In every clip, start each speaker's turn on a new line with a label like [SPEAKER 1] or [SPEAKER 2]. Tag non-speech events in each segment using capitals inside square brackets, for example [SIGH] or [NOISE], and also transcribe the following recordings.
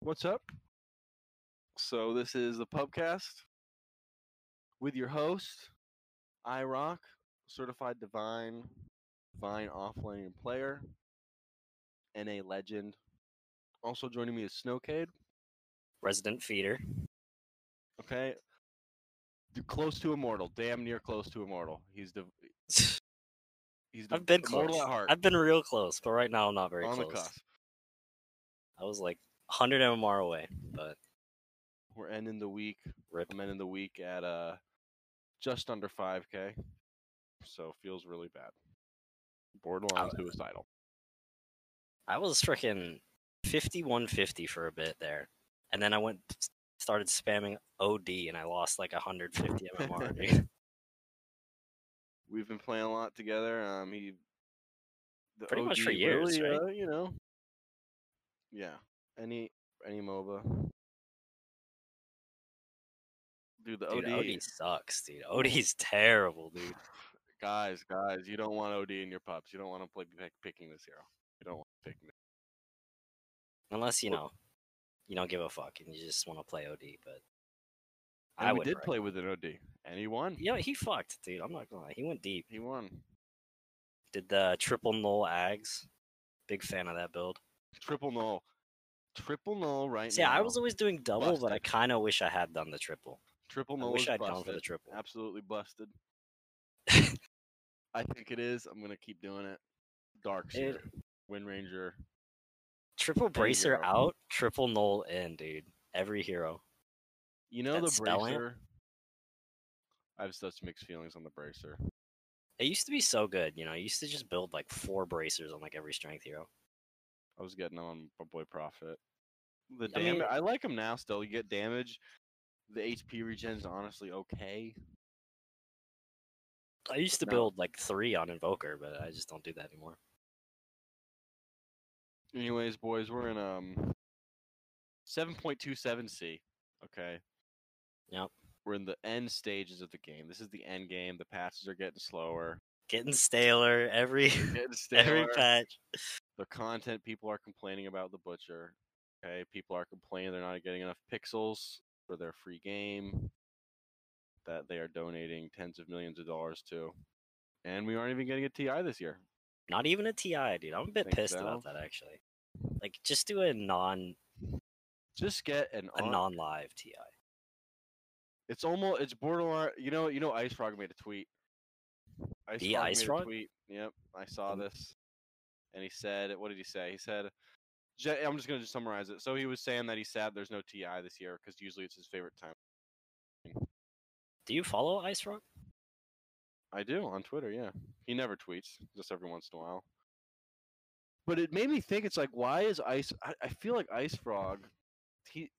[SPEAKER 1] What's up? So this is the pubcast with your host, IROC, certified divine, divine offlane player, and a legend. Also joining me is Snowcade. [LAUGHS]
[SPEAKER 2] Resident feeder.
[SPEAKER 1] Okay, D- close to immortal, damn near close to immortal. He's div- he's div-
[SPEAKER 2] I've been
[SPEAKER 1] immortal
[SPEAKER 2] close.
[SPEAKER 1] at heart.
[SPEAKER 2] I've been real close, but right now I'm not very
[SPEAKER 1] on
[SPEAKER 2] close.
[SPEAKER 1] the cusp.
[SPEAKER 2] I was like 100 MMR away, but
[SPEAKER 1] We're ending the week.
[SPEAKER 2] rip.
[SPEAKER 1] I'm ending the week at uh just under 5k, so feels really bad. Borderline
[SPEAKER 2] Oh.
[SPEAKER 1] suicidal.
[SPEAKER 2] I was freaking 5150 for a bit there, and then I went started spamming OD, and I lost
[SPEAKER 1] [LAUGHS]
[SPEAKER 2] like 150 MMR. dude.
[SPEAKER 1] We've been playing a lot together. Um, he the
[SPEAKER 2] Pretty much for
[SPEAKER 1] OG
[SPEAKER 2] years,
[SPEAKER 1] really,
[SPEAKER 2] right?
[SPEAKER 1] uh, you know. Yeah. Any any MOBA. Dude, the
[SPEAKER 2] dude,
[SPEAKER 1] OD,
[SPEAKER 2] OD sucks, dude. OD's terrible, dude.
[SPEAKER 1] guys, guys, you don't want OD in your pups. You don't want to play pick, picking this hero. You don't want to pick this.
[SPEAKER 2] Unless you
[SPEAKER 1] Well-
[SPEAKER 2] know, you don't give a fuck, and you just want to play OD. But
[SPEAKER 1] And
[SPEAKER 2] I
[SPEAKER 1] we
[SPEAKER 2] would
[SPEAKER 1] did
[SPEAKER 2] right.
[SPEAKER 1] play with an OD, and he won.
[SPEAKER 2] You know, he fucked, dude. I'm not gonna lie. He went deep.
[SPEAKER 1] He won.
[SPEAKER 2] Did the triple null ags. Big fan of that build.
[SPEAKER 1] Triple null, triple null right
[SPEAKER 2] See,
[SPEAKER 1] now.
[SPEAKER 2] I was always doing double, but I
[SPEAKER 1] busted.
[SPEAKER 2] kind of wish I had done the triple.
[SPEAKER 1] triple
[SPEAKER 2] I
[SPEAKER 1] null.
[SPEAKER 2] wish
[SPEAKER 1] is
[SPEAKER 2] I'd gone for the
[SPEAKER 1] busted.
[SPEAKER 2] triple.
[SPEAKER 1] absolutely
[SPEAKER 2] [LAUGHS]
[SPEAKER 1] busted. I think it is. I'm gonna keep doing it. Dark
[SPEAKER 2] Dude.
[SPEAKER 1] Wind Ranger.
[SPEAKER 2] Triple bracer
[SPEAKER 1] go.
[SPEAKER 2] out, triple null in, dude. Every hero.
[SPEAKER 1] You know
[SPEAKER 2] That
[SPEAKER 1] the
[SPEAKER 2] spell amp?
[SPEAKER 1] bracer. I have such mixed feelings on the bracer.
[SPEAKER 2] It used to be so good, you know. I used to just build like four bracers on like every strength hero.
[SPEAKER 1] I was getting on my boy Profit. The
[SPEAKER 2] I
[SPEAKER 1] dam-
[SPEAKER 2] mean-
[SPEAKER 1] I like him now. Still, you get damage. The HP regen's honestly okay.
[SPEAKER 2] I used to
[SPEAKER 1] No.
[SPEAKER 2] build like three on Invoker, but I just don't do that anymore.
[SPEAKER 1] Anyways, boys, we're in um 7.27C. Okay.
[SPEAKER 2] Yep.
[SPEAKER 1] We're in the end stages of the game. This is the end game. The patches are getting
[SPEAKER 2] [LAUGHS]
[SPEAKER 1] slower.
[SPEAKER 2] Getting staler
[SPEAKER 1] [LAUGHS]
[SPEAKER 2] every
[SPEAKER 1] Getting
[SPEAKER 2] every
[SPEAKER 1] staler.
[SPEAKER 2] patch.
[SPEAKER 1] the content people are complaining about the butcher. Okay, people are complaining they're not getting enough pixels for their free game that they are donating tens of millions of dollars to, and we aren't even getting a TI this year.
[SPEAKER 2] Not even a TI, dude. I'm a bit
[SPEAKER 1] Think
[SPEAKER 2] pissed
[SPEAKER 1] so?
[SPEAKER 2] about that actually. Like, just do a non
[SPEAKER 1] Just get an
[SPEAKER 2] a
[SPEAKER 1] on-
[SPEAKER 2] non live TI.
[SPEAKER 1] It's almost it's borderline. You know, you know, Ice Frog made a tweet. Ice
[SPEAKER 2] The Ice
[SPEAKER 1] made a
[SPEAKER 2] Frog?
[SPEAKER 1] tweet. Yep, I saw
[SPEAKER 2] Um,
[SPEAKER 1] this, and he said, "What did he say?" He said, "Ge- "I'm just going to summarize it." So he was saying that he's sad there's no TI this year because usually it's his favorite time.
[SPEAKER 2] Do you follow Ice Rock?
[SPEAKER 1] I do on Twitter, yeah. He never tweets, just every once in a while. But it made me think it's like why is Ice I, I feel like Ice Frog he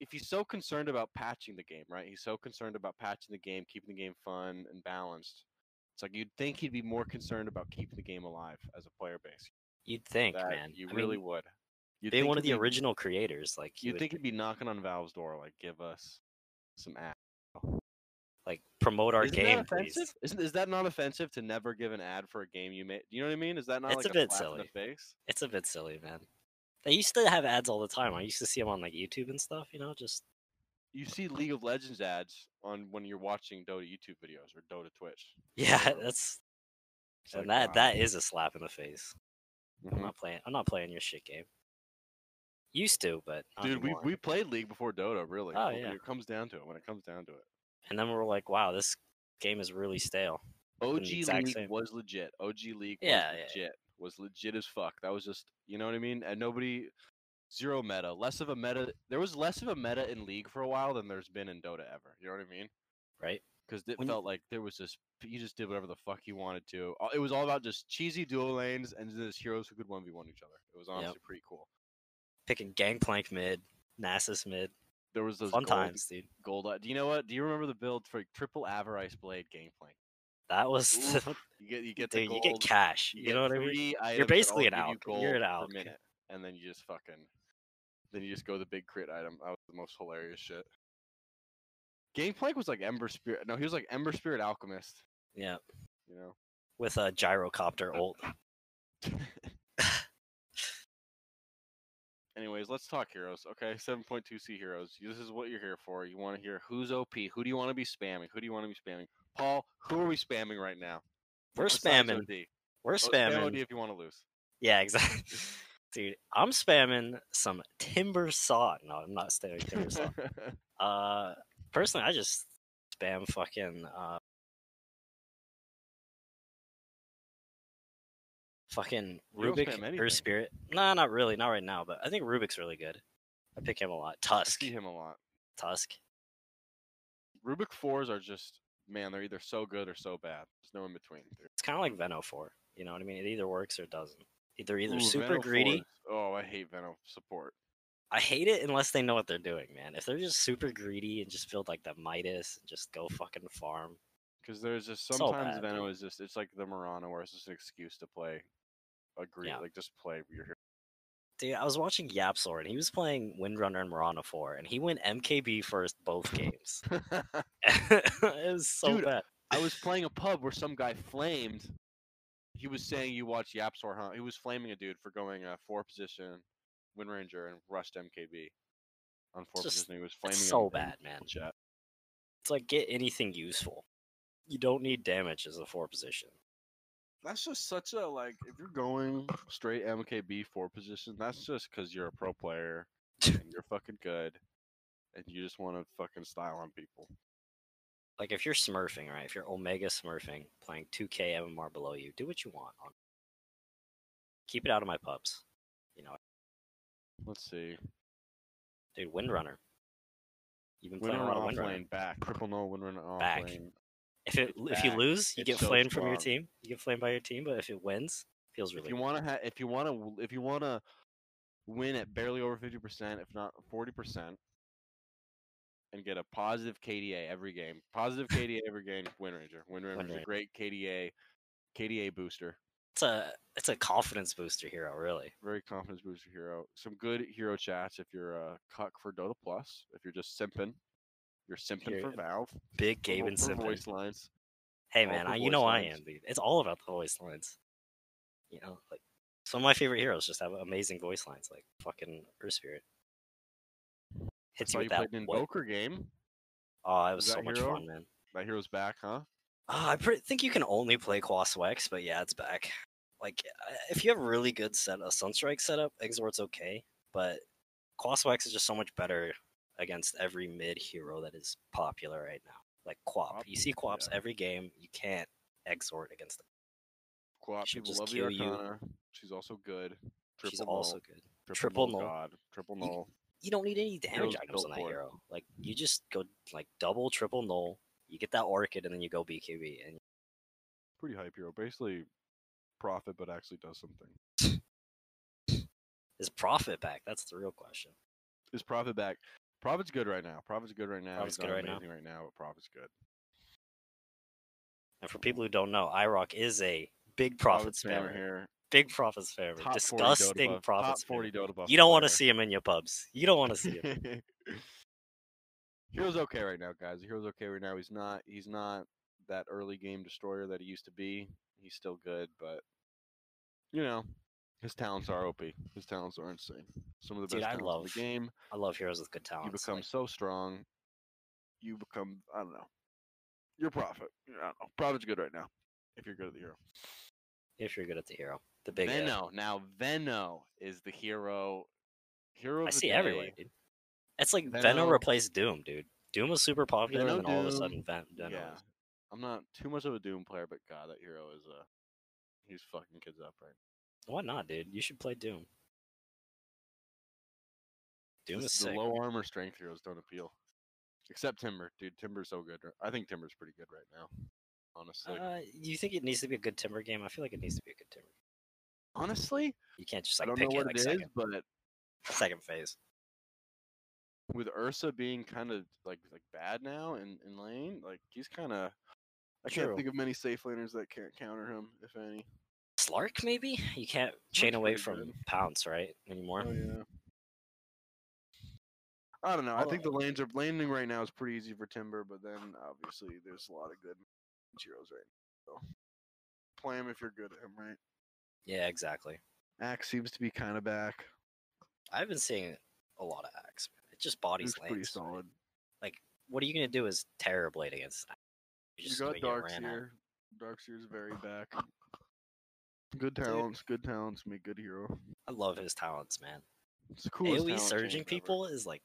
[SPEAKER 1] if he's so concerned about patching the game, right? He's so concerned about patching the game, keeping the game fun and balanced. It's like you'd think he'd be more concerned about keeping the game alive as a player base.
[SPEAKER 2] You'd think,
[SPEAKER 1] That
[SPEAKER 2] man.
[SPEAKER 1] You
[SPEAKER 2] I
[SPEAKER 1] really
[SPEAKER 2] mean,
[SPEAKER 1] would. You'd
[SPEAKER 2] being
[SPEAKER 1] think
[SPEAKER 2] one
[SPEAKER 1] he'd
[SPEAKER 2] of the
[SPEAKER 1] be-
[SPEAKER 2] original creators, like you
[SPEAKER 1] You'd
[SPEAKER 2] would
[SPEAKER 1] think he'd be knocking on Valve's door, like give us some ads.
[SPEAKER 2] like promote our
[SPEAKER 1] Isn't that
[SPEAKER 2] game,
[SPEAKER 1] offensive?
[SPEAKER 2] please.
[SPEAKER 1] Isn't is that not offensive to never give an ad for a game you made? You know what I mean? Is that not
[SPEAKER 2] It's
[SPEAKER 1] like
[SPEAKER 2] a bit
[SPEAKER 1] slap
[SPEAKER 2] silly.
[SPEAKER 1] in the face?
[SPEAKER 2] It's a bit silly, man. They used to have ads all the time. I used to see them on like YouTube and stuff. You know, just [LAUGHS]
[SPEAKER 1] You see League of Legends ads on when you're watching Dota YouTube videos or Dota Twitch.
[SPEAKER 2] yeah,
[SPEAKER 1] Yeah.
[SPEAKER 2] that's
[SPEAKER 1] It's
[SPEAKER 2] and
[SPEAKER 1] like,
[SPEAKER 2] that
[SPEAKER 1] wow.
[SPEAKER 2] that is a slap in the face. I'm
[SPEAKER 1] Mhm.
[SPEAKER 2] not playing. I'm not playing your shit game. Used to, but not
[SPEAKER 1] Dude, we,
[SPEAKER 2] anymore.
[SPEAKER 1] we played League before Dota, really.
[SPEAKER 2] Oh,
[SPEAKER 1] when
[SPEAKER 2] yeah.
[SPEAKER 1] It comes down to it. When it comes down to it,
[SPEAKER 2] and then we're like, wow, this game is really stale.
[SPEAKER 1] OG
[SPEAKER 2] exact
[SPEAKER 1] League
[SPEAKER 2] same.
[SPEAKER 1] was legit. OG League
[SPEAKER 2] Yeah,
[SPEAKER 1] was
[SPEAKER 2] yeah, yeah.
[SPEAKER 1] legit. Was legit as fuck. That was just you know what I mean. And nobody zero meta. Less of a meta. There was less of a meta in League for a while than there's been in Dota ever. You know what I mean?
[SPEAKER 2] Right?
[SPEAKER 1] because it
[SPEAKER 2] When you-
[SPEAKER 1] felt like there was this you just did whatever the fuck you wanted to. Uh, It was all about just cheesy dual lanes and just heroes who could one v one each other. It was honestly pretty cool.
[SPEAKER 2] Picking Gangplank mid, Nasus mid.
[SPEAKER 1] There was those
[SPEAKER 2] Fun
[SPEAKER 1] gold,
[SPEAKER 2] times, dude.
[SPEAKER 1] gold. uh, Do you know what? Do you remember the build for triple Avarice Blade
[SPEAKER 2] [LAUGHS]
[SPEAKER 1] gameplay?
[SPEAKER 2] That was
[SPEAKER 1] Oof,
[SPEAKER 2] [LAUGHS]
[SPEAKER 1] You get you get the
[SPEAKER 2] dude. You
[SPEAKER 1] gold.
[SPEAKER 2] get cash. You,
[SPEAKER 1] get
[SPEAKER 2] know what I mean?
[SPEAKER 1] three items
[SPEAKER 2] You're
[SPEAKER 1] that
[SPEAKER 2] basically
[SPEAKER 1] all
[SPEAKER 2] an
[SPEAKER 1] give you
[SPEAKER 2] alk.
[SPEAKER 1] gold
[SPEAKER 2] You're an
[SPEAKER 1] per
[SPEAKER 2] alk.
[SPEAKER 1] minute, and then you just fucking then you just go the big crit item. That was the most hilarious shit. Gangplank was like Ember Spirit. No, he was like Ember Spirit Alchemist.
[SPEAKER 2] Yeah,
[SPEAKER 1] You know.
[SPEAKER 2] with a gyrocopter ult.
[SPEAKER 1] Anyways, let's talk heroes. Okay, [LAUGHS] 7.2C heroes. This is what you're here for. You want to hear who's OP. Who do you want to be spamming? Who do you want to be spamming? Paul, who are we spamming right now?
[SPEAKER 2] We're
[SPEAKER 1] Besides
[SPEAKER 2] spamming.
[SPEAKER 1] OD.
[SPEAKER 2] We're
[SPEAKER 1] Oh, Spam OD
[SPEAKER 2] spamming.
[SPEAKER 1] if you want to lose. [LAUGHS]
[SPEAKER 2] Yeah, exactly. [LAUGHS] Dude, I'm spamming some timber saw. No, I'm not spamming timber
[SPEAKER 1] [LAUGHS]
[SPEAKER 2] saw. Uh, personally, I just spam fucking uh, fucking
[SPEAKER 1] You don't spam
[SPEAKER 2] Rubik
[SPEAKER 1] anything.
[SPEAKER 2] or Spirit. Nah, not really, not right now. But I think Rubik's really good. I pick him a lot.
[SPEAKER 1] I [LAUGHS]
[SPEAKER 2] Tusk,
[SPEAKER 1] see him a lot.
[SPEAKER 2] Tusk.
[SPEAKER 1] Rubik fours are just man. They're either so good or so bad. There's no in between. They're-
[SPEAKER 2] It's kind of like Veno Four. You know what I mean? It either works or it doesn't. Either either
[SPEAKER 1] Ooh,
[SPEAKER 2] super
[SPEAKER 1] Venom
[SPEAKER 2] greedy.
[SPEAKER 1] fours. Oh, I hate Venom support.
[SPEAKER 2] I hate it unless they know what they're doing, man. If they're just super greedy and just build like the Midas and just go fucking farm.
[SPEAKER 1] Because there's just
[SPEAKER 2] So
[SPEAKER 1] sometimes
[SPEAKER 2] bad,
[SPEAKER 1] Venom
[SPEAKER 2] dude.
[SPEAKER 1] is just it's like the Murano where it's just an excuse to play a greed,
[SPEAKER 2] Yeah.
[SPEAKER 1] like just play your hero.
[SPEAKER 2] Dude, I was watching Yapsor and he was playing Windrunner and Marana 4 and he went MKB first both games. [LAUGHS]
[SPEAKER 1] [LAUGHS]
[SPEAKER 2] it was so
[SPEAKER 1] Dude,
[SPEAKER 2] bad.
[SPEAKER 1] I was playing a pub where some guy flamed. He was saying you watch Yapsor Hunt. He was flaming a dude for going uh, four position Wind Ranger and rushed MKB on four
[SPEAKER 2] just-
[SPEAKER 1] position. He was flaming
[SPEAKER 2] It's
[SPEAKER 1] him
[SPEAKER 2] so
[SPEAKER 1] in
[SPEAKER 2] bad, man.
[SPEAKER 1] Chat.
[SPEAKER 2] It's like get anything useful. You don't need damage as a four position.
[SPEAKER 1] That's just such a like. If you're going straight MKB four position, that's just because you're a pro player
[SPEAKER 2] [LAUGHS]
[SPEAKER 1] and you're fucking good, and you just want to fucking style on people.
[SPEAKER 2] Like if you're smurfing, right? If you're Omega smurfing, playing 2K MMR below you, do what you want. On... Keep it out of my pubs. You know,
[SPEAKER 1] Let's see.
[SPEAKER 2] dude, Windrunner. You've been playing a
[SPEAKER 1] Windrunner
[SPEAKER 2] lot of
[SPEAKER 1] off
[SPEAKER 2] Windrunner.
[SPEAKER 1] lane back. Triple no Windrunner off
[SPEAKER 2] Back.
[SPEAKER 1] lane.
[SPEAKER 2] If it
[SPEAKER 1] It's
[SPEAKER 2] if you
[SPEAKER 1] back.
[SPEAKER 2] lose, you
[SPEAKER 1] It's
[SPEAKER 2] get
[SPEAKER 1] so
[SPEAKER 2] flamed from your
[SPEAKER 1] strong.
[SPEAKER 2] team. You get flamed by your team, but if it wins, feels really
[SPEAKER 1] If you
[SPEAKER 2] good.
[SPEAKER 1] want to, ha- if you want to, if you want to win at barely over fifty percent, if not forty percent, and get a positive KDA every game,
[SPEAKER 2] [LAUGHS]
[SPEAKER 1] positive KDA every game, Wind Ranger. Wind Ranger is a
[SPEAKER 2] Ranger.
[SPEAKER 1] great KDA, KDA booster,
[SPEAKER 2] It's a it's a confidence booster hero, really.
[SPEAKER 1] very confidence booster hero. Some good hero chats if you're a cuck for Dota Plus, if you're just simping, you're simping for
[SPEAKER 2] Period.
[SPEAKER 1] Valve.
[SPEAKER 2] Big
[SPEAKER 1] for vo-
[SPEAKER 2] Gaben
[SPEAKER 1] for
[SPEAKER 2] Simpson.
[SPEAKER 1] voice lines.
[SPEAKER 2] Hey
[SPEAKER 1] all
[SPEAKER 2] man,
[SPEAKER 1] the
[SPEAKER 2] I, you
[SPEAKER 1] voice
[SPEAKER 2] know I
[SPEAKER 1] lines.
[SPEAKER 2] am, dude. It's all about the voice lines. You know, like some of my favorite heroes just have amazing voice lines, like fucking Earth Spirit. Hits
[SPEAKER 1] Saw
[SPEAKER 2] you
[SPEAKER 1] you
[SPEAKER 2] with that.
[SPEAKER 1] played an
[SPEAKER 2] what?
[SPEAKER 1] Invoker game.
[SPEAKER 2] Oh, it was
[SPEAKER 1] that
[SPEAKER 2] so much
[SPEAKER 1] hero?
[SPEAKER 2] fun, man.
[SPEAKER 1] That hero's back, huh?
[SPEAKER 2] Uh, I pre- think you can only play Quaswex, but yeah, it's back. Like, I- if you have really good set a Sunstrike setup, Exort's okay, but Quaswex is just so much better against every mid hero that is popular right now. Like Quap, you see
[SPEAKER 1] Quap,
[SPEAKER 2] Quaps
[SPEAKER 1] yeah.
[SPEAKER 2] every game. You can't Exort against them.
[SPEAKER 1] Co-op
[SPEAKER 2] She'll
[SPEAKER 1] people
[SPEAKER 2] just
[SPEAKER 1] love the
[SPEAKER 2] kill you.
[SPEAKER 1] Arcana. She's also good. Triple
[SPEAKER 2] She's also
[SPEAKER 1] null.
[SPEAKER 2] good.
[SPEAKER 1] triple,
[SPEAKER 2] triple
[SPEAKER 1] null.
[SPEAKER 2] null.
[SPEAKER 1] God. Triple
[SPEAKER 2] You-
[SPEAKER 1] null.
[SPEAKER 2] You don't need any damage
[SPEAKER 1] Heroes
[SPEAKER 2] items
[SPEAKER 1] built
[SPEAKER 2] on that
[SPEAKER 1] for it.
[SPEAKER 2] hero. Like, you just go like double, triple null. You get that Orchid, and then you go BKB, and
[SPEAKER 1] Pretty hype hero. Basically, profit, but actually does something.
[SPEAKER 2] is profit back? That's the real question.
[SPEAKER 1] Is profit back? Profit's good right now. Profit's good right now.
[SPEAKER 2] Profit's
[SPEAKER 1] He's
[SPEAKER 2] good
[SPEAKER 1] not
[SPEAKER 2] right now.
[SPEAKER 1] amazing right now, but profit's good.
[SPEAKER 2] And for people who don't know, IROC is a big profit
[SPEAKER 1] Profit's
[SPEAKER 2] spammer.
[SPEAKER 1] here.
[SPEAKER 2] Big profit spammer.
[SPEAKER 1] Top 40 Dota
[SPEAKER 2] Disgusting
[SPEAKER 1] buff-
[SPEAKER 2] profit
[SPEAKER 1] Top
[SPEAKER 2] spammer.
[SPEAKER 1] forty Dota buff.
[SPEAKER 2] You don't want to see him in your pubs. You don't want to see
[SPEAKER 1] [LAUGHS]
[SPEAKER 2] him.
[SPEAKER 1] it. Hero's okay right now, guys. Hero's okay right now. He's not. He's not that early game destroyer that he used to be. He's still good, but you know, his talents are OP. His talents are insane. Some of the
[SPEAKER 2] Dude,
[SPEAKER 1] best
[SPEAKER 2] I
[SPEAKER 1] talents in
[SPEAKER 2] love
[SPEAKER 1] the game.
[SPEAKER 2] I love heroes with good
[SPEAKER 1] You
[SPEAKER 2] talents.
[SPEAKER 1] become
[SPEAKER 2] like,
[SPEAKER 1] so strong. You become. I don't know. Your profit. I don't know. Profit's good right now. If you're good at the hero.
[SPEAKER 2] if you're good at the hero, the big. if.
[SPEAKER 1] Venno. Now Venno is the hero. Hero. Of
[SPEAKER 2] I
[SPEAKER 1] the
[SPEAKER 2] see everywhere,
[SPEAKER 1] day.
[SPEAKER 2] dude. It's like Veno,
[SPEAKER 1] Venno-
[SPEAKER 2] replaced Doom, dude. Doom was super popular,
[SPEAKER 1] Venno,
[SPEAKER 2] and then all of a
[SPEAKER 1] Doom,
[SPEAKER 2] sudden, Ven- Venno.
[SPEAKER 1] yeah.
[SPEAKER 2] is-
[SPEAKER 1] I'm not too much of a Doom player, but God, that hero is uh he's fucking kids up right.
[SPEAKER 2] Why not, dude? You should play Doom. Doom
[SPEAKER 1] This-
[SPEAKER 2] is
[SPEAKER 1] the
[SPEAKER 2] sick.
[SPEAKER 1] low armor strength heroes don't appeal. Except Timber, dude. Timber's so good. r- I think Timber's pretty good right now. Honestly.
[SPEAKER 2] Uh, you think it needs to be a good timber game? I feel like it needs to be a good timber.
[SPEAKER 1] honestly,
[SPEAKER 2] You can't just
[SPEAKER 1] I
[SPEAKER 2] like
[SPEAKER 1] don't know
[SPEAKER 2] pick it
[SPEAKER 1] what
[SPEAKER 2] like
[SPEAKER 1] it is,
[SPEAKER 2] second,
[SPEAKER 1] but
[SPEAKER 2] second phase.
[SPEAKER 1] with Ursa being kind of like like bad now in, in lane, like he's kind of I can't
[SPEAKER 2] True.
[SPEAKER 1] think of many safe laners that can't counter him, if any.
[SPEAKER 2] Slark, maybe? You can't chain
[SPEAKER 1] Slark's
[SPEAKER 2] away
[SPEAKER 1] pretty
[SPEAKER 2] from
[SPEAKER 1] good.
[SPEAKER 2] Pounce, right? Anymore?
[SPEAKER 1] Oh yeah. I don't know. I think the
[SPEAKER 2] eh
[SPEAKER 1] lanes are landing right now is pretty easy for Timber, but then obviously there's a lot of good [LAUGHS] heroes right now. So play him if you're good at him, right?
[SPEAKER 2] Yeah, exactly.
[SPEAKER 1] Axe seems to be kind of back.
[SPEAKER 2] I've been seeing a lot of Axe. It just bodies
[SPEAKER 1] It's pretty
[SPEAKER 2] lanes.
[SPEAKER 1] solid.
[SPEAKER 2] What are you gonna do? Is Terror Blade against? Axe? You're
[SPEAKER 1] You
[SPEAKER 2] just
[SPEAKER 1] got
[SPEAKER 2] gonna get ran at.
[SPEAKER 1] Darkseer. Darkseer's very
[SPEAKER 2] [LAUGHS]
[SPEAKER 1] back. Good talents, good talents make good hero.
[SPEAKER 2] I love his talents, man.
[SPEAKER 1] It's the coolest.
[SPEAKER 2] AoE
[SPEAKER 1] talent
[SPEAKER 2] surging
[SPEAKER 1] change ever.
[SPEAKER 2] people is like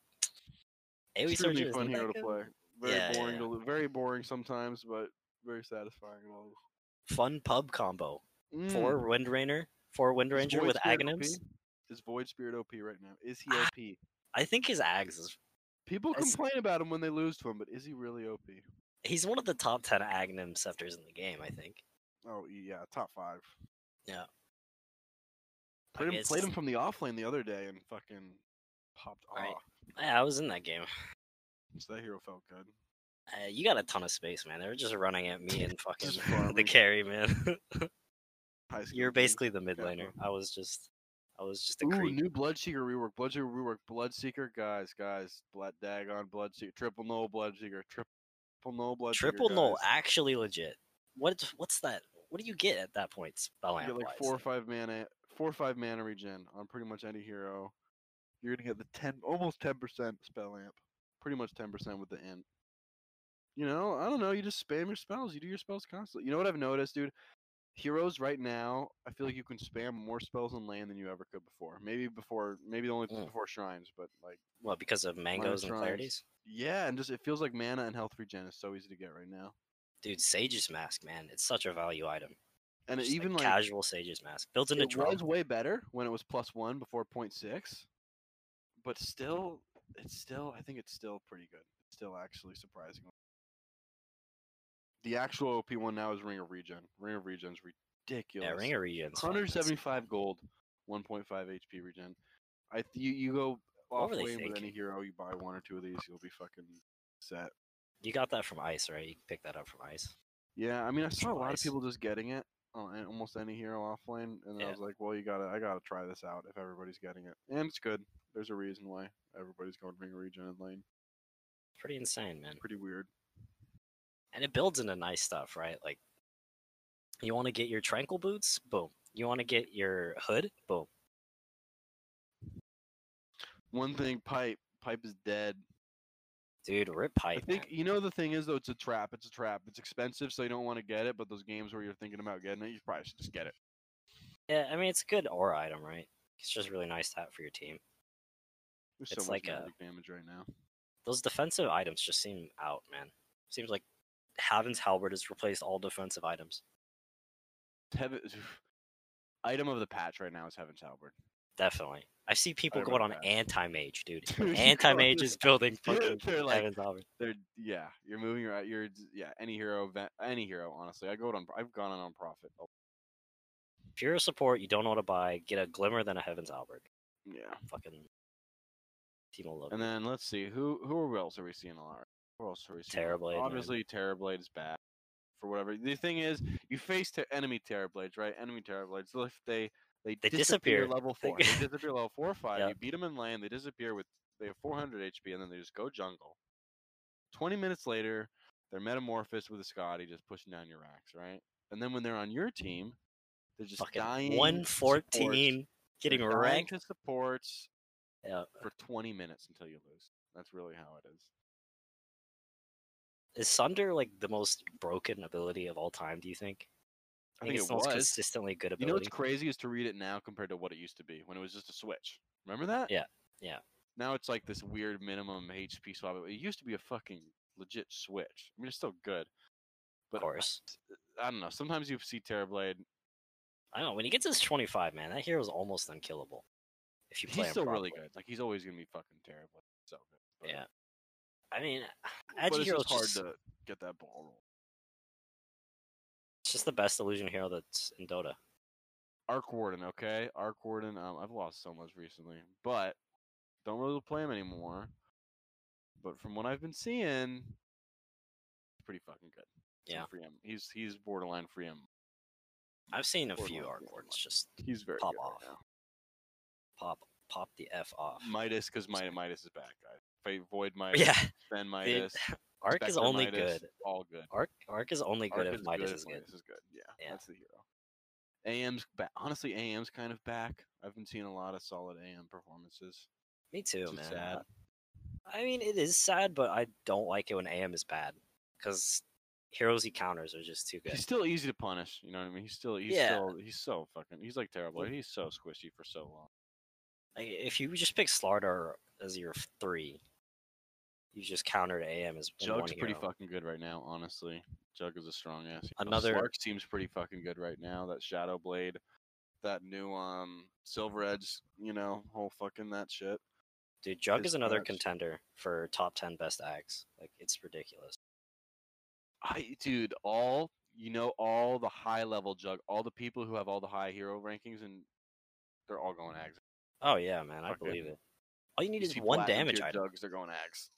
[SPEAKER 2] AoE
[SPEAKER 1] Extremely
[SPEAKER 2] surging is
[SPEAKER 1] fun
[SPEAKER 2] not
[SPEAKER 1] hero
[SPEAKER 2] that
[SPEAKER 1] to
[SPEAKER 2] good.
[SPEAKER 1] play. Very
[SPEAKER 2] Yeah,
[SPEAKER 1] boring.
[SPEAKER 2] yeah.
[SPEAKER 1] To, lo- very boring sometimes, but very satisfying. and all.
[SPEAKER 2] Fun pub combo.
[SPEAKER 1] Mm.
[SPEAKER 2] Four Wind Rainer, four Wind
[SPEAKER 1] Is
[SPEAKER 2] Ranger
[SPEAKER 1] Void
[SPEAKER 2] with
[SPEAKER 1] Spirit OP?
[SPEAKER 2] Aghanims.
[SPEAKER 1] Is Void Spirit OP right now? Is he
[SPEAKER 2] Ah.
[SPEAKER 1] OP?
[SPEAKER 2] I think his Ags is
[SPEAKER 1] People
[SPEAKER 2] That's-
[SPEAKER 1] complain about him when they lose to him, but is he really OP?
[SPEAKER 2] he's one of the top ten Aghanim scepters in the game, I think.
[SPEAKER 1] Oh yeah, top five.
[SPEAKER 2] Yeah.
[SPEAKER 1] Played him,
[SPEAKER 2] guess-
[SPEAKER 1] played him from the off lane the other day and fucking popped off.
[SPEAKER 2] Right. Yeah, I was in that game.
[SPEAKER 1] So that hero felt good.
[SPEAKER 2] Uh, you got a ton of space, man. They were just running at me and fucking
[SPEAKER 1] Just
[SPEAKER 2] [LAUGHS] the
[SPEAKER 1] farming.
[SPEAKER 2] carry, man. [LAUGHS]
[SPEAKER 1] High skill
[SPEAKER 2] You're
[SPEAKER 1] dude.
[SPEAKER 2] basically the mid
[SPEAKER 1] Yeah,
[SPEAKER 2] laner. I was just, I was just a
[SPEAKER 1] Ooh,
[SPEAKER 2] creep.
[SPEAKER 1] new Bloodseeker rework. Bloodseeker rework. Bloodseeker guys, guys. Blood Dagon Bloodseeker. Triple null Bloodseeker. Triple null Bloodseeker.
[SPEAKER 2] Triple null,
[SPEAKER 1] guys.
[SPEAKER 2] actually legit. What? What's that? What do you get at that point? Spell
[SPEAKER 1] You get like
[SPEAKER 2] amp-wise?
[SPEAKER 1] four or five mana, four or five mana regen on pretty much any hero. You're gonna get the ten, almost ten percent spell amp, pretty much ten percent with the int. You know, I don't know. You just spam your spells. You do your spells constantly. You know what I've noticed, dude? Heroes right now, I feel like you can spam more spells in land than you ever could before. Maybe before, maybe only
[SPEAKER 2] Mm.
[SPEAKER 1] before shrines, but like,
[SPEAKER 2] What? Because of mangoes and
[SPEAKER 1] shrines.
[SPEAKER 2] clarities.
[SPEAKER 1] yeah, and just it feels like mana and health regen is so easy to get right now.
[SPEAKER 2] Dude, Sage's Mask, man, it's such a value item.
[SPEAKER 1] And it
[SPEAKER 2] Just,
[SPEAKER 1] even
[SPEAKER 2] like,
[SPEAKER 1] like
[SPEAKER 2] casual Sage's Mask built into
[SPEAKER 1] it
[SPEAKER 2] drop.
[SPEAKER 1] was way better when it was plus one before point six, but still, it's still. I think it's still pretty good. It's still actually surprising. The actual OP one now is Ring of Regen. Ring of Regen's ridiculous.
[SPEAKER 2] Yeah, Ring of Regen's fun, that's-
[SPEAKER 1] 175 gold, 1.5 HP regen. I th- you you go
[SPEAKER 2] What
[SPEAKER 1] off
[SPEAKER 2] were they
[SPEAKER 1] lane with any
[SPEAKER 2] thinking?
[SPEAKER 1] hero, you buy one or two of these, you'll be fucking set.
[SPEAKER 2] You got that from Ice, right? You picked that up from Ice.
[SPEAKER 1] Yeah, I mean, I saw a lot of
[SPEAKER 2] Twice.
[SPEAKER 1] people just getting it on a- almost any hero off lane, and then I
[SPEAKER 2] Yeah.
[SPEAKER 1] was like, well, you gotta, I gotta try this out if everybody's getting it, and it's good. There's a reason why everybody's going Ring of Regen in lane.
[SPEAKER 2] Pretty insane, man.
[SPEAKER 1] Pretty weird.
[SPEAKER 2] and it builds into nice stuff, right? Like, you want to get your tranquil boots, boom. You want to get your hood, boom.
[SPEAKER 1] One thing, pipe, pipe is dead.
[SPEAKER 2] Dude, rip
[SPEAKER 1] I
[SPEAKER 2] pipe.
[SPEAKER 1] think
[SPEAKER 2] man.
[SPEAKER 1] you know the thing is though, it's a trap. It's a trap. It's expensive, so you don't want to get it. But those games where you're thinking about getting it, you probably should just get it.
[SPEAKER 2] Yeah, I mean it's a good aura item, right? It's just really nice to have for your team.
[SPEAKER 1] There's so
[SPEAKER 2] It's
[SPEAKER 1] much
[SPEAKER 2] like a-
[SPEAKER 1] magic damage right now.
[SPEAKER 2] Those defensive items just seem out, man. Seems like Haven's Halberd has replaced all defensive items.
[SPEAKER 1] Heaven, [SIGHS] item of the patch right now is Heaven's Halberd.
[SPEAKER 2] Definitely. I see people
[SPEAKER 1] Item
[SPEAKER 2] going on
[SPEAKER 1] of patch.
[SPEAKER 2] anti mage,
[SPEAKER 1] [LAUGHS]
[SPEAKER 2] dude.
[SPEAKER 1] Dude, you go
[SPEAKER 2] anti mage
[SPEAKER 1] on-
[SPEAKER 2] is building fucking
[SPEAKER 1] They're like,
[SPEAKER 2] Haven's Halberd.
[SPEAKER 1] They're yeah, you're moving your you're yeah, any hero event, any hero honestly. I go on I've gone on profit.
[SPEAKER 2] If you're a support, you don't know what to buy, get a glimmer than a Heaven's Halberd.
[SPEAKER 1] Yeah.
[SPEAKER 2] Fucking team will love
[SPEAKER 1] And
[SPEAKER 2] you.
[SPEAKER 1] then let's see who who else are we seeing a lot? Who else are we seeing? a lot?
[SPEAKER 2] Terrorblade, man.
[SPEAKER 1] Obviously, Terrorblade is bad for whatever. The thing is, you face ter- enemy Terrorblades, right? Enemy Terrorblades. so If they they,
[SPEAKER 2] They disappear.
[SPEAKER 1] level
[SPEAKER 2] They
[SPEAKER 1] four,
[SPEAKER 2] [LAUGHS] go-
[SPEAKER 1] they disappear level four or five.
[SPEAKER 2] Yeah.
[SPEAKER 1] You beat them in lane. They disappear with they have 400 HP, and then they just go jungle. Twenty minutes later, they're metamorphosed with a Scotty just pushing down your racks, right? And then when they're on your team, they're just dying.
[SPEAKER 2] fucking
[SPEAKER 1] to supports.
[SPEAKER 2] 114
[SPEAKER 1] They're
[SPEAKER 2] getting
[SPEAKER 1] dying
[SPEAKER 2] ranked
[SPEAKER 1] to supports
[SPEAKER 2] yeah.
[SPEAKER 1] for 20 minutes until you lose. That's really how it is.
[SPEAKER 2] is sunder like the most broken ability of all time do you think
[SPEAKER 1] I think
[SPEAKER 2] it's
[SPEAKER 1] it
[SPEAKER 2] the most
[SPEAKER 1] was.
[SPEAKER 2] consistently good
[SPEAKER 1] You
[SPEAKER 2] ability
[SPEAKER 1] know what's crazy is to read it now compared to what it used to be when it was just a switch. Remember that?
[SPEAKER 2] Yeah, yeah.
[SPEAKER 1] Now it's like this weird minimum HP swap. It used to be a fucking legit switch. I mean, it's still good, but
[SPEAKER 2] of course
[SPEAKER 1] I don't know. Sometimes you see Terrorblade.
[SPEAKER 2] i don't know when he gets his 25 man that hero's almost unkillable if you play
[SPEAKER 1] He's
[SPEAKER 2] him
[SPEAKER 1] still really
[SPEAKER 2] properly.
[SPEAKER 1] good. Like he's always gonna be fucking Terrorblade. So good. but-
[SPEAKER 2] yeah i mean
[SPEAKER 1] but
[SPEAKER 2] edgy
[SPEAKER 1] it's
[SPEAKER 2] hero's
[SPEAKER 1] just hard
[SPEAKER 2] just,
[SPEAKER 1] to get that ball rolling.
[SPEAKER 2] it's just the best illusion hero that's in dota
[SPEAKER 1] Arc Warden, okay? Arc Warden, um, I've lost so much recently, but don't really play him anymore. But from what I've been seeing, he's pretty fucking good. Some
[SPEAKER 2] Yeah.
[SPEAKER 1] Free M. He's he's borderline free M.
[SPEAKER 2] i've seen a
[SPEAKER 1] Or
[SPEAKER 2] few
[SPEAKER 1] Lux,
[SPEAKER 2] arc
[SPEAKER 1] yeah,
[SPEAKER 2] wards
[SPEAKER 1] Lux.
[SPEAKER 2] just
[SPEAKER 1] He's very
[SPEAKER 2] Pop
[SPEAKER 1] good right
[SPEAKER 2] off.
[SPEAKER 1] now.
[SPEAKER 2] pop pop the f off
[SPEAKER 1] Midas, because Midas, Midas is back, guys. If I
[SPEAKER 2] [LAUGHS]
[SPEAKER 1] Void Midas,
[SPEAKER 2] yeah
[SPEAKER 1] Ben
[SPEAKER 2] the-
[SPEAKER 1] Midas.
[SPEAKER 2] [LAUGHS] arc is
[SPEAKER 1] Spectre
[SPEAKER 2] only
[SPEAKER 1] Midas,
[SPEAKER 2] good
[SPEAKER 1] All good.
[SPEAKER 2] arc arc is only good
[SPEAKER 1] Arc
[SPEAKER 2] if midas is good
[SPEAKER 1] Midas is good. Yeah,
[SPEAKER 2] Yeah.
[SPEAKER 1] that's the hero. AM's ba- honestly AM's kind of back. I've been seeing a lot of solid AM performances.
[SPEAKER 2] Me too,
[SPEAKER 1] It's
[SPEAKER 2] man.
[SPEAKER 1] just sad.
[SPEAKER 2] I mean, it is sad, but I don't like it when AM is bad because heroes he counters are just too good.
[SPEAKER 1] He's still easy to punish. You know what I mean? He's still he's
[SPEAKER 2] Yeah.
[SPEAKER 1] still he's so fucking he's like terrible. He's so squishy for so long.
[SPEAKER 2] Like, if you just pick Slardar as your three, you just countered AM as in one
[SPEAKER 1] Jug's pretty
[SPEAKER 2] hero.
[SPEAKER 1] fucking good right now, honestly. Jug is a strong ass. hero.
[SPEAKER 2] Another-
[SPEAKER 1] Slark seems pretty fucking good right now. That Shadow Blade, that new um Silver Edge, you know, whole fucking that shit.
[SPEAKER 2] Dude, Jug
[SPEAKER 1] is
[SPEAKER 2] is another
[SPEAKER 1] nuts.
[SPEAKER 2] contender for top ten best acts. Like it's ridiculous.
[SPEAKER 1] I dude, all you know, all the high level Jug, all the people who have all the high hero rankings, and they're all going Ags.
[SPEAKER 2] Oh yeah, man, I
[SPEAKER 1] Fuck it.
[SPEAKER 2] believe it. All you need
[SPEAKER 1] You
[SPEAKER 2] is
[SPEAKER 1] see
[SPEAKER 2] one
[SPEAKER 1] platinum
[SPEAKER 2] damage
[SPEAKER 1] tier
[SPEAKER 2] item.
[SPEAKER 1] Jugs, they're going Ags.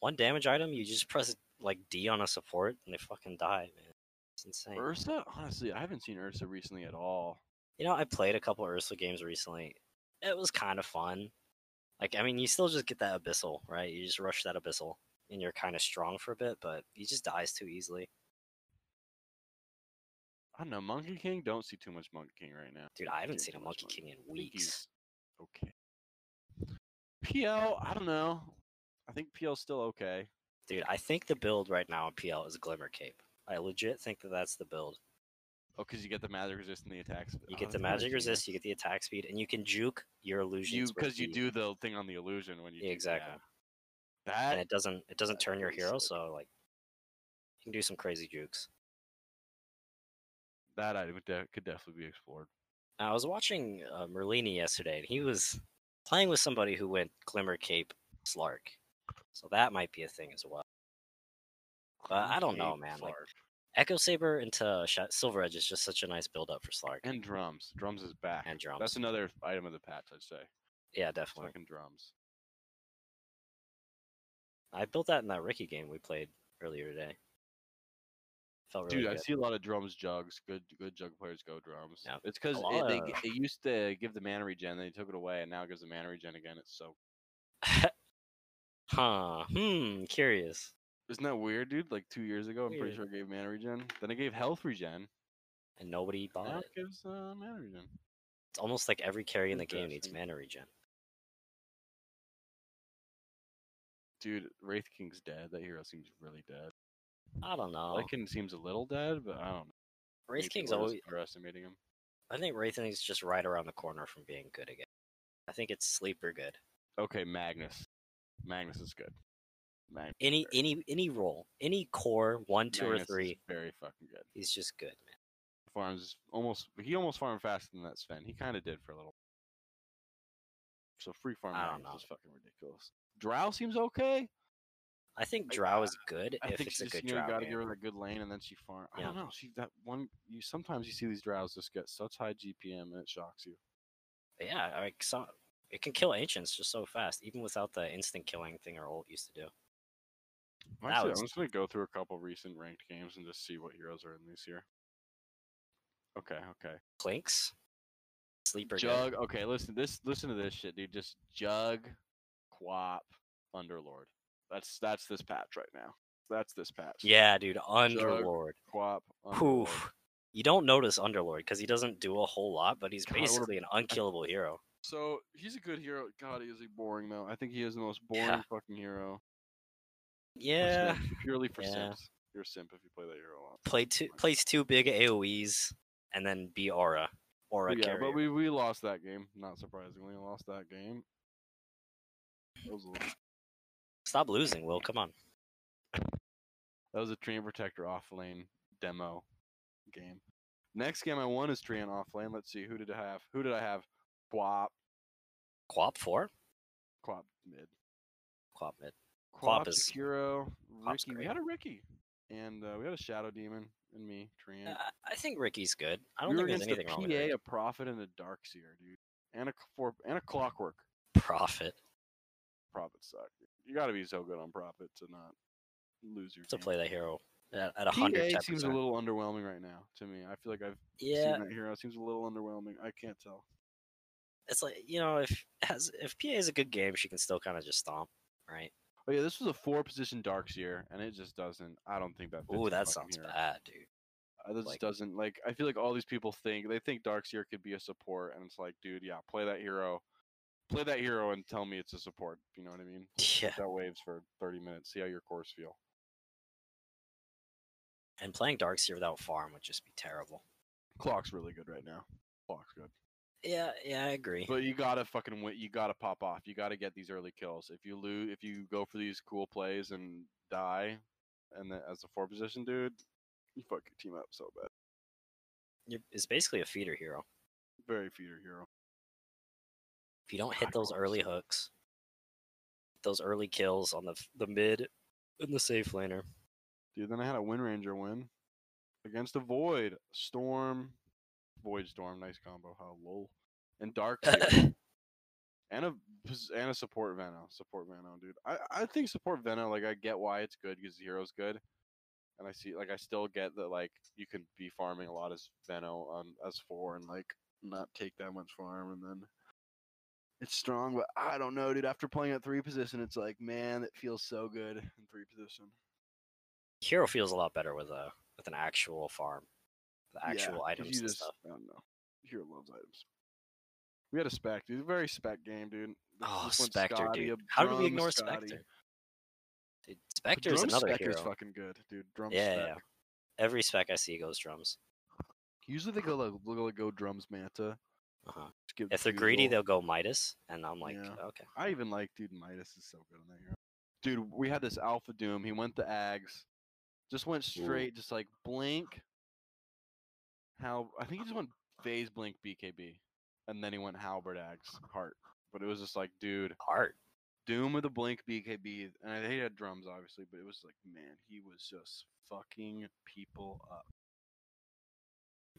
[SPEAKER 2] One damage item, you just press like D on a support and they fucking die, man. It's insane.
[SPEAKER 1] Ursa, honestly, I haven't seen Ursa recently at all.
[SPEAKER 2] You know, I played a couple Ursula games recently. It was kind of fun. Like, I mean, you still just get that Abyssal, right? You just rush that Abyssal, and you're kind of strong for a bit, but he just dies too easily.
[SPEAKER 1] I don't know, Monkey King. Don't see too much Monkey King right now.
[SPEAKER 2] Dude, I haven't
[SPEAKER 1] Dude,
[SPEAKER 2] seen a
[SPEAKER 1] too much
[SPEAKER 2] Monkey
[SPEAKER 1] money.
[SPEAKER 2] King in
[SPEAKER 1] I think he's
[SPEAKER 2] weeks.
[SPEAKER 1] Okay. PL, I don't know. I think PL's still okay.
[SPEAKER 2] Dude, I think the build right now in PL is Glimmer Cape. I legit think that that's the build.
[SPEAKER 1] Oh, because you get the magic resist and the attacks. Oh,
[SPEAKER 2] You get the magic resist, you get the attack speed, and you can juke your illusions. with
[SPEAKER 1] because you
[SPEAKER 2] the-
[SPEAKER 1] do the thing on the illusion when you
[SPEAKER 2] Yeah,
[SPEAKER 1] do-
[SPEAKER 2] exactly.
[SPEAKER 1] yeah.
[SPEAKER 2] and
[SPEAKER 1] That
[SPEAKER 2] it doesn't it doesn't
[SPEAKER 1] that's
[SPEAKER 2] turn your
[SPEAKER 1] pretty
[SPEAKER 2] hero,
[SPEAKER 1] sick.
[SPEAKER 2] so like you can do some crazy jukes.
[SPEAKER 1] that I would de- could definitely be explored.
[SPEAKER 2] I was watching uh, Merlini yesterday, and he was playing with somebody who went Glimmer Cape Slark. So that might be a thing as well. But I don't know,
[SPEAKER 1] Cave
[SPEAKER 2] man, like-
[SPEAKER 1] Clark.
[SPEAKER 2] Echo Saber into Sh- Silver Edge is just such a nice build up for Slark.
[SPEAKER 1] and drums. Drums is back.
[SPEAKER 2] And drums.
[SPEAKER 1] That's another item of the patch, I'd say.
[SPEAKER 2] yeah, definitely.
[SPEAKER 1] Fucking drums.
[SPEAKER 2] I built that in that Ricky game we played earlier today. Felt really
[SPEAKER 1] Dude, I
[SPEAKER 2] good.
[SPEAKER 1] see a lot of drums jugs. Good, good jug players go drums.
[SPEAKER 2] Yeah.
[SPEAKER 1] It's because
[SPEAKER 2] lot
[SPEAKER 1] it, they,
[SPEAKER 2] of-
[SPEAKER 1] g- it used to give the mana regen, they took it away, and now it gives the mana regen again. It's so
[SPEAKER 2] [LAUGHS] huh. Hmm. Curious.
[SPEAKER 1] isn't that weird, dude? Like two years ago, I'm
[SPEAKER 2] Weird.
[SPEAKER 1] pretty sure it gave mana regen. Then it gave health regen.
[SPEAKER 2] And nobody bought
[SPEAKER 1] Now
[SPEAKER 2] it.
[SPEAKER 1] it gives uh, mana regen.
[SPEAKER 2] It's almost like every carry in the game needs
[SPEAKER 1] Interesting.
[SPEAKER 2] mana regen.
[SPEAKER 1] Dude, Wraith King's dead. That hero seems really dead.
[SPEAKER 2] I don't know.
[SPEAKER 1] Lycan seems a little dead, but I don't know.
[SPEAKER 2] Oh. Wraith
[SPEAKER 1] Maybe
[SPEAKER 2] King's
[SPEAKER 1] we're just
[SPEAKER 2] always
[SPEAKER 1] underestimating him.
[SPEAKER 2] I think Wraithening's just right around the corner from being good again. I think it's sleeper good.
[SPEAKER 1] Okay, Magnus. Magnus is good. Magnus. is
[SPEAKER 2] Any
[SPEAKER 1] very-
[SPEAKER 2] any any role, any core one, two,
[SPEAKER 1] Magnus
[SPEAKER 2] or
[SPEAKER 1] is
[SPEAKER 2] three,
[SPEAKER 1] very fucking good.
[SPEAKER 2] he's just good, man.
[SPEAKER 1] farms almost he almost farmed faster than that Sven. He kind of did for a little. So free farm
[SPEAKER 2] I don't
[SPEAKER 1] rounds
[SPEAKER 2] know.
[SPEAKER 1] is fucking ridiculous. Drow seems okay.
[SPEAKER 2] I think
[SPEAKER 1] I-
[SPEAKER 2] Drow is good
[SPEAKER 1] I
[SPEAKER 2] if
[SPEAKER 1] think
[SPEAKER 2] it's
[SPEAKER 1] she
[SPEAKER 2] a
[SPEAKER 1] just
[SPEAKER 2] good
[SPEAKER 1] you know,
[SPEAKER 2] Drow.
[SPEAKER 1] you gotta
[SPEAKER 2] game.
[SPEAKER 1] give her that good lane and then she farm. I
[SPEAKER 2] Yeah.
[SPEAKER 1] don't know. She that one you sometimes you see these drows just get such high GPM and it shocks you.
[SPEAKER 2] But yeah, I- like some it can kill ancients just so fast, even without the instant killing thing our ult used to do. That
[SPEAKER 1] Actually,
[SPEAKER 2] was-
[SPEAKER 1] I'm just gonna go through a couple recent ranked games and just see what heroes are in these here. Okay, okay.
[SPEAKER 2] Clinks, sleeper
[SPEAKER 1] Jug.
[SPEAKER 2] good.
[SPEAKER 1] Okay, listen. This listen to this shit, dude. Just Jug, Quap, Underlord. That's that's this patch right now. That's this patch.
[SPEAKER 2] Yeah, dude, Underlord.
[SPEAKER 1] Quap. Underlord.
[SPEAKER 2] Poof. You don't notice Underlord because he doesn't do a whole lot, but he's
[SPEAKER 1] God, what a-
[SPEAKER 2] basically an
[SPEAKER 1] [LAUGHS]
[SPEAKER 2] unkillable hero.
[SPEAKER 1] So he's a good hero. God, he is a boring though. I think he is the most boring
[SPEAKER 2] Yeah.
[SPEAKER 1] fucking hero. for
[SPEAKER 2] Yeah.
[SPEAKER 1] simps, Purely for
[SPEAKER 2] Yeah.
[SPEAKER 1] simps. You're a simp if you play that hero a lot.
[SPEAKER 2] play two plays two big AOE's and then be aura. Aura
[SPEAKER 1] But yeah,
[SPEAKER 2] carrier.
[SPEAKER 1] but we we lost that game. Not surprisingly, we lost that game. That was a,
[SPEAKER 2] Stop losing, Will. Come on.
[SPEAKER 1] that was a Treant Protector off lane demo game. Next game I won is Treant off lane. Let's see who did I have. Who did I have? Quap.
[SPEAKER 2] Quap four?
[SPEAKER 1] Quap mid.
[SPEAKER 2] Quap mid.
[SPEAKER 1] Quap,
[SPEAKER 2] Quap is-
[SPEAKER 1] Sekiro,
[SPEAKER 2] Quap's
[SPEAKER 1] Ricky. We
[SPEAKER 2] great.
[SPEAKER 1] had a Ricky, and uh, we had a Shadow Demon and me, Treant.
[SPEAKER 2] I- I think Ricky's good. Uh, I don't
[SPEAKER 1] we were
[SPEAKER 2] think there's
[SPEAKER 1] against
[SPEAKER 2] anything
[SPEAKER 1] a
[SPEAKER 2] wrong
[SPEAKER 1] PA,
[SPEAKER 2] with Ricky.
[SPEAKER 1] a Prophet, and a Darkseer, dude, and a c- for and a Clockwork.
[SPEAKER 2] [LAUGHS] Profit
[SPEAKER 1] Prophet suck. dude. You got to be so good on Prophet to not lose your.
[SPEAKER 2] to
[SPEAKER 1] game.
[SPEAKER 2] play that hero at, at
[SPEAKER 1] PA
[SPEAKER 2] 110%.
[SPEAKER 1] seems a little underwhelming right now to me. I feel like I've
[SPEAKER 2] yeah,
[SPEAKER 1] seen that hero. It seems a little underwhelming. I can't tell.
[SPEAKER 2] it's like, you know, if has, if PA is a good game, she can still kind of just stomp, right?
[SPEAKER 1] Oh yeah, this was a four position Darkseer, and it just doesn't. I don't think that. fits
[SPEAKER 2] Ooh,
[SPEAKER 1] the
[SPEAKER 2] that
[SPEAKER 1] fucking
[SPEAKER 2] sounds
[SPEAKER 1] hero.
[SPEAKER 2] bad, dude. [LAUGHS]
[SPEAKER 1] Uh, this
[SPEAKER 2] Like-
[SPEAKER 1] doesn't like. I feel like all these people think they think Darkseer could be a support, and it's like, dude, yeah, play that hero, play that hero, and tell me it's a support. You know what I mean?
[SPEAKER 2] Yeah.
[SPEAKER 1] That waves for thirty minutes. See how your cores feel.
[SPEAKER 2] And playing Darkseer without farm would just be terrible.
[SPEAKER 1] Clock's really good right now. Clock's good.
[SPEAKER 2] Yeah, yeah, I agree.
[SPEAKER 1] But you gotta fucking win. You gotta pop off. You gotta get these early kills. If you lose, if you go for these cool plays and die, and then as a four position dude, you fuck your team up so bad.
[SPEAKER 2] You're, it's basically a feeder hero.
[SPEAKER 1] Very feeder hero.
[SPEAKER 2] If you don't hit
[SPEAKER 1] God,
[SPEAKER 2] those
[SPEAKER 1] Clock's-
[SPEAKER 2] early hooks, those early kills on the f- the mid and the safe laner,
[SPEAKER 1] Dude, then I had a Wind Ranger win against a Void Storm, Void Storm. Nice combo. How lol. And Dark and a pos- and a support Veno. Support Veno, dude. I I think support Veno. Like I get why it's good because the hero's good, and I see like I still get that like you can be farming a lot as Veno on as four and like not take that much farm and then. It's strong, but I don't know, dude. After playing at three position, it's like, man, it feels so good in three position.
[SPEAKER 2] hero feels a lot better with a with an actual farm, the
[SPEAKER 1] Yeah,
[SPEAKER 2] actual
[SPEAKER 1] 'cause
[SPEAKER 2] items
[SPEAKER 1] you
[SPEAKER 2] and
[SPEAKER 1] just-
[SPEAKER 2] stuff.
[SPEAKER 1] I don't know. Hero loves items. We had a spec, dude. Very spec game, dude. This-
[SPEAKER 2] Oh,
[SPEAKER 1] this one,
[SPEAKER 2] Spectre,
[SPEAKER 1] Scotty,
[SPEAKER 2] dude!
[SPEAKER 1] a
[SPEAKER 2] How did we
[SPEAKER 1] drum
[SPEAKER 2] ignore
[SPEAKER 1] Scotty.
[SPEAKER 2] Spectre? Dude,
[SPEAKER 1] But
[SPEAKER 2] Spectre is
[SPEAKER 1] drum
[SPEAKER 2] another
[SPEAKER 1] spec is
[SPEAKER 2] hero.
[SPEAKER 1] fucking good, dude. Drum
[SPEAKER 2] Yeah,
[SPEAKER 1] spec.
[SPEAKER 2] yeah. Every spec I see goes drums.
[SPEAKER 1] Usually they go like, go, go drums manta.
[SPEAKER 2] Uh-huh.
[SPEAKER 1] Just give
[SPEAKER 2] If
[SPEAKER 1] the
[SPEAKER 2] they're greedy,
[SPEAKER 1] usual-
[SPEAKER 2] they'll go Midas, and I'm like,
[SPEAKER 1] Yeah.
[SPEAKER 2] okay.
[SPEAKER 1] I even like, dude. Midas is so good on that hero. Dude, we had this Alpha Doom. He went to Ags, just went
[SPEAKER 2] Ooh.
[SPEAKER 1] straight, just like blink. How I think he just went phase blink BKB, and then he went Halberd Ags heart. But it was just like, dude.
[SPEAKER 2] Heart.
[SPEAKER 1] Doom with a blink BKB, and I he had drums obviously, but it was like, man, he was just fucking people up.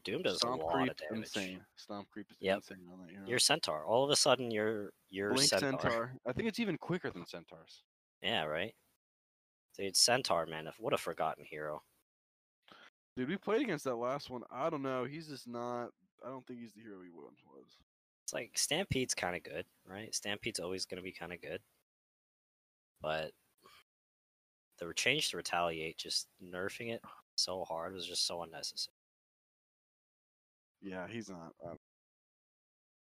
[SPEAKER 2] Doom does
[SPEAKER 1] Stomp
[SPEAKER 2] a lot
[SPEAKER 1] creep,
[SPEAKER 2] of damage.
[SPEAKER 1] insane. Stomp creep is
[SPEAKER 2] Yep.
[SPEAKER 1] insane on that. You know?
[SPEAKER 2] You're Centaur. All of a sudden, you're you're
[SPEAKER 1] blink
[SPEAKER 2] centaur.
[SPEAKER 1] centaur. I think it's even quicker than centaurs.
[SPEAKER 2] Yeah, right. Dude, Centaur, man, if- what a forgotten hero.
[SPEAKER 1] Dude, we played against that last one. I don't know. He's just not. I don't think he's the hero he once was.
[SPEAKER 2] It's like Stampede's kind of good, right? Stampede's always going to be kind of good, but the re- change to retaliate, just nerfing it so hard, was just so unnecessary.
[SPEAKER 1] Yeah, he's not. I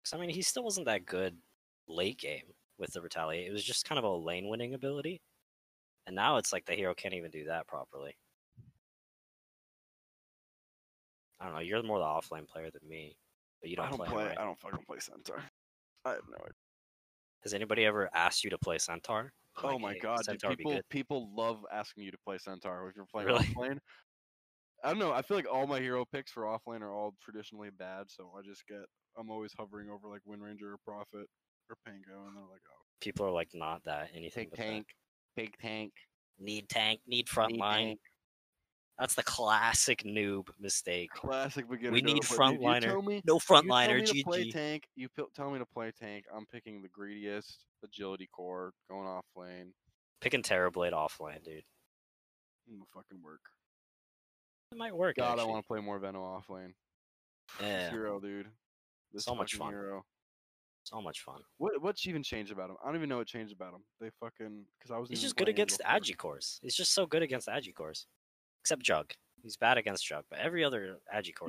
[SPEAKER 2] 'Cause, I mean, he still wasn't that good late game with the retaliate. It was just kind of a lane winning ability, and now it's like the hero can't even do that properly. I don't know. You're more the offlane player than me, but you don't,
[SPEAKER 1] I don't
[SPEAKER 2] play.
[SPEAKER 1] play.
[SPEAKER 2] him, right?
[SPEAKER 1] I don't fucking play centaur. I have no idea.
[SPEAKER 2] Has anybody ever asked you to play Centaur? I'm
[SPEAKER 1] Oh
[SPEAKER 2] like,
[SPEAKER 1] my
[SPEAKER 2] "Hey,
[SPEAKER 1] god, dude,
[SPEAKER 2] Centaur would be
[SPEAKER 1] people
[SPEAKER 2] good."
[SPEAKER 1] people love asking you to play Centaur if you're playing
[SPEAKER 2] Really? [LAUGHS]
[SPEAKER 1] offlane. I don't know. I feel like all my hero picks for offlane are all traditionally bad, so I just get I'm always hovering over like Wind Ranger or Prophet or Pango, and they're like, "Oh,
[SPEAKER 2] People are like not that anything.
[SPEAKER 1] take
[SPEAKER 2] but that.
[SPEAKER 1] tank, take tank,
[SPEAKER 2] Need tank. Need front
[SPEAKER 1] take
[SPEAKER 2] line.
[SPEAKER 1] tank."
[SPEAKER 2] That's the classic noob
[SPEAKER 1] [LAUGHS]
[SPEAKER 2] mistake.
[SPEAKER 1] Classic beginner.
[SPEAKER 2] We
[SPEAKER 1] hero
[SPEAKER 2] need
[SPEAKER 1] play. You-
[SPEAKER 2] frontliner.
[SPEAKER 1] You tell me,
[SPEAKER 2] No
[SPEAKER 1] you tell
[SPEAKER 2] frontliner.
[SPEAKER 1] me to play
[SPEAKER 2] GG.
[SPEAKER 1] tank. You p- tell me to play tank. I'm picking the greediest agility core, going offlane.
[SPEAKER 2] Picking Terrorblade offline, dude.
[SPEAKER 1] I'm gonna fucking work.
[SPEAKER 2] It might work.
[SPEAKER 1] God, I
[SPEAKER 2] actually.
[SPEAKER 1] want to play more Venom offlane. [SIGHS] This
[SPEAKER 2] Yeah.
[SPEAKER 1] hero, dude. This
[SPEAKER 2] So much
[SPEAKER 1] fucking
[SPEAKER 2] fun.
[SPEAKER 1] Hero.
[SPEAKER 2] So much fun.
[SPEAKER 1] What what's even changed about him? I don't even know what changed about him. They fucking because I was.
[SPEAKER 2] He's
[SPEAKER 1] even
[SPEAKER 2] just good
[SPEAKER 1] playing him
[SPEAKER 2] against
[SPEAKER 1] before.
[SPEAKER 2] Agicorps. He's just so good against Agicorps. Except Jug. He's bad against Jug, but every other Agicorp.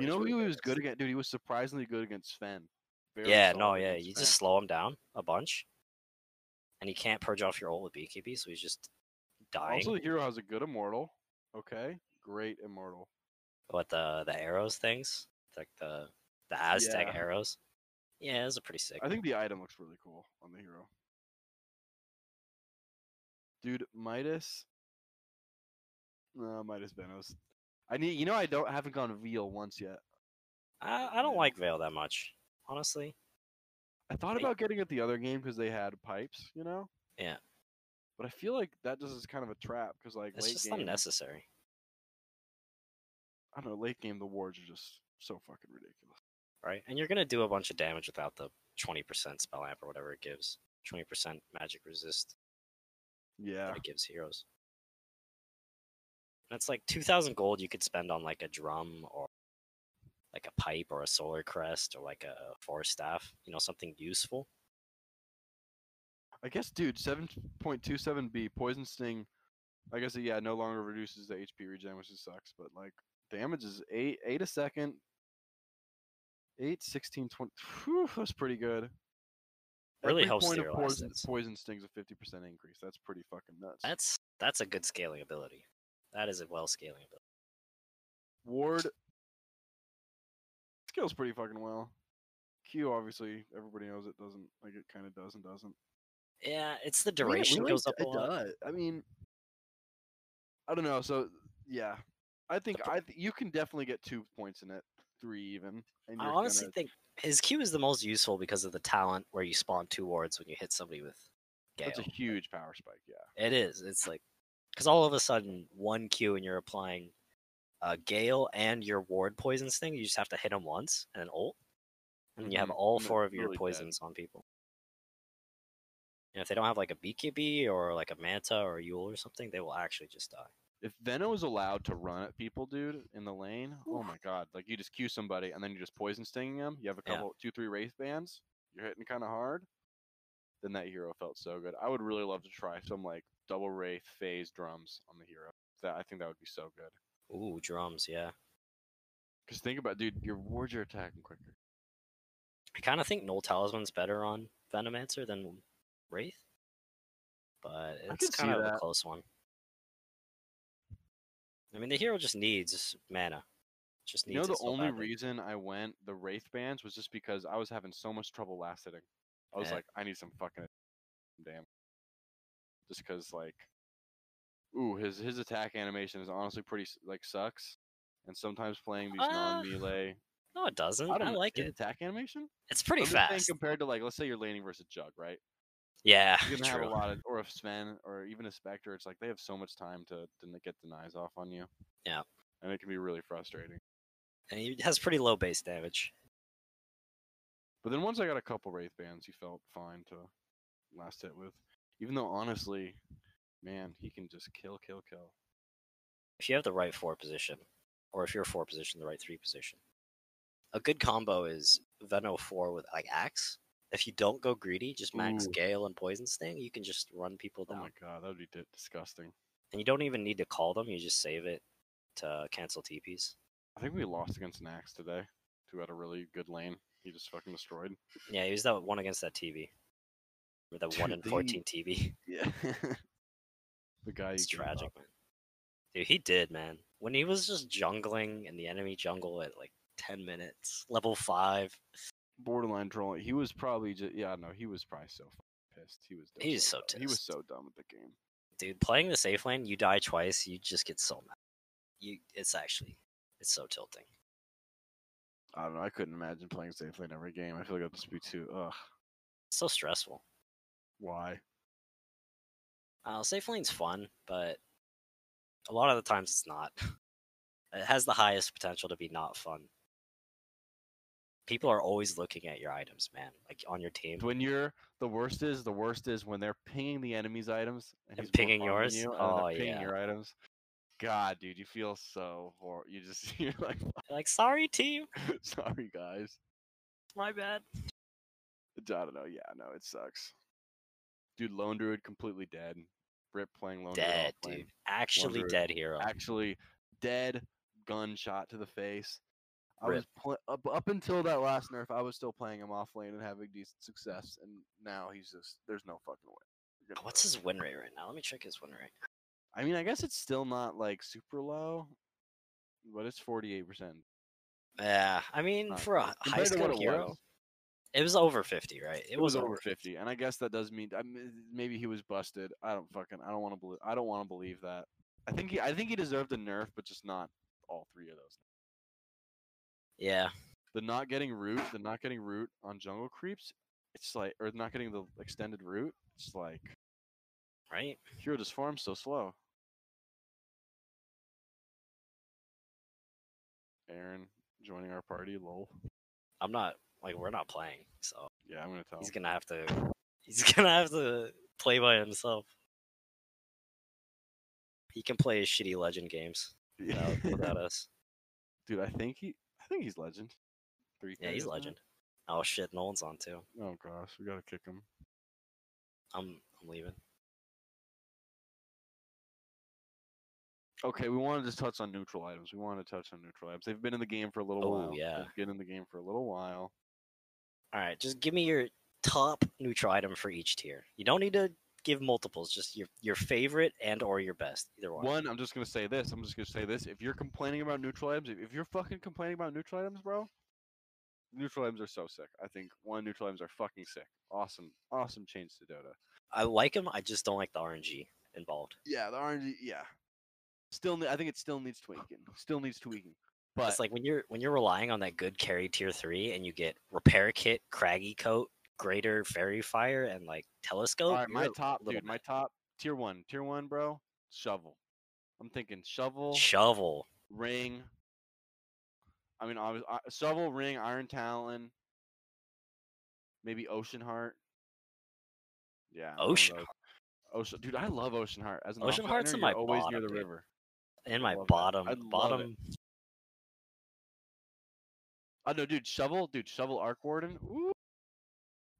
[SPEAKER 1] You
[SPEAKER 2] he's
[SPEAKER 1] know who
[SPEAKER 2] really
[SPEAKER 1] he was
[SPEAKER 2] against.
[SPEAKER 1] good against, dude? He was surprisingly good against Sven. Very
[SPEAKER 2] yeah, no,
[SPEAKER 1] solid
[SPEAKER 2] yeah.
[SPEAKER 1] against
[SPEAKER 2] You
[SPEAKER 1] Sven.
[SPEAKER 2] just slow him down a bunch, and he can't purge off your ult with BKB, so he's just dying.
[SPEAKER 1] Also, the hero has a good immortal. Okay, great immortal.
[SPEAKER 2] What the the arrows things, like the the Aztec
[SPEAKER 1] Yeah.
[SPEAKER 2] arrows. Yeah, those are pretty sick.
[SPEAKER 1] I think the item looks really cool on the hero. Dude, Midas. No, Midas Venos. I need. You know, I don't haven't gone veal once yet.
[SPEAKER 2] I, I don't
[SPEAKER 1] yeah.
[SPEAKER 2] like Veil that much, honestly.
[SPEAKER 1] I thought
[SPEAKER 2] I-
[SPEAKER 1] about getting it the other game because they had pipes, you know.
[SPEAKER 2] Yeah.
[SPEAKER 1] But I feel like that just is kind of a trap because like
[SPEAKER 2] It's
[SPEAKER 1] late
[SPEAKER 2] just
[SPEAKER 1] game,
[SPEAKER 2] unnecessary.
[SPEAKER 1] I don't know. Late game, the wards are just so fucking ridiculous.
[SPEAKER 2] right? And you're gonna do a bunch of damage without the twenty percent spell amp or whatever it gives. Twenty percent magic resist
[SPEAKER 1] Yeah.
[SPEAKER 2] that it gives heroes. And it's like two thousand gold you could spend on like a drum or like a pipe or a solar crest or like a forest staff, you know, something useful.
[SPEAKER 1] I guess, dude, seven point two seven B poison sting. I guess yeah, no longer reduces the HP regen, which just sucks. But like Damage is eight, eight a second. Eight, 16, 20. Whew, that's pretty good.
[SPEAKER 2] Really
[SPEAKER 1] Every
[SPEAKER 2] helps
[SPEAKER 1] point
[SPEAKER 2] to
[SPEAKER 1] of
[SPEAKER 2] your
[SPEAKER 1] poison,
[SPEAKER 2] lessons.
[SPEAKER 1] poison stings a 50% increase. That's pretty fucking nuts.
[SPEAKER 2] That's that's a good scaling ability. That is a well scaling ability.
[SPEAKER 1] Ward scales pretty fucking well. Q obviously everybody knows it doesn't like it kind of does and doesn't.
[SPEAKER 2] Yeah, it's the
[SPEAKER 1] I mean, it
[SPEAKER 2] duration
[SPEAKER 1] really
[SPEAKER 2] goes
[SPEAKER 1] d-
[SPEAKER 2] up a
[SPEAKER 1] it
[SPEAKER 2] lot.
[SPEAKER 1] does. I mean, I don't know. So yeah, I think
[SPEAKER 2] pro-
[SPEAKER 1] I th- you can definitely get two points in it, three even. And
[SPEAKER 2] I
[SPEAKER 1] you're
[SPEAKER 2] honestly
[SPEAKER 1] gonna-
[SPEAKER 2] think his Q is the most useful because of the talent where you spawn two wards when you hit somebody with Gale.
[SPEAKER 1] that's a huge power spike. Yeah,
[SPEAKER 2] It is. It's like because all of a sudden one Q and you're applying uh, Gale and your ward poisons thing. You just have to hit them once and an ult, and you have
[SPEAKER 1] Mhm.
[SPEAKER 2] all
[SPEAKER 1] And they're
[SPEAKER 2] four of your
[SPEAKER 1] really dead.
[SPEAKER 2] poisons on people. And if they don't have like a BKB or like a Manta or a Yule or something, they will actually just die.
[SPEAKER 1] if Veno is allowed to run at people, dude, in the lane, oh my god! Like you just Q somebody and then you just poison stinging them. You have a
[SPEAKER 2] Yeah.
[SPEAKER 1] couple, two, three wraith bands. You're hitting kind of hard. Then that hero felt so good. I would really love to try some like double wraith phase drums on the hero. That I think that would be so good.
[SPEAKER 2] Ooh, drums. Yeah,
[SPEAKER 1] Because think about, dude, your wards are attacking quicker.
[SPEAKER 2] I kind of think Null Talisman's better on Venomancer than Wraith, but
[SPEAKER 1] can
[SPEAKER 2] it's
[SPEAKER 1] see
[SPEAKER 2] kind of a
[SPEAKER 1] that.
[SPEAKER 2] close one. I mean, the hero just needs mana. Just needs.
[SPEAKER 1] You know, the
[SPEAKER 2] it so
[SPEAKER 1] only
[SPEAKER 2] badly.
[SPEAKER 1] reason I went the wraith bands was just because I was having so much trouble last hitting. I was
[SPEAKER 2] Yeah.
[SPEAKER 1] like, I need some fucking damn. Just because, like, ooh, his his attack animation is honestly pretty s- like sucks. And sometimes playing these
[SPEAKER 2] Uh,
[SPEAKER 1] non melee,
[SPEAKER 2] No, it doesn't. [LAUGHS] I, like it.
[SPEAKER 1] Attack animation
[SPEAKER 2] It's pretty
[SPEAKER 1] I'm just saying
[SPEAKER 2] fast.
[SPEAKER 1] compared to like, let's say you're laning versus Jug,
[SPEAKER 2] [LAUGHS]
[SPEAKER 1] right?
[SPEAKER 2] yeah,
[SPEAKER 1] You're gonna have
[SPEAKER 2] true.
[SPEAKER 1] a lot of, or a Sven, or even a Spectre. It's like they have so much time to, to n- get denies off on you.
[SPEAKER 2] Yeah.
[SPEAKER 1] and it can be really frustrating.
[SPEAKER 2] And he has pretty low base damage.
[SPEAKER 1] But then once I got a couple Wraith bands, he felt fine to last hit with. Even though honestly, man, he can just kill, kill, kill.
[SPEAKER 2] If you have the right four position, or if you're four position, the right three position, a good combo is Veno four with like Axe. If you don't go greedy, just max
[SPEAKER 1] Ooh.
[SPEAKER 2] Gale and Poison Sting, you can just run people
[SPEAKER 1] Oh
[SPEAKER 2] down,
[SPEAKER 1] my god, that would be di- disgusting.
[SPEAKER 2] and you don't even need to call them. You just save it to cancel TPs.
[SPEAKER 1] I think we lost against Nax today, who had a really good lane. He just fucking destroyed.
[SPEAKER 2] Yeah, he was that one against that TV, or that one
[SPEAKER 1] Dude,
[SPEAKER 2] in
[SPEAKER 1] they-
[SPEAKER 2] fourteen TV.
[SPEAKER 1] Yeah.
[SPEAKER 2] [LAUGHS]
[SPEAKER 1] the guy.
[SPEAKER 2] It's
[SPEAKER 1] you gave
[SPEAKER 2] tragic,
[SPEAKER 1] up.
[SPEAKER 2] man. Dude, he did, man. When he was just jungling in the enemy jungle at like ten minutes, level five,
[SPEAKER 1] Borderline trolling. He was probably just yeah. No, he was probably so fucking pissed. He was. dumb
[SPEAKER 2] He's so
[SPEAKER 1] dumb. He was
[SPEAKER 2] pissed.
[SPEAKER 1] so dumb with the game.
[SPEAKER 2] dude. Playing the safe lane, you die twice, you just get so mad. You, it's actually, it's so tilting.
[SPEAKER 1] I don't know. I couldn't imagine playing safely in every game. I feel like I'd just be too. Ugh.
[SPEAKER 2] It's so stressful.
[SPEAKER 1] Why?
[SPEAKER 2] Uh, safe lane's fun, but a lot of the times it's not. [LAUGHS] It has the highest potential to be not fun. People are always looking at your items, man. Like on your team,
[SPEAKER 1] when you're the worst is the worst is when they're pinging the enemy's items and,
[SPEAKER 2] And
[SPEAKER 1] he's more
[SPEAKER 2] pinging
[SPEAKER 1] farm than
[SPEAKER 2] yours?
[SPEAKER 1] You, and
[SPEAKER 2] Oh,
[SPEAKER 1] they're pinging
[SPEAKER 2] yeah.
[SPEAKER 1] your items. God, dude, you feel so hor. You just [LAUGHS] you're like,
[SPEAKER 2] like sorry team,
[SPEAKER 1] sorry guys.
[SPEAKER 2] my bad.
[SPEAKER 1] I don't know. Yeah, no, it sucks. Dude, Lone Druid completely dead. Rip playing Lone Druid.
[SPEAKER 2] Dead,
[SPEAKER 1] off lane.
[SPEAKER 2] dude. Oh. Actually
[SPEAKER 1] Wonder-
[SPEAKER 2] dead hero.
[SPEAKER 1] Actually, dead gunshot to the face. I
[SPEAKER 2] Rip.
[SPEAKER 1] was pl- up, up until that last nerf. I was still playing him off lane and having decent success. And now he's just there's no fucking way. You're gonna
[SPEAKER 2] What's
[SPEAKER 1] lose.
[SPEAKER 2] his win rate right now? Let me check his win rate.
[SPEAKER 1] I mean, I guess it's still not like super low, but it's forty eight percent.
[SPEAKER 2] Yeah, I mean, Mm,
[SPEAKER 1] Uh,
[SPEAKER 2] for a high school hero, it was over fifty, right?
[SPEAKER 1] it was over fifty, and I guess that does mean I mean, maybe he was busted. I don't fucking I don't want to believe I don't want to believe that. I think he I think he deserved a nerf, but just not all three of those.
[SPEAKER 2] Yeah,
[SPEAKER 1] The not getting root, the not getting root on jungle creeps, it's like or not getting the extended root. It's like
[SPEAKER 2] right.
[SPEAKER 1] hero just farms so slow. Aaron joining our party, lol.
[SPEAKER 2] I'm not like we're not playing, so
[SPEAKER 1] Yeah, I'm gonna tell.
[SPEAKER 2] he's
[SPEAKER 1] him.
[SPEAKER 2] gonna have to. He's [LAUGHS] gonna have to play by himself. He can play his shitty legend [LAUGHS] games
[SPEAKER 1] [LAUGHS] Yeah.
[SPEAKER 2] without, without us.
[SPEAKER 1] Dude, I think he I think he's legend. Three
[SPEAKER 2] Yeah, he's legend. Oh shit, Nolan's on too.
[SPEAKER 1] Oh gosh, we gotta kick him.
[SPEAKER 2] I'm I'm leaving.
[SPEAKER 1] Okay, we wanted to touch on neutral items. We want to touch on neutral items. They've been in the game for a little
[SPEAKER 2] Oh,
[SPEAKER 1] while.
[SPEAKER 2] yeah.
[SPEAKER 1] They've been in the game for a little while.
[SPEAKER 2] All right, just give me your top neutral item for each tier. You don't need to give multiples, just your your favorite and or your best, either one.
[SPEAKER 1] One, I'm just gonna say this. I'm just gonna say this. If you're complaining about neutral items, if, if you're fucking complaining about neutral items, bro, neutral items are so sick. I think one neutral items are fucking sick. Awesome, awesome change to Dota.
[SPEAKER 2] I like them. I just don't like the RNG involved.
[SPEAKER 1] Yeah, the RNG. Yeah, still, ne- I think it still needs tweaking. Still needs tweaking. But
[SPEAKER 2] it's like when you're when you're relying on that good carry tier three, and you get repair kit, craggy coat, greater fairy fire, and like telescope.
[SPEAKER 1] all right, my
[SPEAKER 2] you're a
[SPEAKER 1] top,
[SPEAKER 2] little
[SPEAKER 1] Oh, dude, my
[SPEAKER 2] bit-
[SPEAKER 1] top tier one, tier one, bro, shovel. I'm thinking shovel,
[SPEAKER 2] shovel.
[SPEAKER 1] ring. I mean, obviously, shovel, ring, iron talon, maybe ocean heart. Yeah, one of
[SPEAKER 2] Ocean
[SPEAKER 1] those. Ocean, dude, I love ocean heart. As an
[SPEAKER 2] Ocean
[SPEAKER 1] offlaner,
[SPEAKER 2] Heart's in
[SPEAKER 1] you're
[SPEAKER 2] my
[SPEAKER 1] always near
[SPEAKER 2] bottom,
[SPEAKER 1] the
[SPEAKER 2] dude.
[SPEAKER 1] river.
[SPEAKER 2] In my
[SPEAKER 1] love that.
[SPEAKER 2] bottom,
[SPEAKER 1] I love it.
[SPEAKER 2] bottom.
[SPEAKER 1] Oh no, dude, shovel, dude, shovel arc warden. Ooh.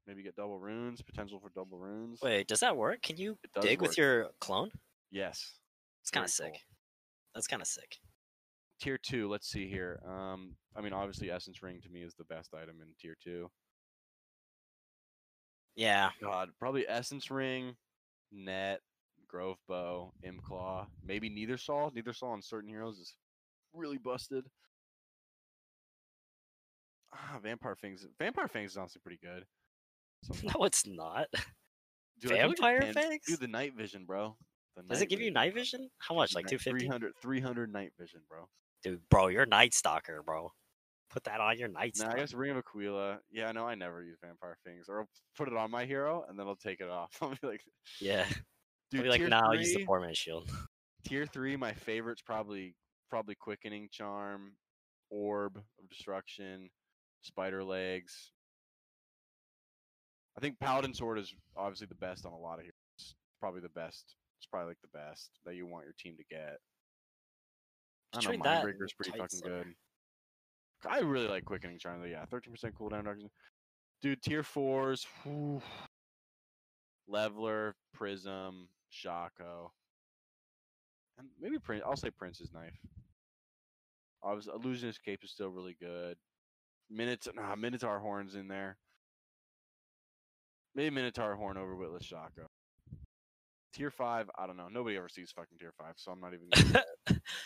[SPEAKER 1] Maybe get double runes. Potential for double runes.
[SPEAKER 2] Wait, does that work? Can you
[SPEAKER 1] It does
[SPEAKER 2] dig with
[SPEAKER 1] work.
[SPEAKER 2] your clone?
[SPEAKER 1] Yes.
[SPEAKER 2] It's kind
[SPEAKER 1] Very
[SPEAKER 2] of sick.
[SPEAKER 1] cool.
[SPEAKER 2] That's kind of sick.
[SPEAKER 1] Tier two. Let's see here. Um, I mean, obviously, essence ring to me is the best item in tier two.
[SPEAKER 2] Yeah, [LAUGHS]
[SPEAKER 1] God, probably Essence Ring, Net, Grove Bow, Imclaw, maybe Neither Saw. Neither Saw on certain heroes is really busted. Ah, Vampire Fangs. Vampire Fangs is honestly pretty good.
[SPEAKER 2] [LAUGHS]
[SPEAKER 1] Some-
[SPEAKER 2] no, it's not.
[SPEAKER 1] Dude, I feel like it
[SPEAKER 2] Vampire
[SPEAKER 1] depends-
[SPEAKER 2] Fangs?
[SPEAKER 1] Dude, the night vision, bro. The
[SPEAKER 2] Does it give you night vision? How much? Like two fifty?
[SPEAKER 1] 300, 300 night vision, bro.
[SPEAKER 2] Dude, bro, you're a night stalker, bro. Put that on your night
[SPEAKER 1] Nah,
[SPEAKER 2] stalker.
[SPEAKER 1] I guess Ring of Aquila. Yeah, no, I never use Vampire Fangs. Or I'll put it on my hero, and then I'll take it off. [LAUGHS] I'll be like,
[SPEAKER 2] Yeah.
[SPEAKER 1] dude,
[SPEAKER 2] Be like,
[SPEAKER 1] tier
[SPEAKER 2] nah, I'll use
[SPEAKER 1] three?
[SPEAKER 2] the four man shield. [LAUGHS]
[SPEAKER 1] tier three, my favorite's probably probably quickening charm, orb of destruction, spider legs. I think paladin sword is obviously the best on a lot of heroes. It's Probably the best. It's probably like the best that you want your team to get. I
[SPEAKER 2] Between
[SPEAKER 1] don't know,
[SPEAKER 2] that
[SPEAKER 1] mind
[SPEAKER 2] and
[SPEAKER 1] breaker's pretty
[SPEAKER 2] Tight
[SPEAKER 1] fucking
[SPEAKER 2] Slayer.
[SPEAKER 1] good. I really like quickening charm though. Yeah, thirteen percent cooldown reduction. Dude, tier fours, whew, leveler, prism, shaco. And maybe Prince. I'll say Prince's knife. Obviously, illusionist cape is still really good. Minutes, nah, Minotaur horns in there. Maybe Minotaur horn over Witless Shaco. Tier five, I don't know. Nobody ever sees fucking tier five, so I'm not even.
[SPEAKER 2] [LAUGHS]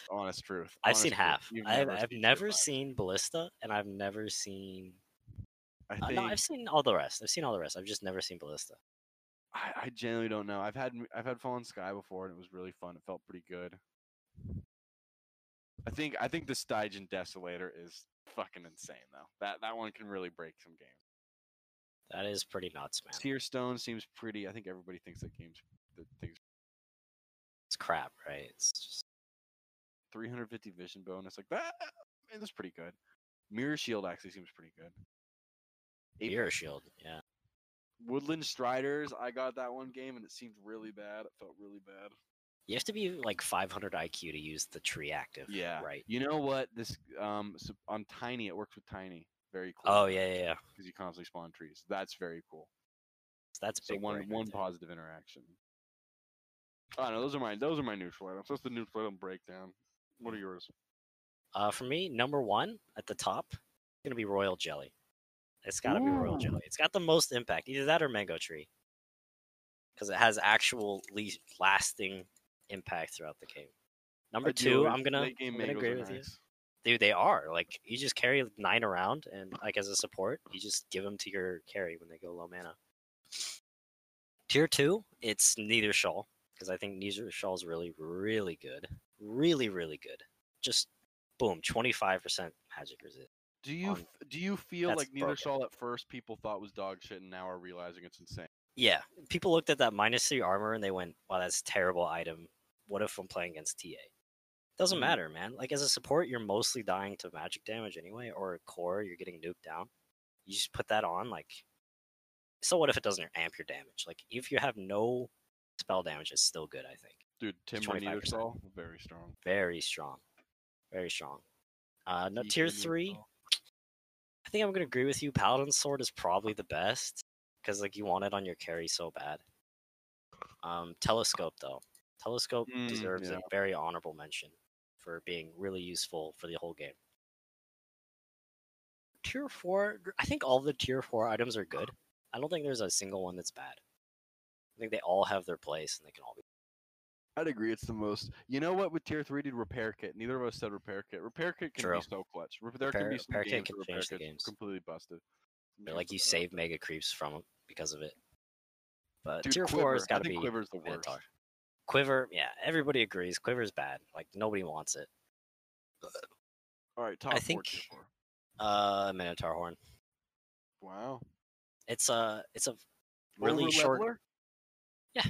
[SPEAKER 1] Gonna honest truth.
[SPEAKER 2] I've seen
[SPEAKER 1] honest truth.
[SPEAKER 2] half.
[SPEAKER 1] You've
[SPEAKER 2] I've,
[SPEAKER 1] never
[SPEAKER 2] I've
[SPEAKER 1] seen tier
[SPEAKER 2] never
[SPEAKER 1] five.
[SPEAKER 2] seen Ballista, and I've never seen.
[SPEAKER 1] I
[SPEAKER 2] uh,
[SPEAKER 1] think
[SPEAKER 2] no, I've seen all the rest. I've seen all the rest. I've just never seen Ballista.
[SPEAKER 1] I, I genuinely don't know. I've had m- I've had Fallen Sky before, and it was really fun. It felt pretty good. I think I think the Stygian Desolator is fucking insane though. That that one can really break some games.
[SPEAKER 2] That is pretty nuts, man.
[SPEAKER 1] Tear Stone seems pretty. I think everybody thinks that game's that things
[SPEAKER 2] It's crap, right? It's just
[SPEAKER 1] 350 vision bonus like that. Man, that's pretty good. Mirror Shield actually seems pretty good. Eight-
[SPEAKER 2] mirror shield. Yeah.
[SPEAKER 1] Woodland Striders, I got that one game and it seemed really bad. It felt really bad.
[SPEAKER 2] You have to be like 500 IQ to use the tree active.
[SPEAKER 1] Yeah.
[SPEAKER 2] Right.
[SPEAKER 1] You know what? This um so on Tiny, it works with Tiny very cool.
[SPEAKER 2] Oh yeah, yeah, yeah.
[SPEAKER 1] because you constantly spawn trees. That's very cool.
[SPEAKER 2] That's
[SPEAKER 1] So
[SPEAKER 2] big.
[SPEAKER 1] one
[SPEAKER 2] brain right
[SPEAKER 1] one
[SPEAKER 2] there.
[SPEAKER 1] positive interaction. I know those are my those are my neutral items. That's the neutral item breakdown. What
[SPEAKER 2] Mm.
[SPEAKER 1] are yours?
[SPEAKER 2] Uh, for me, number one at the top, it's gonna be royal jelly. It's gotta be royal
[SPEAKER 1] Ooh.
[SPEAKER 2] jelly. It's got the most impact. Either that or mango tree, because it has actual le- lasting impact throughout the game. Number
[SPEAKER 1] I do
[SPEAKER 2] two,
[SPEAKER 1] always-
[SPEAKER 2] I'm gonna,
[SPEAKER 1] late game
[SPEAKER 2] I'm gonna
[SPEAKER 1] mangoes are
[SPEAKER 2] agree with you.
[SPEAKER 1] nice.
[SPEAKER 2] Dude, they are like you just carry nine around, and like as a support, you just give them to your carry when they go low mana. Tier two, it's neither shawl because I think neither shawl is really, really good, really, really good. Just boom, twenty five percent magic resist.
[SPEAKER 1] Do you
[SPEAKER 2] on-
[SPEAKER 1] f- do you feel
[SPEAKER 2] that's
[SPEAKER 1] like neither
[SPEAKER 2] broken.
[SPEAKER 1] Saul at first people thought was dog shit and now are realizing it's insane?
[SPEAKER 2] Yeah, people looked at that minus three armor and they went, "Wow, that's a terrible item. What if I'm playing against TA?" Doesn't
[SPEAKER 1] Mhm.
[SPEAKER 2] matter, man. Like as a support, you're mostly dying to magic damage anyway, or core, you're getting nuked down. You just put that on, like. So what if it doesn't amp your damage? Like if you have no spell damage, it's still good. I think
[SPEAKER 1] Dude, Tim by neither
[SPEAKER 2] 25%.
[SPEAKER 1] Saul very strong.
[SPEAKER 2] very strong, very strong. Uh, no,
[SPEAKER 1] Deep
[SPEAKER 2] tier
[SPEAKER 1] Neither
[SPEAKER 2] three.
[SPEAKER 1] Saul.
[SPEAKER 2] I think I'm gonna agree with you. Paladin sword is probably the best because like you want it on your carry so bad. Um, telescope though, Telescope
[SPEAKER 1] Mm,
[SPEAKER 2] deserves
[SPEAKER 1] yeah.
[SPEAKER 2] a very honorable mention for being really useful for the whole game. Tier 4, I think all the tier 4 items are good. I don't think there's a single one that's bad. I think they all have their place and they can all be.
[SPEAKER 1] I'd agree. It's the most. You know what? With tier three, dude, repair kit. Neither of us said repair kit. Repair kit can
[SPEAKER 2] True.
[SPEAKER 1] be so clutch. Re- There can
[SPEAKER 2] Repair-
[SPEAKER 1] be some
[SPEAKER 2] repair kit
[SPEAKER 1] games
[SPEAKER 2] can
[SPEAKER 1] where repair
[SPEAKER 2] change the
[SPEAKER 1] kit's
[SPEAKER 2] games.
[SPEAKER 1] completely busted. Some
[SPEAKER 2] But
[SPEAKER 1] games
[SPEAKER 2] like you
[SPEAKER 1] that are-
[SPEAKER 2] save mega creeps from 'em because of it. But
[SPEAKER 1] Dude,
[SPEAKER 2] Uh, tier
[SPEAKER 1] Quiver.
[SPEAKER 2] four has
[SPEAKER 1] I
[SPEAKER 2] got to
[SPEAKER 1] think
[SPEAKER 2] be
[SPEAKER 1] Quiver's the worst.
[SPEAKER 2] Minotaur. Quiver, yeah, everybody agrees. Quiver's bad. Like nobody wants it.
[SPEAKER 1] All right, top four. Tier
[SPEAKER 2] think-
[SPEAKER 1] four.
[SPEAKER 2] Uh, Minotaur horn.
[SPEAKER 1] Wow.
[SPEAKER 2] It's a it's a really
[SPEAKER 1] Over
[SPEAKER 2] short.
[SPEAKER 1] leveler?
[SPEAKER 2] Yeah.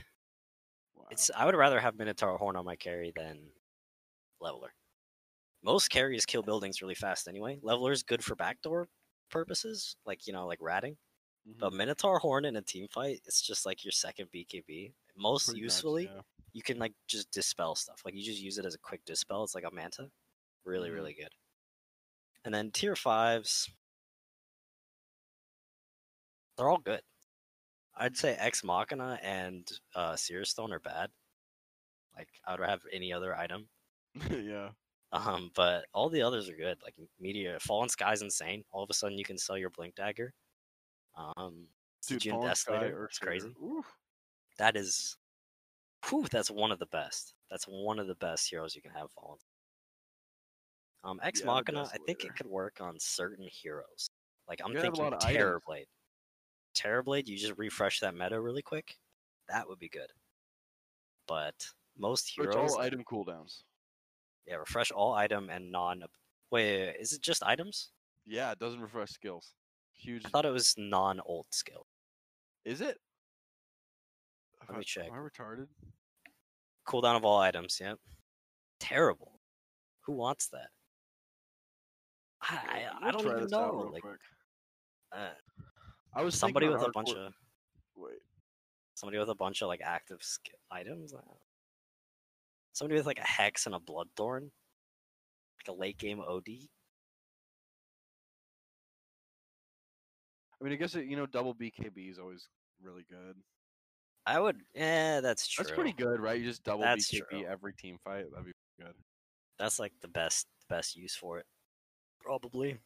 [SPEAKER 1] Wow.
[SPEAKER 2] It's I would rather have Minotaur horn on my carry than leveler. Most carries kill buildings really fast anyway. Leveler's good for backdoor purposes, like you know, like ratting.
[SPEAKER 1] Mhm.
[SPEAKER 2] But Minotaur horn in a team fight, it's just like your second BKB. Most
[SPEAKER 1] Pretty much,
[SPEAKER 2] usefully,
[SPEAKER 1] yeah.
[SPEAKER 2] you can like just dispel stuff. Like you just use it as a quick dispel. It's like a manta. Really,
[SPEAKER 1] Mhm.
[SPEAKER 2] really good. And then tier fives, they're all good. I'd say Ex Machina and uh, Seer's Stone are bad. Like I'd have any other item. [LAUGHS]
[SPEAKER 1] yeah. [LAUGHS]
[SPEAKER 2] Um, but all the others are good. Like Meteor, Fallen Sky's insane. All of a sudden, you can sell your Blink Dagger. Um,
[SPEAKER 1] Dude,
[SPEAKER 2] Jin
[SPEAKER 1] Fallen Sky,
[SPEAKER 2] Desolator, it's
[SPEAKER 1] Earthshader.
[SPEAKER 2] crazy
[SPEAKER 1] Oof.
[SPEAKER 2] that is whew, that's one of the best. That's one of the best heroes you can have fallen. Um Ex
[SPEAKER 1] Yeah, the
[SPEAKER 2] Machina, I think
[SPEAKER 1] Desolator.
[SPEAKER 2] it could work on certain heroes. Like I'm
[SPEAKER 1] You gotta have a
[SPEAKER 2] thinking
[SPEAKER 1] lot of items.
[SPEAKER 2] Terrorblade. Terrorblade, you just refresh that meta really quick. That would be good. But most
[SPEAKER 1] But
[SPEAKER 2] heroes
[SPEAKER 1] It's all item cooldowns.
[SPEAKER 2] Yeah, refresh all item and non wait, wait, wait, is it just items?
[SPEAKER 1] Yeah, it doesn't refresh skills. Huge.
[SPEAKER 2] I thought it was non old skill.
[SPEAKER 1] Is it? Am
[SPEAKER 2] me
[SPEAKER 1] I-
[SPEAKER 2] check.
[SPEAKER 1] Am I retarded?
[SPEAKER 2] Cooldown of all items, yep. Terrible. Who wants that? I I, I
[SPEAKER 1] We'll
[SPEAKER 2] don't
[SPEAKER 1] try
[SPEAKER 2] even
[SPEAKER 1] this out
[SPEAKER 2] know.
[SPEAKER 1] real
[SPEAKER 2] Like
[SPEAKER 1] quick.
[SPEAKER 2] uh,
[SPEAKER 1] I was thinking
[SPEAKER 2] somebody
[SPEAKER 1] on
[SPEAKER 2] with a bunch
[SPEAKER 1] hardcore-
[SPEAKER 2] of
[SPEAKER 1] Wait,
[SPEAKER 2] somebody with a bunch of like active sk- items. I don't- Somebody with like a hex and a bloodthorn, like a late game OD.
[SPEAKER 1] I mean, I guess it, you know, double BKB is always really good.
[SPEAKER 2] I would. Yeah, that's true.
[SPEAKER 1] That's pretty good, right? You just double
[SPEAKER 2] That's
[SPEAKER 1] BKB
[SPEAKER 2] true.
[SPEAKER 1] every team fight. That'd be good.
[SPEAKER 2] That's like the best best use for it, probably.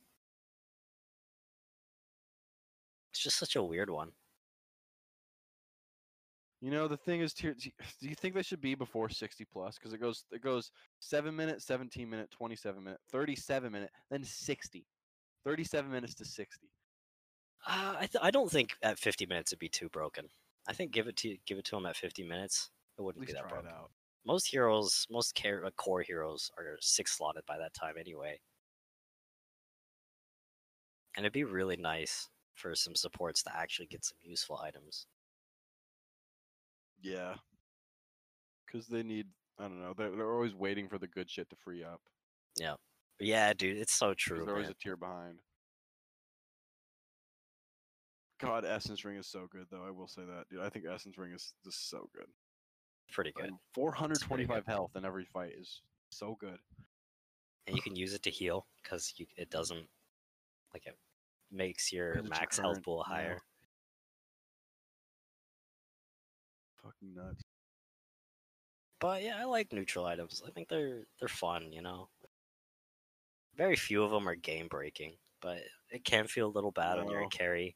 [SPEAKER 2] It's just such a weird one.
[SPEAKER 1] You know, the thing is, tier. t- Do [SIGHS] you think they should be before sixty plus? Because it goes, it goes seven minute, seventeen minute, twenty-seven minute, thirty-seven minute, then sixty. Thirty-seven minutes to sixty.
[SPEAKER 2] Uh, I th- I don't think at 50 minutes it'd be too broken. I think give it to give it to him at 50 minutes. It
[SPEAKER 1] At
[SPEAKER 2] wouldn't be
[SPEAKER 1] least
[SPEAKER 2] that
[SPEAKER 1] try it
[SPEAKER 2] broken.
[SPEAKER 1] out.
[SPEAKER 2] Most heroes, most care, uh, core heroes are six slotted by that time anyway. And it'd be really nice for some supports to actually get some useful items.
[SPEAKER 1] Yeah. Because they need, I don't know, they're, they're always waiting for the good shit to free up.
[SPEAKER 2] But yeah, dude, it's so
[SPEAKER 1] 'cause
[SPEAKER 2] true.
[SPEAKER 1] they're always
[SPEAKER 2] man.
[SPEAKER 1] a tier behind. God, Essence Ring is so good, though. I will say that, dude. I think Essence Ring is just so good.
[SPEAKER 2] Pretty good.
[SPEAKER 1] And 425
[SPEAKER 2] good.
[SPEAKER 1] health in every fight is so good.
[SPEAKER 2] And you can use it to heal because it doesn't like it makes your
[SPEAKER 1] Because it's your
[SPEAKER 2] max health
[SPEAKER 1] current,
[SPEAKER 2] pool
[SPEAKER 1] yeah.
[SPEAKER 2] higher.
[SPEAKER 1] Fucking nuts.
[SPEAKER 2] But yeah, I like neutral items. I think they're they're fun, you know. Very few of them are game breaking, but it can feel a little bad on your
[SPEAKER 1] No.
[SPEAKER 2] carry.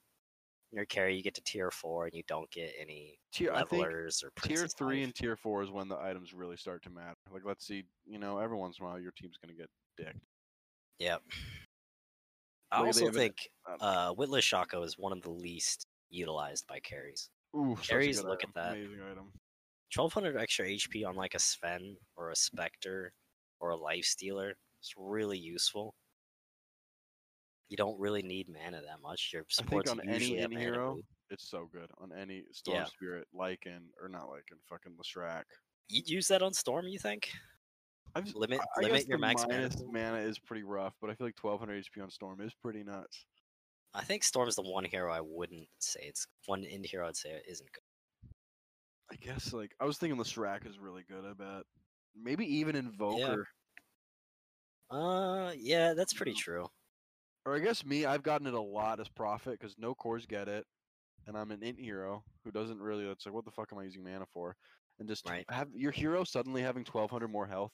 [SPEAKER 2] On your carry, you get to tier four and you don't get any
[SPEAKER 1] Tier, I think
[SPEAKER 2] levelers or
[SPEAKER 1] tier
[SPEAKER 2] Princess
[SPEAKER 1] three
[SPEAKER 2] Life.
[SPEAKER 1] and tier four is when the items really start to matter. Like, let's see, you know, every once in a while your team's gonna get dicked.
[SPEAKER 2] Yep. I
[SPEAKER 1] Like, they
[SPEAKER 2] also
[SPEAKER 1] haven't-
[SPEAKER 2] think
[SPEAKER 1] I don't know.
[SPEAKER 2] uh, Witless Shaco is one of the least utilized by carries.
[SPEAKER 1] Ooh, such a
[SPEAKER 2] carries,
[SPEAKER 1] good
[SPEAKER 2] look
[SPEAKER 1] item.
[SPEAKER 2] at that.
[SPEAKER 1] Amazing item.
[SPEAKER 2] Twelve hundred extra HP on like a Sven or a Spectre or a Lifestealer. It's really useful. You don't really need mana that much. Your supports
[SPEAKER 1] on any-
[SPEAKER 2] usually have
[SPEAKER 1] any
[SPEAKER 2] mana
[SPEAKER 1] hero-
[SPEAKER 2] boot.
[SPEAKER 1] It's so good on any Storm
[SPEAKER 2] Yeah.
[SPEAKER 1] Spirit, Lycan, or not Lycan, fucking Lashrak.
[SPEAKER 2] You'd use that on Storm, you think?
[SPEAKER 1] I've,
[SPEAKER 2] Limit
[SPEAKER 1] I guess
[SPEAKER 2] limit your
[SPEAKER 1] the
[SPEAKER 2] max mana.
[SPEAKER 1] minus
[SPEAKER 2] pool?
[SPEAKER 1] mana is pretty rough, but I feel like 1200 HP on Storm is pretty nuts.
[SPEAKER 2] I think Storm's the one hero I wouldn't say it's one end hero I'd say it isn't good.
[SPEAKER 1] I guess like I was thinking Lashrak is really good. I bet maybe even Invoker,
[SPEAKER 2] Uh yeah, that's pretty
[SPEAKER 1] Oh.
[SPEAKER 2] true.
[SPEAKER 1] or I guess me. I've gotten it a lot as Prophet because no cores get it, and I'm an int hero who doesn't really. It's like what the fuck am I using mana for? and just
[SPEAKER 2] Right.
[SPEAKER 1] have your hero suddenly having 1200 more health.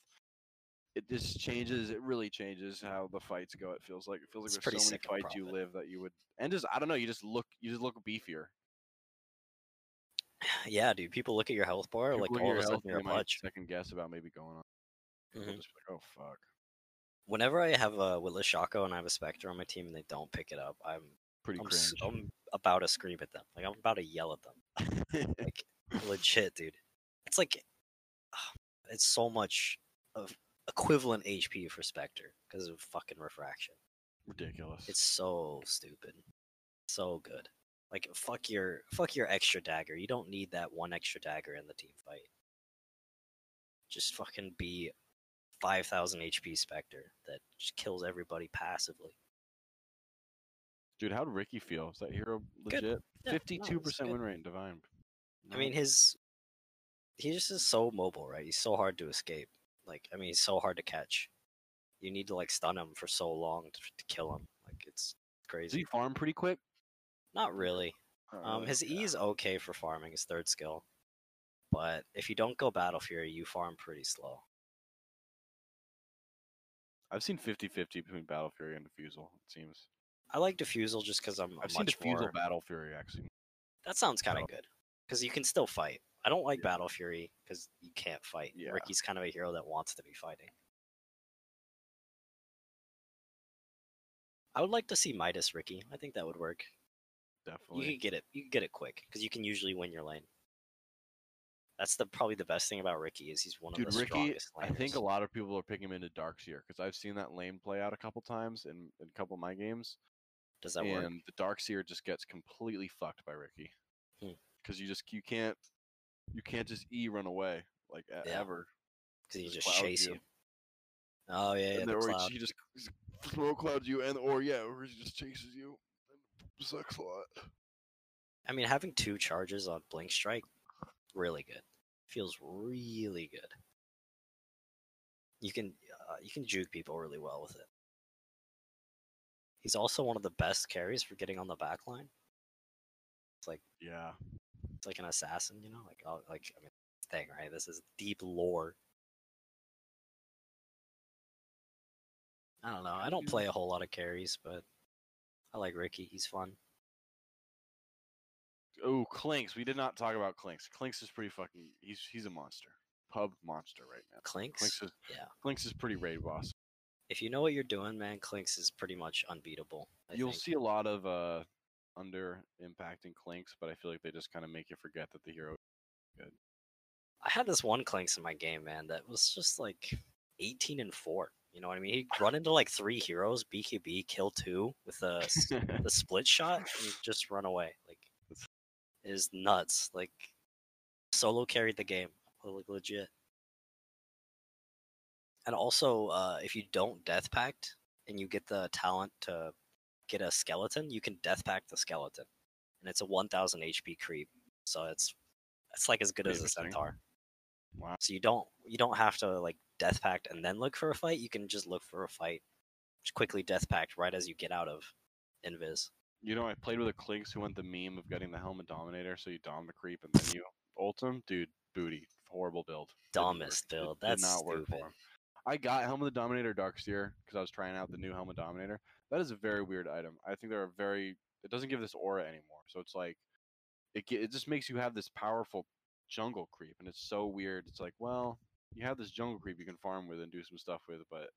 [SPEAKER 1] It just changes. It really changes how the fights go. It feels like it feels like
[SPEAKER 2] It's pretty
[SPEAKER 1] there's so many
[SPEAKER 2] sick of
[SPEAKER 1] fights you
[SPEAKER 2] profit.
[SPEAKER 1] live that you would and just I don't know. You just look you just look beefier.
[SPEAKER 2] Yeah, dude. People look at your health bar
[SPEAKER 1] People
[SPEAKER 2] like
[SPEAKER 1] look at
[SPEAKER 2] all
[SPEAKER 1] your
[SPEAKER 2] of a sudden
[SPEAKER 1] health,
[SPEAKER 2] you're a
[SPEAKER 1] they might
[SPEAKER 2] pudge.
[SPEAKER 1] Second guess about maybe going on. They'll
[SPEAKER 2] Mhm.
[SPEAKER 1] just be like, oh fuck.
[SPEAKER 2] Whenever I have a Witless Shaco and I have a Spectre on my team and they don't pick it up, I'm
[SPEAKER 1] Pretty
[SPEAKER 2] I'm,
[SPEAKER 1] cringe.
[SPEAKER 2] s- I'm about to scream at them. Like I'm about to yell at them. [LAUGHS] like legit, dude. It's like [SIGHS] it's so much of equivalent HP for Spectre because of fucking refraction.
[SPEAKER 1] Ridiculous.
[SPEAKER 2] It's so stupid. So good. Like fuck your fuck your extra dagger. You don't need that one extra dagger in the team fight. Just fucking be 5000 HP Spectre that just kills everybody passively.
[SPEAKER 1] Dude, how'd Ricky feel? Is that hero
[SPEAKER 2] Good.
[SPEAKER 1] legit?
[SPEAKER 2] Yeah, no, it's
[SPEAKER 1] Fifty-two percent
[SPEAKER 2] good.
[SPEAKER 1] win rate in divine.
[SPEAKER 2] I mean, his he just is so mobile, right? He's so hard to escape. Like, I mean, he's so hard to catch. You need to like stun him for so long to, to kill him. Like, it's
[SPEAKER 1] does he
[SPEAKER 2] crazy.
[SPEAKER 1] farm pretty quick?
[SPEAKER 2] Not really.
[SPEAKER 1] Not
[SPEAKER 2] Um,
[SPEAKER 1] really,
[SPEAKER 2] his
[SPEAKER 1] yeah.
[SPEAKER 2] E is okay for farming his third skill, but if you don't go Battle Fury, you farm pretty slow.
[SPEAKER 1] I've seen 50-50 between Battle Fury and Diffusal. It seems.
[SPEAKER 2] I like Diffusal just because I'm a
[SPEAKER 1] I've seen
[SPEAKER 2] much
[SPEAKER 1] Diffusal
[SPEAKER 2] more.
[SPEAKER 1] Battle Fury actually.
[SPEAKER 2] That sounds kind
[SPEAKER 1] Oh.
[SPEAKER 2] of good because you can still fight. I don't like
[SPEAKER 1] Yeah.
[SPEAKER 2] Battle Fury because you can't fight.
[SPEAKER 1] Yeah.
[SPEAKER 2] Ricky's kind of a hero that wants to be fighting. I would like to see Midas Ricky. I think that would work.
[SPEAKER 1] Definitely.
[SPEAKER 2] You could get it. You could get it quick because you can usually win your lane. That's the probably the best thing about Ricky is he's one of
[SPEAKER 1] Dude,
[SPEAKER 2] the
[SPEAKER 1] Ricky,
[SPEAKER 2] strongest.
[SPEAKER 1] I think
[SPEAKER 2] laners.
[SPEAKER 1] a lot of people are picking him into Darkseer because I've seen that lane play out a couple times in, in a couple of my games,
[SPEAKER 2] Does that
[SPEAKER 1] and
[SPEAKER 2] work?
[SPEAKER 1] the Darkseer just gets completely fucked by Ricky
[SPEAKER 2] Hmm.
[SPEAKER 1] because you just you can't you can't just E run away like e-
[SPEAKER 2] Yeah.
[SPEAKER 1] ever.
[SPEAKER 2] Because he
[SPEAKER 1] the
[SPEAKER 2] just
[SPEAKER 1] cloud
[SPEAKER 2] chase
[SPEAKER 1] view.
[SPEAKER 2] you. Oh yeah, yeah.
[SPEAKER 1] and
[SPEAKER 2] The
[SPEAKER 1] then, or
[SPEAKER 2] cloud.
[SPEAKER 1] he just throw clouds you, and or yeah, or he just chases you. And sucks a lot.
[SPEAKER 2] I mean, having two charges on Blink Strike, really good. Feels really good. You can uh, you can juke people really well with it. He's also one of the best carries for getting on the back line.
[SPEAKER 1] Yeah,
[SPEAKER 2] It's like an assassin, you know, like oh, like I mean, thing, right? This is deep lore. I don't know. I don't play a whole lot of carries, but I like Ricky. He's fun.
[SPEAKER 1] Oh, Clinks. We did not talk about Clinks. Clinks is pretty fucking. He's he's a monster. Pub monster right now.
[SPEAKER 2] Clinks,
[SPEAKER 1] Clinks is
[SPEAKER 2] yeah.
[SPEAKER 1] Clinks is pretty raid boss.
[SPEAKER 2] if you know what you're doing, man, Clinks is pretty much unbeatable. I
[SPEAKER 1] You'll
[SPEAKER 2] think.
[SPEAKER 1] see a lot of uh under impacting Clinks, but I feel like they just kind of make you forget that the hero.
[SPEAKER 2] I had this one Clinks in my game, man, that was just like 18 and 4. You know what I mean? He'd run into like three heroes, BKB, kill two with a, s- the split shot, and just run away. Like, it is nuts. Like, solo carried the game. Like, legit. And also, uh, if you don't Death Pact and you get the talent to get a skeleton, you can Death Pact the skeleton. And it's a 1000 HP creep. So it's it's like as good
[SPEAKER 1] Pretty
[SPEAKER 2] as a
[SPEAKER 1] interesting.
[SPEAKER 2] centaur.
[SPEAKER 1] Wow.
[SPEAKER 2] So you don't you don't have to like death pact and then look for a fight. You can just look for a fight, just quickly death pact right as you get out of invis.
[SPEAKER 1] you know, I played with a Clinks who went the meme of getting the helmet dominator, so you dom the creep and then you ult him. Dude, booty, horrible build. Didn't work.
[SPEAKER 2] Dumbest
[SPEAKER 1] It
[SPEAKER 2] build.
[SPEAKER 1] did
[SPEAKER 2] That's
[SPEAKER 1] not work for
[SPEAKER 2] stupid.
[SPEAKER 1] him. I got Helmet the Dominator Darkseer because I was trying out the new Helmet Dominator. That is a very weird item. I think there are very. It doesn't give this aura anymore, so it's like it. ge- It just makes you have this powerful jungle creep, and it's so weird. It's like, well, you have this jungle creep you can farm with and do some stuff with, but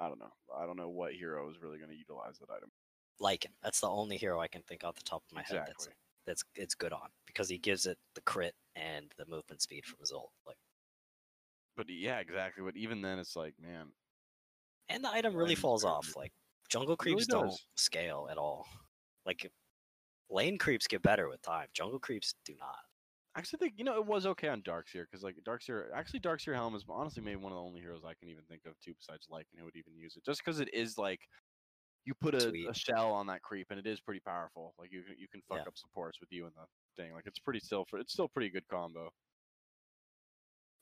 [SPEAKER 1] I don't know. I don't know what hero is really going to utilize that item.
[SPEAKER 2] Lycan. That's the only hero I can think off the top of my head that's
[SPEAKER 1] exactly.
[SPEAKER 2] that's it's good on because he gives it the crit and the movement speed from his ult. Like,
[SPEAKER 1] But e, yeah, exactly. But even then, it's like, man,
[SPEAKER 2] and the item really
[SPEAKER 1] Lycan's
[SPEAKER 2] falls
[SPEAKER 1] very
[SPEAKER 2] off.
[SPEAKER 1] good.
[SPEAKER 2] Like, jungle
[SPEAKER 1] It really
[SPEAKER 2] creeps don't
[SPEAKER 1] does.
[SPEAKER 2] scale at all. Like, lane creeps get better with time. Jungle creeps do not.
[SPEAKER 1] actually think you know it was okay on Darkseer because like Darkseer actually Darkseer Helm is honestly maybe one of the only heroes I can even think of too besides Lycan who would even use it just because it is like you put a,
[SPEAKER 2] Sweet.
[SPEAKER 1] a shell on that creep and it is pretty powerful like you can- you can fuck
[SPEAKER 2] Yeah.
[SPEAKER 1] up supports with you and the thing like it's pretty still for it's still pretty good combo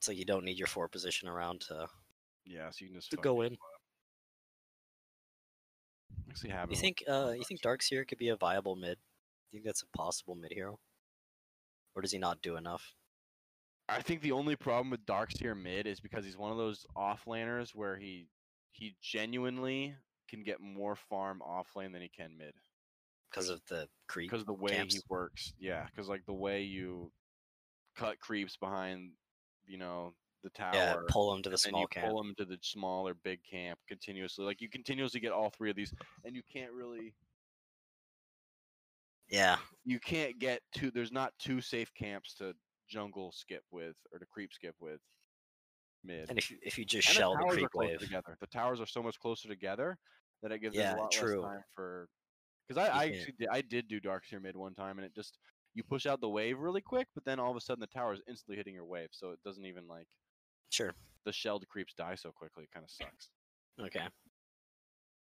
[SPEAKER 2] So you don't need your four position around to
[SPEAKER 1] yeah so you can just
[SPEAKER 2] to
[SPEAKER 1] fuck
[SPEAKER 2] go
[SPEAKER 1] people
[SPEAKER 2] in.
[SPEAKER 1] up. actually have
[SPEAKER 2] You think uh you think Darkseer could be a viable mid? Do you think that's a possible mid hero? Or does he not do enough?
[SPEAKER 1] I think the only problem with Darkseer mid is because he's one of those off laners where he he genuinely can get more farm off lane than he can mid
[SPEAKER 2] because of the creep.
[SPEAKER 1] because of the way he
[SPEAKER 2] camps.
[SPEAKER 1] works. Yeah, because like the way you cut creeps behind, you know, the tower.
[SPEAKER 2] Yeah, pull him to the
[SPEAKER 1] and you
[SPEAKER 2] small camp.
[SPEAKER 1] pull them to the smaller big camp continuously. Like you continuously get all three of these, and you can't really,
[SPEAKER 2] Yeah,
[SPEAKER 1] you can't get two. There's not two safe camps to jungle skip with or to creep skip with mid.
[SPEAKER 2] and if you, if you just
[SPEAKER 1] And
[SPEAKER 2] shell the
[SPEAKER 1] towers are
[SPEAKER 2] creep
[SPEAKER 1] closer
[SPEAKER 2] wave,
[SPEAKER 1] together. The towers are so much closer together that it gives us
[SPEAKER 2] Yeah,
[SPEAKER 1] a lot
[SPEAKER 2] true.
[SPEAKER 1] less time for. Because I,
[SPEAKER 2] You
[SPEAKER 1] I
[SPEAKER 2] can't-
[SPEAKER 1] actually did, I did do Darkseer mid one time, and it just you push out the wave really quick, but then all of a sudden the tower is instantly hitting your wave, so it doesn't even like
[SPEAKER 2] sure,
[SPEAKER 1] the shelled creeps die so quickly. It kind of sucks.
[SPEAKER 2] okay,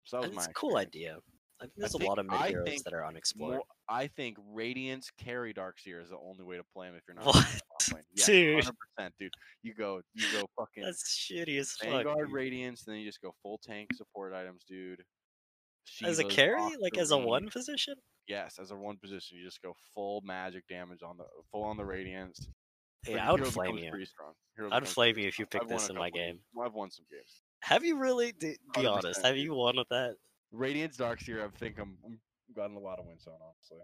[SPEAKER 1] So that was
[SPEAKER 2] And
[SPEAKER 1] my
[SPEAKER 2] it's a cool idea. I think there's a
[SPEAKER 1] think-
[SPEAKER 2] lot of mid
[SPEAKER 1] I
[SPEAKER 2] heroes
[SPEAKER 1] think
[SPEAKER 2] that are unexplored.
[SPEAKER 1] More, I think Radiance carry Darkseer is the only way to play him if you're not
[SPEAKER 2] What? [LAUGHS]
[SPEAKER 1] offlane. Yeah,
[SPEAKER 2] Dude.
[SPEAKER 1] 100%, dude. You go, you go, fucking
[SPEAKER 2] That's shitty as fuck.
[SPEAKER 1] Vanguard
[SPEAKER 2] dude.
[SPEAKER 1] Radiance, then you just go full tank support items, dude.
[SPEAKER 2] as a
[SPEAKER 1] Shivas,
[SPEAKER 2] carry, like as a
[SPEAKER 1] Octarine.
[SPEAKER 2] one position.
[SPEAKER 1] Yes, as a one position, you just go full magic damage on the full on the Radiance. But
[SPEAKER 2] Yeah, I would
[SPEAKER 1] Hero
[SPEAKER 2] flame
[SPEAKER 1] becomes
[SPEAKER 2] you.
[SPEAKER 1] pretty strong. Hero
[SPEAKER 2] I'd
[SPEAKER 1] becomes-
[SPEAKER 2] flame you if you
[SPEAKER 1] I've
[SPEAKER 2] picked
[SPEAKER 1] won
[SPEAKER 2] this
[SPEAKER 1] a
[SPEAKER 2] in my
[SPEAKER 1] couple of-
[SPEAKER 2] game.
[SPEAKER 1] I've won some games.
[SPEAKER 2] Have you really? d- Be
[SPEAKER 1] 100%,
[SPEAKER 2] honest. Have
[SPEAKER 1] dude.
[SPEAKER 2] you won with that?
[SPEAKER 1] Radiance Darkseer, I think I'm, I'm gotten a lot of wins on honestly.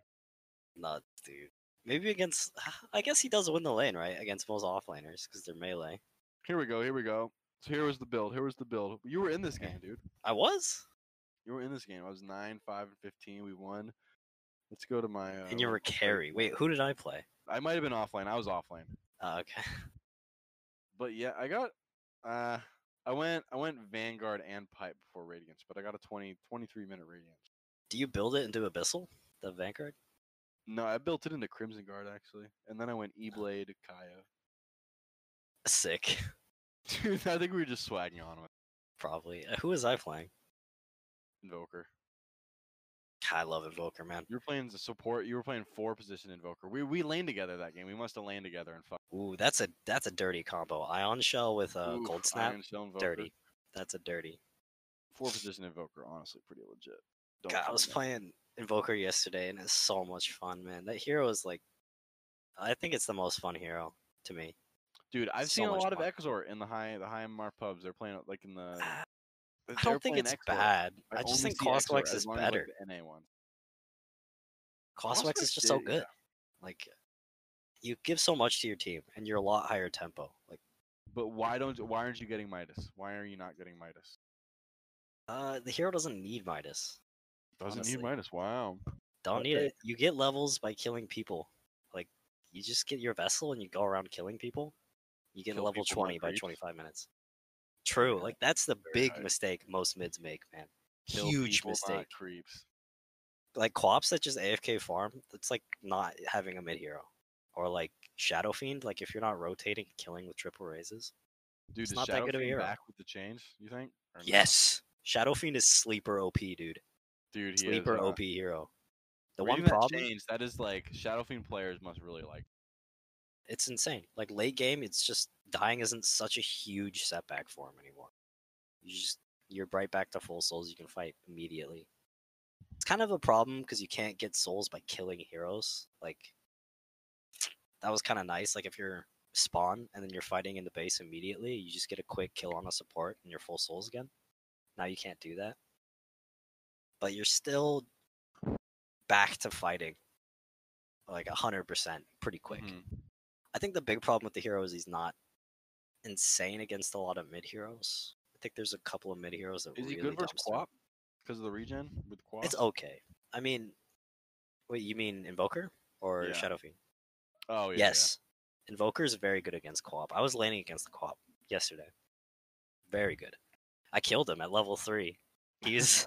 [SPEAKER 2] Nah, dude. Maybe against. [SIGHS] I guess he does win the lane, right? Against most offlaners because they're melee.
[SPEAKER 1] Here we go. Here we go. So here was the build. Here was the build. You were in this game, dude.
[SPEAKER 2] I was,
[SPEAKER 1] You were in this game. I was nine, five, and fifteen. We won. Let's go to my. Uh,
[SPEAKER 2] and you were
[SPEAKER 1] let's go-
[SPEAKER 2] carry. Wait, who did I play?
[SPEAKER 1] I might have been offline. I was offline.
[SPEAKER 2] Oh, okay. [LAUGHS]
[SPEAKER 1] But yeah, I got. Uh, I went. I went Vanguard and Pipe before Radiance, but I got a 20, 23 minute Radiance.
[SPEAKER 2] Do you build it into Abyssal, the Vanguard?
[SPEAKER 1] No, I built it into Crimson Guard actually, and then I went E Blade Kaya.
[SPEAKER 2] Sick,
[SPEAKER 1] Dude, [LAUGHS] I think we were just swagging on with
[SPEAKER 2] probably. Uh, Who was I playing?
[SPEAKER 1] Invoker.
[SPEAKER 2] I love Invoker, man.
[SPEAKER 1] You were playing the support. You were playing four position Invoker. We we lane together that game. We must have lane together and fuck.
[SPEAKER 2] Ooh, that's a that's a dirty combo. Ion Shell with uh,
[SPEAKER 1] Oof,
[SPEAKER 2] Gold Snap.
[SPEAKER 1] Iron Shell Invoker.
[SPEAKER 2] Dirty. That's a dirty.
[SPEAKER 1] Four position Invoker, honestly, pretty legit. Don't
[SPEAKER 2] God, I
[SPEAKER 1] tell
[SPEAKER 2] was
[SPEAKER 1] me.
[SPEAKER 2] playing Invoker yesterday, and it's so much fun, man. That hero is like, I think it's the most fun hero to me.
[SPEAKER 1] Dude, I've
[SPEAKER 2] so
[SPEAKER 1] seen a
[SPEAKER 2] much
[SPEAKER 1] lot of
[SPEAKER 2] fun.
[SPEAKER 1] Exor in the high the high MR pubs. They're playing it like in the.
[SPEAKER 2] I
[SPEAKER 1] they're
[SPEAKER 2] Ah, I don't think
[SPEAKER 1] playing
[SPEAKER 2] it's
[SPEAKER 1] Exor.
[SPEAKER 2] bad. I, just
[SPEAKER 1] only
[SPEAKER 2] think
[SPEAKER 1] see Exor
[SPEAKER 2] Coswex
[SPEAKER 1] as
[SPEAKER 2] is
[SPEAKER 1] long as, like,
[SPEAKER 2] better.
[SPEAKER 1] the NA one.
[SPEAKER 2] Coswex
[SPEAKER 1] Coswex
[SPEAKER 2] is just so
[SPEAKER 1] did, yeah.
[SPEAKER 2] good. Like, you give so much to your team, and you're a lot higher tempo. Like,
[SPEAKER 1] But why don't why aren't you getting Midas? Why are you not getting Midas?
[SPEAKER 2] uh, the hero doesn't need Midas.
[SPEAKER 1] Doesn't
[SPEAKER 2] Honestly.
[SPEAKER 1] need Midas. Wow.
[SPEAKER 2] Don't need
[SPEAKER 1] Okay.
[SPEAKER 2] it. You get levels by killing people. Like, you just get your vessel and you go around killing people. You get
[SPEAKER 1] Kill
[SPEAKER 2] level
[SPEAKER 1] people by
[SPEAKER 2] 20 by
[SPEAKER 1] creeps?
[SPEAKER 2] 25 minutes. True.
[SPEAKER 1] Okay.
[SPEAKER 2] Like, that's the
[SPEAKER 1] Very
[SPEAKER 2] big
[SPEAKER 1] nice.
[SPEAKER 2] mistake most mids make, man.
[SPEAKER 1] Kill
[SPEAKER 2] Huge
[SPEAKER 1] people, not
[SPEAKER 2] mistake.
[SPEAKER 1] Creeps.
[SPEAKER 2] Like, co-ops that just AFK farm, that's like not having a mid hero. Or like Shadow Fiend, like if you're not rotating, killing with triple raises.
[SPEAKER 1] Dude,
[SPEAKER 2] It's
[SPEAKER 1] is
[SPEAKER 2] not that
[SPEAKER 1] Shadow
[SPEAKER 2] good of a
[SPEAKER 1] Fiend
[SPEAKER 2] hero.
[SPEAKER 1] back with the change? You think? Or no?
[SPEAKER 2] Yes. Shadow Fiend is sleeper OP, dude.
[SPEAKER 1] dude. He
[SPEAKER 2] Sleeper
[SPEAKER 1] is, uh,
[SPEAKER 2] OP hero. The
[SPEAKER 1] reading
[SPEAKER 2] one
[SPEAKER 1] that
[SPEAKER 2] problem,
[SPEAKER 1] change that is like Shadow Fiend players must really like.
[SPEAKER 2] it's insane. Like late game, it's just dying isn't such a huge setback for him anymore. You just you're right back to full souls. You can fight immediately. It's kind of a problem because you can't get souls by killing heroes. Like that was kind of nice. Like if you're spawn and then you're fighting in the base immediately, you just get a quick kill on a support and you're full souls again. Now you can't do that. But you're still back to fighting like 100% pretty quick.
[SPEAKER 1] Mhm.
[SPEAKER 2] I think the big problem with the hero is he's not insane against a lot of mid heroes. I think there's a couple of mid heroes that
[SPEAKER 1] Is
[SPEAKER 2] really
[SPEAKER 1] he good versus
[SPEAKER 2] dumpster-
[SPEAKER 1] Quap? Because of the regen with Quap.
[SPEAKER 2] It's okay. I mean, wait, you mean Invoker or
[SPEAKER 1] Yeah.
[SPEAKER 2] Shadow Fiend?
[SPEAKER 1] oh yeah, yeah.
[SPEAKER 2] yes, Invoker is very good against co-op. I was laning against the co-op yesterday. Very good. I killed him at level three.
[SPEAKER 1] [LAUGHS]
[SPEAKER 2] He's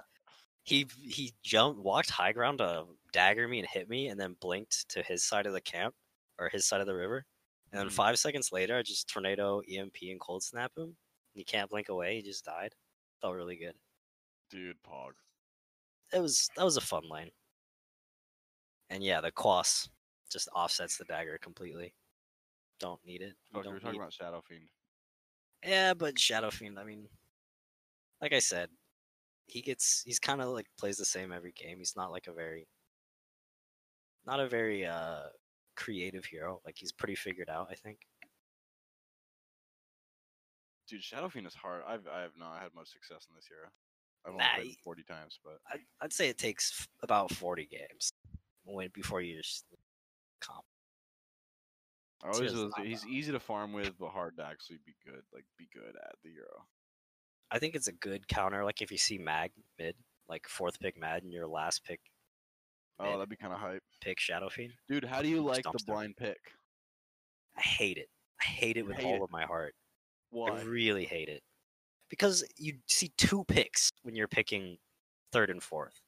[SPEAKER 2] he he jumped, walked high ground to dagger me and hit me, and then blinked to his side of the camp or his side of the river. And then
[SPEAKER 1] Mhm.
[SPEAKER 2] five seconds later, I just tornado, EMP, and cold snap him. He can't blink away. He just died. Felt really good.
[SPEAKER 1] Dude, Pog.
[SPEAKER 2] It was that was a fun lane. And yeah, the Quas just offsets the dagger completely. Don't need it. You
[SPEAKER 1] Fuck, we
[SPEAKER 2] don't
[SPEAKER 1] Oh, were talking
[SPEAKER 2] need-
[SPEAKER 1] about Shadow Fiend.
[SPEAKER 2] Yeah, but Shadow Fiend, I mean, like I said, he gets he's kind of like plays the same every game. He's not like a very not a very uh creative hero. Like he's pretty figured out, I think.
[SPEAKER 1] dude, Shadowfiend is hard. I've I have not had much success in this era. I've only
[SPEAKER 2] Nah,
[SPEAKER 1] played
[SPEAKER 2] y-
[SPEAKER 1] it forty times, but
[SPEAKER 2] I'd, I'd say it takes f- about 40 games when before you just comp.
[SPEAKER 1] I always
[SPEAKER 2] just
[SPEAKER 1] was,
[SPEAKER 2] not
[SPEAKER 1] he's easy to farm with, but hard to actually be good. Like be good at the Euro.
[SPEAKER 2] I think it's a good counter. Like if you see Mag mid, like fourth pick Mag and your last pick
[SPEAKER 1] Oh,
[SPEAKER 2] Mid.
[SPEAKER 1] that'd be kind of hype,
[SPEAKER 2] pick Shadowfiend.
[SPEAKER 1] dude. How do you like the
[SPEAKER 2] dumpster.
[SPEAKER 1] blind pick?
[SPEAKER 2] I hate it. I hate it
[SPEAKER 1] You
[SPEAKER 2] with
[SPEAKER 1] hate
[SPEAKER 2] all
[SPEAKER 1] it.
[SPEAKER 2] of my heart.
[SPEAKER 1] Why?
[SPEAKER 2] I really hate it because you see two picks when you're picking third and fourth.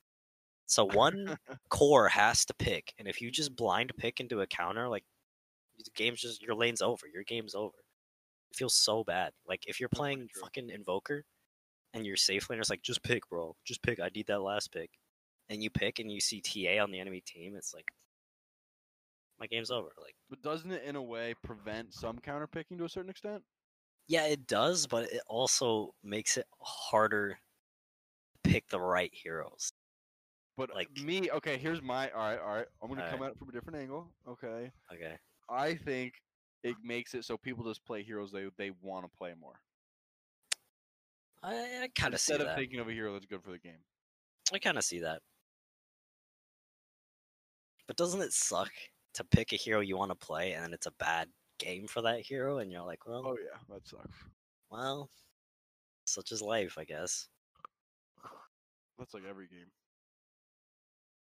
[SPEAKER 2] So
[SPEAKER 1] [LAUGHS]
[SPEAKER 2] one core has to pick, and if you just blind pick into a counter, like the game's just your lane's over. Your game's over. It feels so bad. Like if you're
[SPEAKER 1] That's pretty
[SPEAKER 2] playing
[SPEAKER 1] true.
[SPEAKER 2] fucking Invoker and your safe laner's like, just pick, bro. Just pick. I need that last pick. And you pick, and you see TA on the enemy team. It's like my game's over. Like.
[SPEAKER 1] But doesn't it in a way prevent some counter picking to a certain extent?
[SPEAKER 2] Yeah, it does, but it also makes it harder to pick the right heroes.
[SPEAKER 1] But like
[SPEAKER 2] Like-
[SPEAKER 1] me, okay. Here's my all right, all right. I'm gonna
[SPEAKER 2] All
[SPEAKER 1] come at it from a different angle. Okay,
[SPEAKER 2] Okay.
[SPEAKER 1] I think it makes it so people just play heroes they they want to play more
[SPEAKER 2] I, I kind of see
[SPEAKER 1] instead of
[SPEAKER 2] that.
[SPEAKER 1] thinking of a hero that's good for the game.
[SPEAKER 2] I kind of see that. But doesn't it suck to pick a hero you want to play and then it's a bad game for that hero and you're like, well,
[SPEAKER 1] Oh yeah, that sucks.
[SPEAKER 2] well, such is life, I guess.
[SPEAKER 1] That's like every game.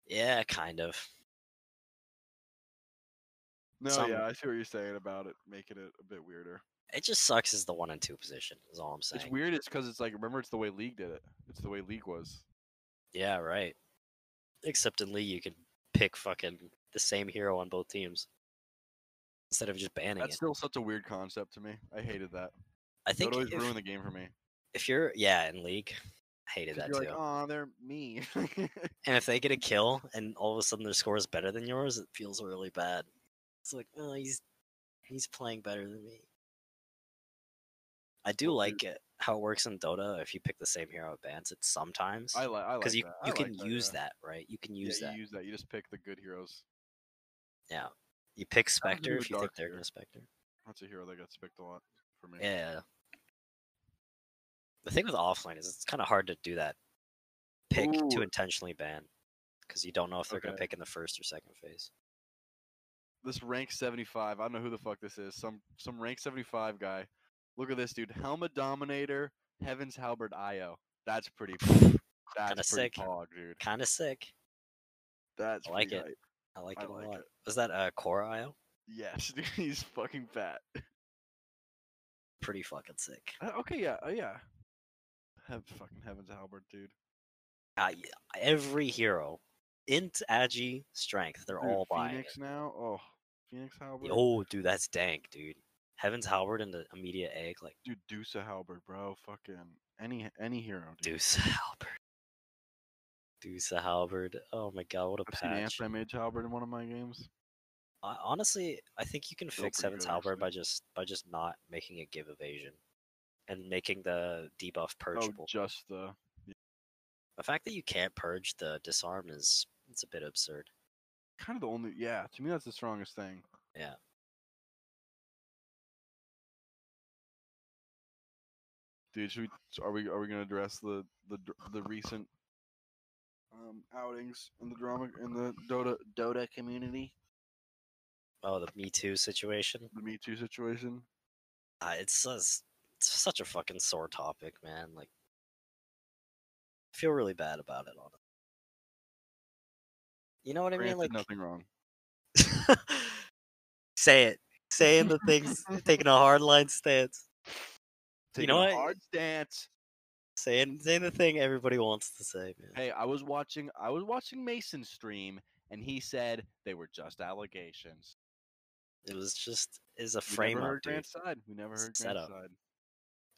[SPEAKER 2] Yeah, kind of.
[SPEAKER 1] No,
[SPEAKER 2] Some-
[SPEAKER 1] yeah, I see what you're saying about it making it a bit weirder.
[SPEAKER 2] It just sucks is the one and two position, is all I'm saying.
[SPEAKER 1] It's weird. It's because it's like remember it's the way League did it. It's the way League was.
[SPEAKER 2] Yeah, right. Except in League, you can pick fucking the same hero on both teams instead of just banning
[SPEAKER 1] That's
[SPEAKER 2] it.
[SPEAKER 1] still such a weird concept to me. I hated that.
[SPEAKER 2] I
[SPEAKER 1] It
[SPEAKER 2] think
[SPEAKER 1] would always
[SPEAKER 2] if,
[SPEAKER 1] ruin the game for me.
[SPEAKER 2] if you're yeah in League, I hated
[SPEAKER 1] 'Cause
[SPEAKER 2] that
[SPEAKER 1] You're
[SPEAKER 2] too.
[SPEAKER 1] like, oh, they're me. [LAUGHS]
[SPEAKER 2] And if they get a kill and all of a sudden their score is better than yours, it feels really bad. It's like, oh, he's he's playing better than me. I do like it how it works in Dota. If you pick the same hero advance, it sometimes
[SPEAKER 1] I, li- I like
[SPEAKER 2] because you
[SPEAKER 1] that.
[SPEAKER 2] you
[SPEAKER 1] I
[SPEAKER 2] can
[SPEAKER 1] like
[SPEAKER 2] use
[SPEAKER 1] yeah.
[SPEAKER 2] that, right? You can use
[SPEAKER 1] yeah,
[SPEAKER 2] that.
[SPEAKER 1] You use that. You just pick the good heroes.
[SPEAKER 2] You pick
[SPEAKER 1] I was gonna
[SPEAKER 2] Spectre
[SPEAKER 1] do
[SPEAKER 2] if you think
[SPEAKER 1] Dark
[SPEAKER 2] they're
[SPEAKER 1] here.
[SPEAKER 2] gonna Spectre.
[SPEAKER 1] That's a hero that gets picked a lot for me.
[SPEAKER 2] Yeah. The thing with offline is it's kind of hard to do that pick
[SPEAKER 1] Ooh.
[SPEAKER 2] to intentionally ban because you don't know if they're going to
[SPEAKER 1] Okay.
[SPEAKER 2] pick in the first or second phase.
[SPEAKER 1] This rank 75. I don't know who the fuck this is. Some some rank 75 guy. Look at this dude. Helma Dominator. Heaven's Halberd Io. That's [LAUGHS] pretty. That's
[SPEAKER 2] Kinda
[SPEAKER 1] pretty
[SPEAKER 2] sick.
[SPEAKER 1] pog, dude.
[SPEAKER 2] Kind of sick.
[SPEAKER 1] That's
[SPEAKER 2] I like
[SPEAKER 1] pretty
[SPEAKER 2] it.
[SPEAKER 1] hype.
[SPEAKER 2] I like
[SPEAKER 1] I
[SPEAKER 2] it
[SPEAKER 1] like
[SPEAKER 2] a lot.
[SPEAKER 1] it.
[SPEAKER 2] Was that uh, Cora Isle?
[SPEAKER 1] Yes, [LAUGHS] dude, he's fucking fat.
[SPEAKER 2] Pretty fucking sick.
[SPEAKER 1] Uh, okay, yeah, uh, yeah. Have fucking heavens, Albert, dude.
[SPEAKER 2] Uh, yeah, every hero, Int, Agi, Strength, they're
[SPEAKER 1] Dude,
[SPEAKER 2] all buying.
[SPEAKER 1] Phoenix now. Oh, Phoenix Halberd.
[SPEAKER 2] it. Oh, dude, that's dank, dude. Heaven's Howard and the immediate egg, like
[SPEAKER 1] Dude, Deuce Halberd, bro. Fucking any any hero, dude.
[SPEAKER 2] Deuce [LAUGHS] Halberd. Deuce Halberd. Oh my god, what a
[SPEAKER 1] I've seen
[SPEAKER 2] patch.
[SPEAKER 1] anti mage Halberd in one of my games.
[SPEAKER 2] I, honestly, I think you can
[SPEAKER 1] Still
[SPEAKER 2] fix
[SPEAKER 1] pretty
[SPEAKER 2] Heaven's
[SPEAKER 1] good,
[SPEAKER 2] Halberd
[SPEAKER 1] actually.
[SPEAKER 2] by just by just not making it give evasion, and making the debuff purgeable.
[SPEAKER 1] Oh, just the
[SPEAKER 2] the fact that you can't purge the disarm is it's a bit absurd.
[SPEAKER 1] kind of the only. Yeah, to me that's the strongest thing.
[SPEAKER 2] Yeah.
[SPEAKER 1] Dude, should we? Are we? Are we gonna address the the dr- the recent um outings in the drama in the Dota Dota community?
[SPEAKER 2] Oh, the Me Too situation.
[SPEAKER 1] the Me Too situation.
[SPEAKER 2] Uh, it's sus- it's such a fucking sore topic, man. Like, I feel really bad about it. On you know what I
[SPEAKER 1] Grant
[SPEAKER 2] mean?
[SPEAKER 1] did
[SPEAKER 2] Like,
[SPEAKER 1] nothing wrong.
[SPEAKER 2] [LAUGHS] say it, saying the
[SPEAKER 1] [LAUGHS]
[SPEAKER 2] things, taking a hard line stance. You
[SPEAKER 1] Taking
[SPEAKER 2] know
[SPEAKER 1] a
[SPEAKER 2] what?
[SPEAKER 1] Hard stance.
[SPEAKER 2] saying saying the thing everybody wants to say, man.
[SPEAKER 1] Hey, I was watching. I was watching Mason stream, and he said they were just allegations.
[SPEAKER 2] It was just is a
[SPEAKER 1] We
[SPEAKER 2] frame
[SPEAKER 1] never
[SPEAKER 2] up,
[SPEAKER 1] heard
[SPEAKER 2] dude.
[SPEAKER 1] Grant's side. We never
[SPEAKER 2] It's
[SPEAKER 1] heard
[SPEAKER 2] a
[SPEAKER 1] Grant's
[SPEAKER 2] setup.
[SPEAKER 1] side.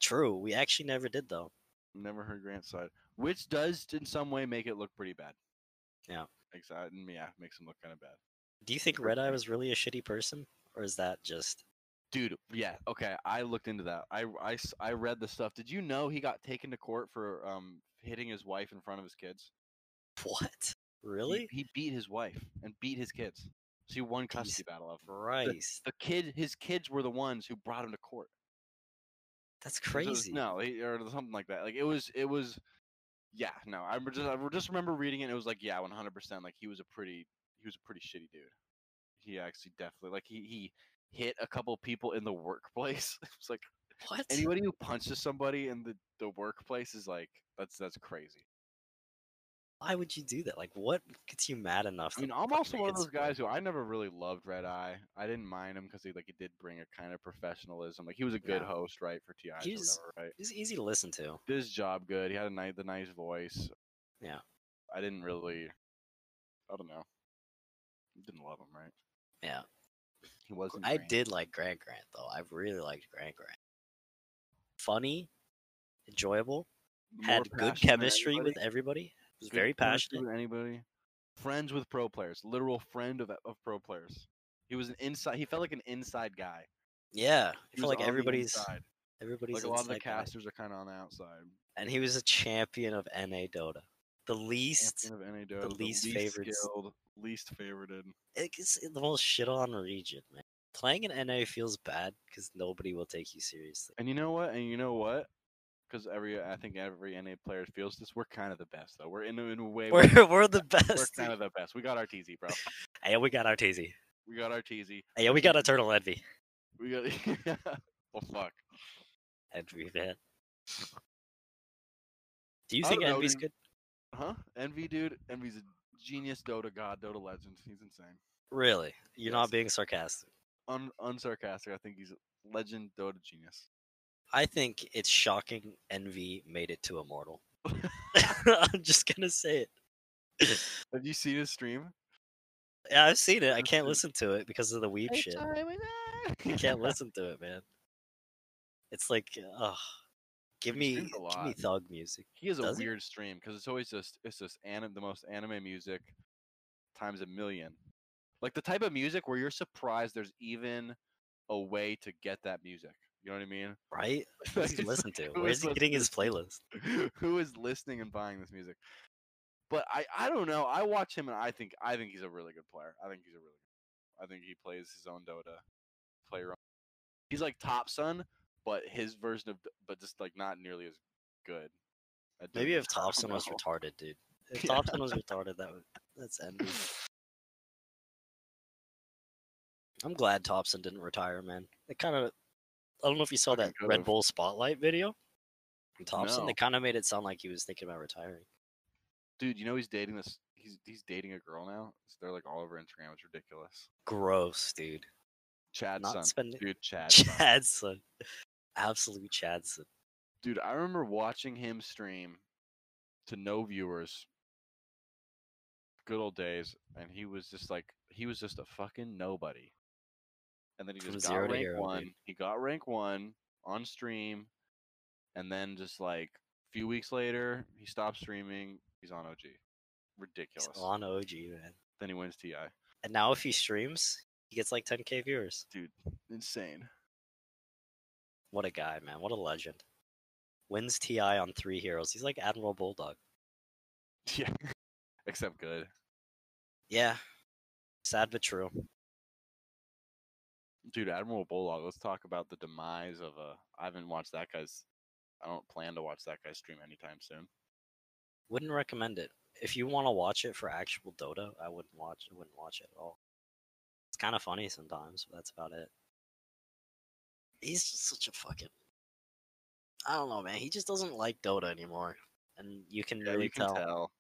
[SPEAKER 2] True, we actually never did though.
[SPEAKER 1] Never heard Grant's side, which does in some way make it look pretty bad.
[SPEAKER 2] Yeah.
[SPEAKER 1] Makes uh, mm, yeah, makes him look kind of bad.
[SPEAKER 2] Do you think Red Eye was really a shitty person, or is that just [LAUGHS]
[SPEAKER 1] Dude, yeah, okay. I looked into that. I, I, s- I read the stuff. Did you know he got taken to court for um hitting his wife in front of his kids?
[SPEAKER 2] what?
[SPEAKER 1] He-
[SPEAKER 2] Really?
[SPEAKER 1] He, beat his wife and beat his kids. So he won custody
[SPEAKER 2] Jesus
[SPEAKER 1] battle of
[SPEAKER 2] Christ!
[SPEAKER 1] the kid his kids were the ones who brought him to court
[SPEAKER 2] That's
[SPEAKER 1] It was-
[SPEAKER 2] crazy.
[SPEAKER 1] No, he, or something like that. Like it was, it was, yeah. No, I remember just, I re- just remember reading it. and It was like, yeah, one hundred percent. Like he was a pretty, he was a pretty shitty dude. He actually definitely like he he hit a couple people in the workplace. [LAUGHS] it's like
[SPEAKER 2] What?
[SPEAKER 1] anybody who punches somebody in the the workplace is like that's that's crazy.
[SPEAKER 2] Why would you do that? Like, what gets you mad enough?
[SPEAKER 1] I mean,
[SPEAKER 2] to
[SPEAKER 1] I'm
[SPEAKER 2] fucking
[SPEAKER 1] also
[SPEAKER 2] make
[SPEAKER 1] one of
[SPEAKER 2] it
[SPEAKER 1] those
[SPEAKER 2] square?
[SPEAKER 1] guys who I never really loved Red Eye. I didn't mind him because he like he did bring a kind of professionalism. Like he was a good
[SPEAKER 2] Yeah.
[SPEAKER 1] host, right, for TI or
[SPEAKER 2] He's-
[SPEAKER 1] whatever, right?
[SPEAKER 2] It's easy to listen to.
[SPEAKER 1] did his job good. He had a nice, the nice voice.
[SPEAKER 2] Yeah.
[SPEAKER 1] I didn't really. I don't know. Didn't love him, right?
[SPEAKER 2] Yeah.
[SPEAKER 1] He wasn't.
[SPEAKER 2] I
[SPEAKER 1] great.
[SPEAKER 2] did like Grant Grant though. I really liked Grant Grant. Funny, enjoyable,
[SPEAKER 1] More
[SPEAKER 2] had good
[SPEAKER 1] passion than
[SPEAKER 2] chemistry with
[SPEAKER 1] anybody,
[SPEAKER 2] everybody. Was
[SPEAKER 1] good
[SPEAKER 2] very
[SPEAKER 1] chemistry
[SPEAKER 2] passionate.
[SPEAKER 1] with anybody. Friends with pro players, literal friend of of pro players. He was an inside. He felt like an inside guy.
[SPEAKER 2] Yeah, I
[SPEAKER 1] He was
[SPEAKER 2] feel like
[SPEAKER 1] on the
[SPEAKER 2] everybody's
[SPEAKER 1] inside.
[SPEAKER 2] everybody's
[SPEAKER 1] like a lot of the
[SPEAKER 2] inside guy.
[SPEAKER 1] casters are kind of on the outside.
[SPEAKER 2] and he was a champion of NA Dota. The least,
[SPEAKER 1] Champion of NA Dota, the
[SPEAKER 2] least favored s-
[SPEAKER 1] skilled, least favorited.
[SPEAKER 2] it's the most shit on region, man. Playing in NA feels bad because nobody will take you seriously.
[SPEAKER 1] And you know what? And you know what? Because every I think every NA player feels this. We're kind of the best though. We're in a, in a way we're,
[SPEAKER 2] We're, [LAUGHS] we're the
[SPEAKER 1] we're [LAUGHS]
[SPEAKER 2] best.
[SPEAKER 1] kind of the best. We got our TZ,
[SPEAKER 2] [LAUGHS]
[SPEAKER 1] bro.
[SPEAKER 2] Hey, we got our TZ.
[SPEAKER 1] We got our TZ.
[SPEAKER 2] Hey, we got Eternal Envy.
[SPEAKER 1] We got. [LAUGHS] well, fuck.
[SPEAKER 2] Envy, man. Do you
[SPEAKER 1] I
[SPEAKER 2] think
[SPEAKER 1] don't know,
[SPEAKER 2] Envy's
[SPEAKER 1] dude.
[SPEAKER 2] good?
[SPEAKER 1] Huh? Envy, dude. Envy's a genius Dota god, Dota legend. He's insane.
[SPEAKER 2] Really? You're
[SPEAKER 1] Yes.
[SPEAKER 2] not being sarcastic.
[SPEAKER 1] Un- unsarcastic. I think he's a legend Dota genius.
[SPEAKER 2] I think it's shocking Envy made it to
[SPEAKER 1] [LAUGHS]
[SPEAKER 2] Immortal. [LAUGHS] I'm just gonna say it.
[SPEAKER 1] Have you seen his stream?
[SPEAKER 2] Yeah, I've seen it. I
[SPEAKER 1] That's
[SPEAKER 2] can't
[SPEAKER 1] it.
[SPEAKER 2] listen to it because of the weeb shit. [LAUGHS] I can't listen to it, man. It's like, ugh. Give
[SPEAKER 1] He
[SPEAKER 2] me,
[SPEAKER 1] streams a
[SPEAKER 2] give me
[SPEAKER 1] lot.
[SPEAKER 2] thug music.
[SPEAKER 1] He has a
[SPEAKER 2] Does he?
[SPEAKER 1] weird stream because it's always just it's just anim- the most anime music times a million. Like the type of music where you're surprised there's even a way to get that music. You know what I mean? [LAUGHS]
[SPEAKER 2] Right? What's he listen to?
[SPEAKER 1] who
[SPEAKER 2] Where's
[SPEAKER 1] is
[SPEAKER 2] he getting his playlist?
[SPEAKER 1] [LAUGHS] Who is listening and buying this music? But I I don't know. I watch him and I think I think he's a really good player. I think he's a really good I think he plays his own Dota. Play around. He's like Top Son, but his version of D- but just like not nearly as good. at
[SPEAKER 2] Maybe
[SPEAKER 1] Dota.
[SPEAKER 2] if
[SPEAKER 1] [LAUGHS] I don't
[SPEAKER 2] Thompson was
[SPEAKER 1] know.
[SPEAKER 2] retarded, dude.
[SPEAKER 1] [LAUGHS]
[SPEAKER 2] If
[SPEAKER 1] Yeah.
[SPEAKER 2] Thompson was retarded, that would that's ended. I'm glad Thompson didn't retire, man. It kind of, I don't know if you saw
[SPEAKER 1] Fucking
[SPEAKER 2] that
[SPEAKER 1] could've.
[SPEAKER 2] Red Bull spotlight video. from Thompson,
[SPEAKER 1] No.
[SPEAKER 2] they kind of made it sound like he was thinking about retiring.
[SPEAKER 1] dude, you know he's dating this. He's he's dating a girl now. So they're like all over Instagram. It's ridiculous.
[SPEAKER 2] Gross, dude.
[SPEAKER 1] Chad's
[SPEAKER 2] Not
[SPEAKER 1] son,
[SPEAKER 2] spending [LAUGHS]
[SPEAKER 1] dude. Chad's son.
[SPEAKER 2] Chadson, absolute Chadson.
[SPEAKER 1] Dude, I remember watching him stream to no viewers. Good old days, and he was just like he was just a fucking nobody. And then he
[SPEAKER 2] From
[SPEAKER 1] just
[SPEAKER 2] zero
[SPEAKER 1] got
[SPEAKER 2] to
[SPEAKER 1] rank
[SPEAKER 2] hero, dude.
[SPEAKER 1] one. He got rank one on stream, and then just like a few weeks later, he stopped streaming. He's on OG.
[SPEAKER 2] He's
[SPEAKER 1] Ridiculous.
[SPEAKER 2] on OG, man.
[SPEAKER 1] Then he wins TI.
[SPEAKER 2] And now if he streams, he gets like 10k viewers.
[SPEAKER 1] Dude, insane.
[SPEAKER 2] What a guy, man. What a legend. Wins TI on three heroes. He's like Admiral Bulldog.
[SPEAKER 1] [LAUGHS] Yeah. Except good.
[SPEAKER 2] Yeah. Sad but true.
[SPEAKER 1] Dude, Admiral Bulldog, let's talk about the demise of uh I haven't watched that guy's I don't plan to watch that guy stream anytime soon.
[SPEAKER 2] Wouldn't recommend it. If you want to watch it for actual Dota, I wouldn't watch. I wouldn't watch it at all. It's kind of funny sometimes, but that's about it. He's just such a fucking. I don't know, man. He just doesn't like Dota anymore, and you can really
[SPEAKER 1] you can
[SPEAKER 2] tell.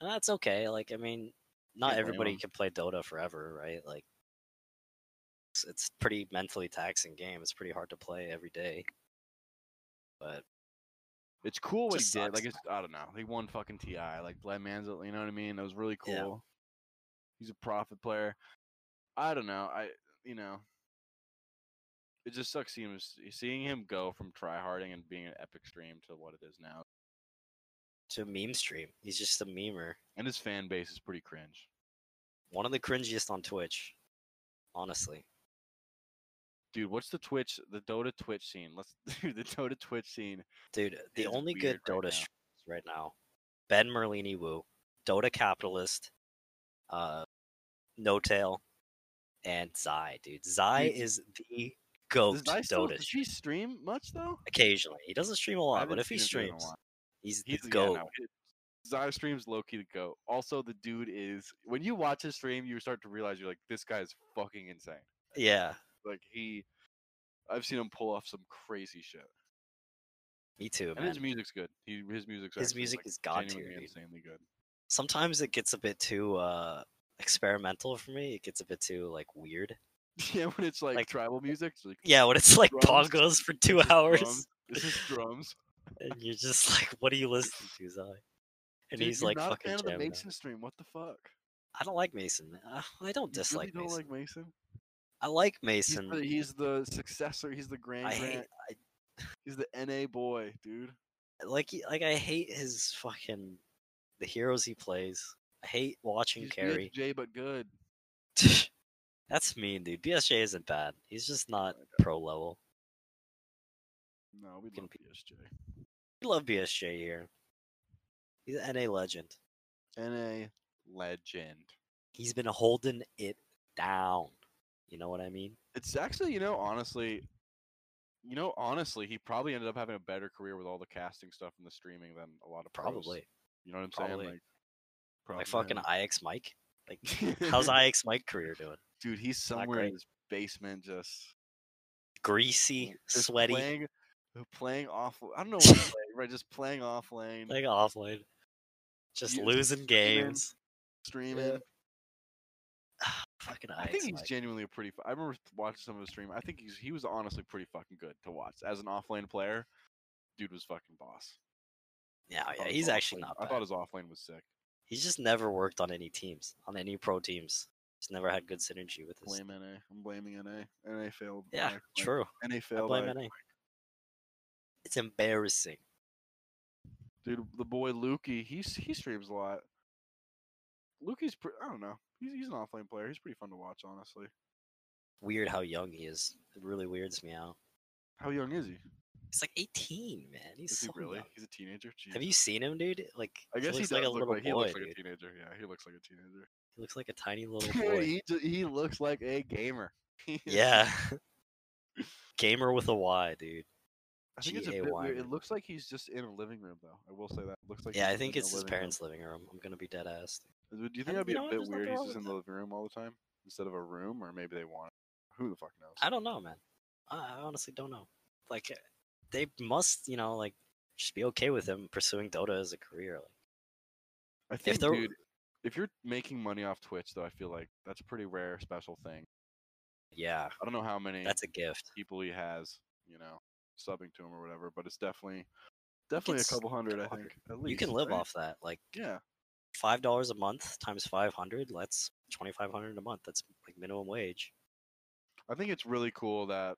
[SPEAKER 2] And that's okay. Like, I mean, not
[SPEAKER 1] Can't blame
[SPEAKER 2] everybody
[SPEAKER 1] him.
[SPEAKER 2] can play Dota forever, right? Like, it's, it's pretty mentally taxing game. It's pretty hard to play every day. But
[SPEAKER 1] It's cool what he
[SPEAKER 2] Just
[SPEAKER 1] did.
[SPEAKER 2] sucks.
[SPEAKER 1] Like it's I don't know. He won fucking TI. Like Bled Manzel, you know what I mean? That was really cool.
[SPEAKER 2] Yeah.
[SPEAKER 1] He's a profit player. I don't know. I you know it just sucks seeing him, seeing him go from tryharding and being an epic stream to what it is now.
[SPEAKER 2] to meme stream, he's just a memer.
[SPEAKER 1] And his fan base is pretty cringe.
[SPEAKER 2] One of the cringiest on Twitch, honestly.
[SPEAKER 1] dude what's the twitch the dota twitch scene let's [LAUGHS] do the dota twitch scene
[SPEAKER 2] Dude, the
[SPEAKER 1] It's
[SPEAKER 2] only good
[SPEAKER 1] weird right
[SPEAKER 2] Dota
[SPEAKER 1] now.
[SPEAKER 2] streamers right now, Ben Merlini Wu, Dota Capitalist, uh, No Tail, and Zai, dude. Zai
[SPEAKER 1] Dude,
[SPEAKER 2] is the goat
[SPEAKER 1] Does Dice still,
[SPEAKER 2] Oh, Dota.
[SPEAKER 1] does she stream much though?
[SPEAKER 2] Occasionally, he doesn't stream
[SPEAKER 1] I
[SPEAKER 2] a lot,
[SPEAKER 1] haven't
[SPEAKER 2] but if he
[SPEAKER 1] seen her do it in a
[SPEAKER 2] streams,
[SPEAKER 1] while.
[SPEAKER 2] he's the
[SPEAKER 1] he's
[SPEAKER 2] goat.
[SPEAKER 1] Yeah, no, he- Zaya streams low key the goat. Also, the dude is when you watch his stream, you start to realize you're like, this guy is fucking insane.
[SPEAKER 2] yeah,
[SPEAKER 1] Like he, I've seen him pull off some crazy shit.
[SPEAKER 2] me too,
[SPEAKER 1] And his
[SPEAKER 2] man.
[SPEAKER 1] music's good. He his music's
[SPEAKER 2] His
[SPEAKER 1] actually,
[SPEAKER 2] music
[SPEAKER 1] like,
[SPEAKER 2] is god tier.
[SPEAKER 1] genuinely
[SPEAKER 2] dude.
[SPEAKER 1] insanely good. [LAUGHS]
[SPEAKER 2] Sometimes it gets a bit too uh experimental for me. It gets a bit too like weird.
[SPEAKER 1] Yeah, when it's like,
[SPEAKER 2] Like,
[SPEAKER 1] tribal music, it's like
[SPEAKER 2] Yeah, when it's like
[SPEAKER 1] Drums.
[SPEAKER 2] bongos for two
[SPEAKER 1] "This is
[SPEAKER 2] hours,
[SPEAKER 1] drums- This is drums.
[SPEAKER 2] [LAUGHS] and you're just like, "What are you listening to, Zai?" And
[SPEAKER 1] Dude,
[SPEAKER 2] he's
[SPEAKER 1] you're
[SPEAKER 2] like,
[SPEAKER 1] not a
[SPEAKER 2] "Fucking
[SPEAKER 1] fan of the
[SPEAKER 2] jamming out."
[SPEAKER 1] Mason stream. What the fuck?
[SPEAKER 2] I don't like Mason. man. Uh, I
[SPEAKER 1] You
[SPEAKER 2] don't
[SPEAKER 1] really
[SPEAKER 2] dislike
[SPEAKER 1] don't
[SPEAKER 2] Mason.
[SPEAKER 1] like Mason?
[SPEAKER 2] I like
[SPEAKER 1] He's
[SPEAKER 2] Mason.
[SPEAKER 1] the, he's the successor. He's the grand.
[SPEAKER 2] I hate.
[SPEAKER 1] grand- He's the NA boy, dude.
[SPEAKER 2] I, like, he- like I hate his fucking the heroes he plays. I hate watching
[SPEAKER 1] He's
[SPEAKER 2] Carry.
[SPEAKER 1] BSJ but good. [LAUGHS]
[SPEAKER 2] That's mean, dude. BSJ isn't bad. He's just not
[SPEAKER 1] Okay.
[SPEAKER 2] pro level.
[SPEAKER 1] No, we
[SPEAKER 2] Can
[SPEAKER 1] love
[SPEAKER 2] be-
[SPEAKER 1] BSJ.
[SPEAKER 2] We love BSJ here. He's an NA legend.
[SPEAKER 1] NA legend.
[SPEAKER 2] He's been holding it down. You know what I mean?
[SPEAKER 1] It's actually, you know, honestly, you know, honestly, he probably ended up having a better career with all the casting stuff and the streaming than a lot of pros.
[SPEAKER 2] Probably.
[SPEAKER 1] You know what I'm
[SPEAKER 2] Probably.
[SPEAKER 1] saying? Like,
[SPEAKER 2] Like
[SPEAKER 1] props to
[SPEAKER 2] fucking
[SPEAKER 1] him.
[SPEAKER 2] IX Mike.
[SPEAKER 1] [LAUGHS]
[SPEAKER 2] Like, how's IX Mike career doing?
[SPEAKER 1] dude? He's somewhere
[SPEAKER 2] great.
[SPEAKER 1] in his basement, just
[SPEAKER 2] Greasy,
[SPEAKER 1] just
[SPEAKER 2] sweaty,
[SPEAKER 1] playing, playing off. I don't know what to
[SPEAKER 2] [LAUGHS]
[SPEAKER 1] play, right? Just playing off lane,
[SPEAKER 2] like offline, just
[SPEAKER 1] He was
[SPEAKER 2] losing games.
[SPEAKER 1] streaming.
[SPEAKER 2] fucking
[SPEAKER 1] I think
[SPEAKER 2] IX
[SPEAKER 1] he's
[SPEAKER 2] Mike.
[SPEAKER 1] genuinely a pretty. fu- I remember watching some of his stream. I think he's he was honestly pretty fucking good to watch as an off lane player. Dude was fucking boss.
[SPEAKER 2] yeah,
[SPEAKER 1] I
[SPEAKER 2] Uh, yeah,
[SPEAKER 1] thought his
[SPEAKER 2] he's
[SPEAKER 1] off
[SPEAKER 2] actually
[SPEAKER 1] lane-
[SPEAKER 2] not
[SPEAKER 1] I thought
[SPEAKER 2] bad.
[SPEAKER 1] his off lane was sick.
[SPEAKER 2] He's just never worked on any teams, on any pro teams. He's never had good synergy with his.
[SPEAKER 1] Blame NA. I'm blaming NA. NA failed.
[SPEAKER 2] Yeah,
[SPEAKER 1] Ike. Like,
[SPEAKER 2] true.
[SPEAKER 1] NA
[SPEAKER 2] I
[SPEAKER 1] failed.
[SPEAKER 2] blame
[SPEAKER 1] Ike.
[SPEAKER 2] NA. Oh It's embarrassing.
[SPEAKER 1] Dude, the boy Lukey, he's he streams a lot. Lukey's pre- I don't know. He's he's an off lane player. He's pretty fun to watch, honestly.
[SPEAKER 2] Weird how young he is. It really weirds me out.
[SPEAKER 1] How young is he?
[SPEAKER 2] He's like 18, man. He's
[SPEAKER 1] Is
[SPEAKER 2] so
[SPEAKER 1] he really?
[SPEAKER 2] young.
[SPEAKER 1] He's a teenager.
[SPEAKER 2] Have
[SPEAKER 1] Jeez.
[SPEAKER 2] you seen him, dude? Like,
[SPEAKER 1] I guess he
[SPEAKER 2] he looks
[SPEAKER 1] does
[SPEAKER 2] like a
[SPEAKER 1] look
[SPEAKER 2] little
[SPEAKER 1] like he
[SPEAKER 2] boy.
[SPEAKER 1] looks like
[SPEAKER 2] dude.
[SPEAKER 1] a teenager. Yeah, he looks like a teenager.
[SPEAKER 2] He looks like
[SPEAKER 1] [LAUGHS]
[SPEAKER 2] a tiny
[SPEAKER 1] Dude,
[SPEAKER 2] little boy.
[SPEAKER 1] he, ju- he looks like a gamer. [LAUGHS]
[SPEAKER 2] Yeah. Gamer with a Y, dude.
[SPEAKER 1] I think it's a bit
[SPEAKER 2] GAY
[SPEAKER 1] weird. It
[SPEAKER 2] man.
[SPEAKER 1] looks like he's just in a living room, though. I will say that. It looks like
[SPEAKER 2] Yeah,
[SPEAKER 1] he's
[SPEAKER 2] I
[SPEAKER 1] just
[SPEAKER 2] think
[SPEAKER 1] in
[SPEAKER 2] it's
[SPEAKER 1] a
[SPEAKER 2] his
[SPEAKER 1] living room.
[SPEAKER 2] parents' living room. I'm gonna be dead ass.
[SPEAKER 1] Do you think
[SPEAKER 2] And
[SPEAKER 1] that'd be
[SPEAKER 2] you
[SPEAKER 1] a
[SPEAKER 2] know what?
[SPEAKER 1] bit
[SPEAKER 2] There's nothing
[SPEAKER 1] weird? He's
[SPEAKER 2] wrong
[SPEAKER 1] just
[SPEAKER 2] with
[SPEAKER 1] in the living room all the time instead of a room, or maybe they want. it. Who the fuck knows?
[SPEAKER 2] I don't know, man. I, I honestly don't know. Like, uh, they must, you know, like, just be okay with him pursuing Dota as a career. Like,
[SPEAKER 1] I think,
[SPEAKER 2] there-
[SPEAKER 1] dude, if you're making money off Twitch, though, I feel like that's a pretty rare, special thing.
[SPEAKER 2] yeah,
[SPEAKER 1] I don't know how many
[SPEAKER 2] that's a gift.
[SPEAKER 1] people he has, you know, subbing to him or whatever, but it's definitely, definitely a
[SPEAKER 2] s-
[SPEAKER 1] couple hundred. I
[SPEAKER 2] couple
[SPEAKER 1] think
[SPEAKER 2] hundred.
[SPEAKER 1] at least
[SPEAKER 2] You can live
[SPEAKER 1] right?
[SPEAKER 2] off that. Like,
[SPEAKER 1] Yeah,
[SPEAKER 2] five dollars a month times five hundred. That's twenty five hundred a month. That's like minimum wage.
[SPEAKER 1] I think it's really cool that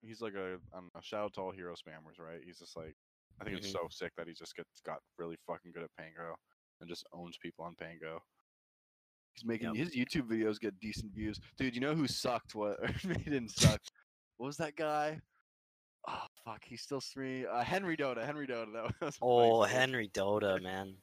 [SPEAKER 1] he's like a I don't know, shout out to all hero spammers, right? He's just like, I think it's
[SPEAKER 2] Mhm.
[SPEAKER 1] so sick that he just gets got really fucking good at Pango and just owns people on Pango. He's making
[SPEAKER 2] Yep.
[SPEAKER 1] his YouTube videos get decent views, dude. You know who sucked? What [LAUGHS] or he didn't suck? What was that guy? Oh fuck, he's still streaming. Uh, Henry Dota, Henry Dota. That [LAUGHS] was- that was a funny
[SPEAKER 2] Oh,
[SPEAKER 1] story.
[SPEAKER 2] Henry Dota, man.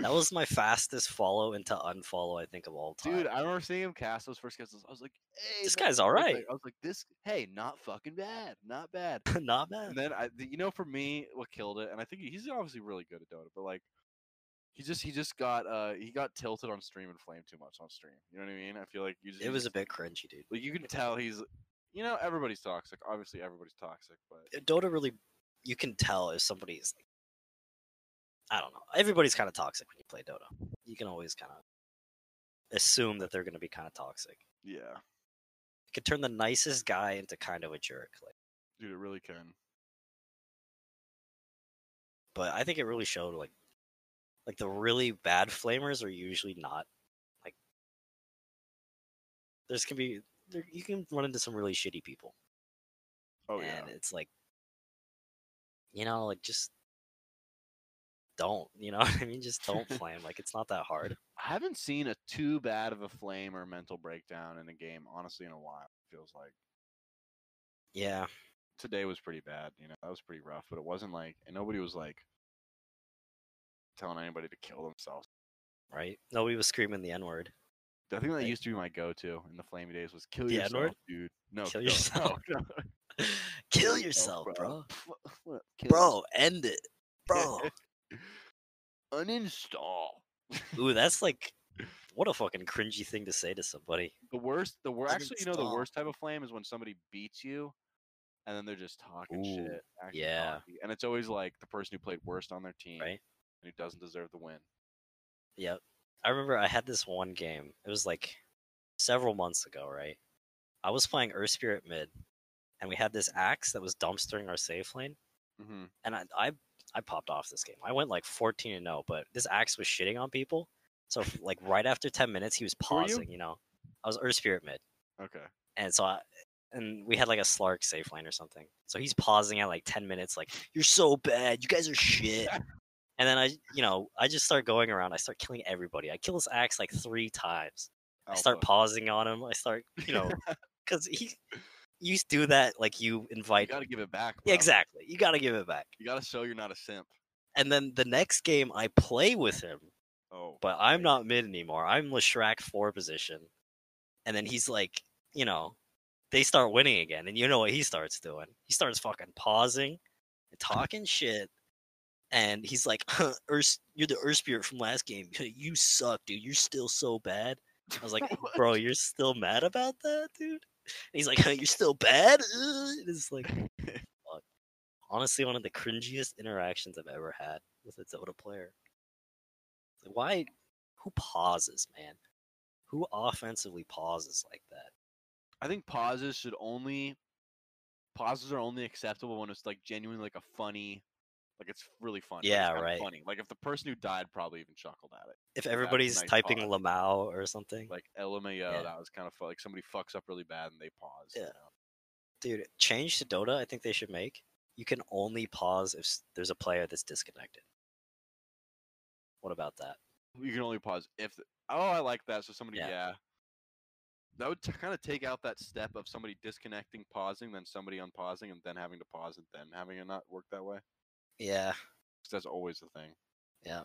[SPEAKER 2] That was my fastest follow into unfollow, I think, of all time.
[SPEAKER 1] Dude, I remember seeing him cast those first kisses. I was like, hey,
[SPEAKER 2] This
[SPEAKER 1] that-
[SPEAKER 2] guy's
[SPEAKER 1] I was like-
[SPEAKER 2] alright.
[SPEAKER 1] I was like, this, hey, not fucking bad, not bad.
[SPEAKER 2] [LAUGHS] Not bad.
[SPEAKER 1] And then I, th- you know, for me, what killed it, and I think he's obviously really good at Dota, but like, he just he just got uh he got tilted on stream and flamed too much on stream. You know what I mean? I feel like you just
[SPEAKER 2] It
[SPEAKER 1] you
[SPEAKER 2] was a
[SPEAKER 1] just-
[SPEAKER 2] bit cringy, dude.
[SPEAKER 1] like you can tell he's you know everybody's toxic. Obviously, everybody's toxic, but
[SPEAKER 2] Dota Uh, really, you can tell if somebody's. Like, I don't know. Everybody's kind of toxic when you play Dota. You can always kind of assume that they're going to be kind of toxic.
[SPEAKER 1] yeah,
[SPEAKER 2] You could turn the nicest guy into kind of a jerk. Like,
[SPEAKER 1] dude, it really can.
[SPEAKER 2] but I think it really showed like, like the really bad flamers are usually not like. There's can be there, you can run into some really shitty people.
[SPEAKER 1] Oh yeah,
[SPEAKER 2] and it's like you know like just don't you know [LAUGHS] what i mean just
[SPEAKER 1] [LAUGHS]
[SPEAKER 2] don't flame like it's not that hard
[SPEAKER 1] I haven't seen a too bad of a flame or mental breakdown in a game honestly in a while. It feels like.
[SPEAKER 2] yeah
[SPEAKER 1] today was pretty bad. You know, that was pretty rough, but it wasn't like, and nobody was like telling anybody to kill themselves.
[SPEAKER 2] right nobody was screaming the n-word
[SPEAKER 1] I think that
[SPEAKER 2] Right.
[SPEAKER 1] used to be my go-to in the flamey days was kill
[SPEAKER 2] The
[SPEAKER 1] yourself,
[SPEAKER 2] N-word?
[SPEAKER 1] dude. No, [LAUGHS]
[SPEAKER 2] Kill yourself.
[SPEAKER 1] no, no.
[SPEAKER 2] [LAUGHS] Kill yourself, bro.
[SPEAKER 1] What- what- kill
[SPEAKER 2] Bro, end it.
[SPEAKER 1] [LAUGHS]
[SPEAKER 2] Bro.
[SPEAKER 1] it. uninstall.
[SPEAKER 2] Ooh, that's like what a fucking cringy thing to say to somebody.
[SPEAKER 1] The worst, the worst. Actually, you know, the
[SPEAKER 2] Uninstall.
[SPEAKER 1] worst type of flame is when somebody beats you, and then they're just talking
[SPEAKER 2] Ooh,
[SPEAKER 1] shit. actually
[SPEAKER 2] yeah.
[SPEAKER 1] talking, and it's always like the person who played worst on their team,
[SPEAKER 2] Right.
[SPEAKER 1] and who doesn't deserve the win.
[SPEAKER 2] Yep. I remember I had this one game. It was like several months ago, right? I was playing Earth Spirit mid, and we had this axe that was dumpstering our safe lane,
[SPEAKER 1] Mm-hmm.
[SPEAKER 2] and I I, I popped off this game. I went like 14 and 0, but this axe was shitting on people. So f- like right after 10 minutes, he was
[SPEAKER 1] Who are you?
[SPEAKER 2] pausing. You? know, I was Earth Spirit mid,
[SPEAKER 1] Okay.
[SPEAKER 2] and so I. And we had like a Slark safe lane or something. So he's pausing at like 10 minutes, like, you're so bad. You guys
[SPEAKER 1] [LAUGHS]
[SPEAKER 2] are shit. And then I, you know, I just start going around. I start killing everybody. I kill this axe like three times. I start
[SPEAKER 1] Alpha.
[SPEAKER 2] pausing on him. I start,
[SPEAKER 1] [LAUGHS]
[SPEAKER 2] you know, because he, you do that like you
[SPEAKER 1] You
[SPEAKER 2] invite.
[SPEAKER 1] gotta give it back.
[SPEAKER 2] Yeah,
[SPEAKER 1] bro.
[SPEAKER 2] exactly. You gotta give it back.
[SPEAKER 1] You gotta show you're not a simp.
[SPEAKER 2] And then the next game, I play with him,
[SPEAKER 1] Oh,
[SPEAKER 2] but I'm not mid anymore. I'm Lashrak four position, and then he's like, you know, they start winning again, and you know what he starts doing? He starts fucking pausing and talking shit, and he's like, [LAUGHS] huh, Urs, "You're the Earth Spirit from last game. [LAUGHS] You suck, dude. You're still so bad." I
[SPEAKER 1] [LAUGHS]
[SPEAKER 2] was like, "Bro, you're still mad about that, dude?" And he's like, [LAUGHS] huh, "You're still bad." Uh, and It's like, fuck. honestly, one of the cringiest interactions I've ever had with a Dota player. It's Like, why? Who pauses, man? Who offensively pauses like that?
[SPEAKER 1] I think pauses should only pauses are only acceptable when it's like genuinely like a funny, like it's really funny. like, it's
[SPEAKER 2] Yeah,
[SPEAKER 1] kinda
[SPEAKER 2] right.
[SPEAKER 1] Funny. Like if the person who died probably even chuckled at it.
[SPEAKER 2] If
[SPEAKER 1] a
[SPEAKER 2] everybody's
[SPEAKER 1] nice
[SPEAKER 2] typing
[SPEAKER 1] pause.
[SPEAKER 2] Lamau or something,
[SPEAKER 1] Like LMAO,
[SPEAKER 2] Mm. Yeah.
[SPEAKER 1] that was kind of fun. Like somebody fucks up really bad and they pause. you
[SPEAKER 2] Yeah.
[SPEAKER 1] know?
[SPEAKER 2] dude, change to Dota. I think they should make. You can only pause if s- there's a player that's disconnected. What about that?
[SPEAKER 1] You can only pause if. The, oh, I like that. So somebody, yeah.
[SPEAKER 2] Yeah.
[SPEAKER 1] That would t- kind of take out that step of somebody disconnecting, pausing, then somebody unpausing, and then having to pause, and then having it not work that way.
[SPEAKER 2] Yeah,
[SPEAKER 1] 'Cause that's always the thing.
[SPEAKER 2] yeah.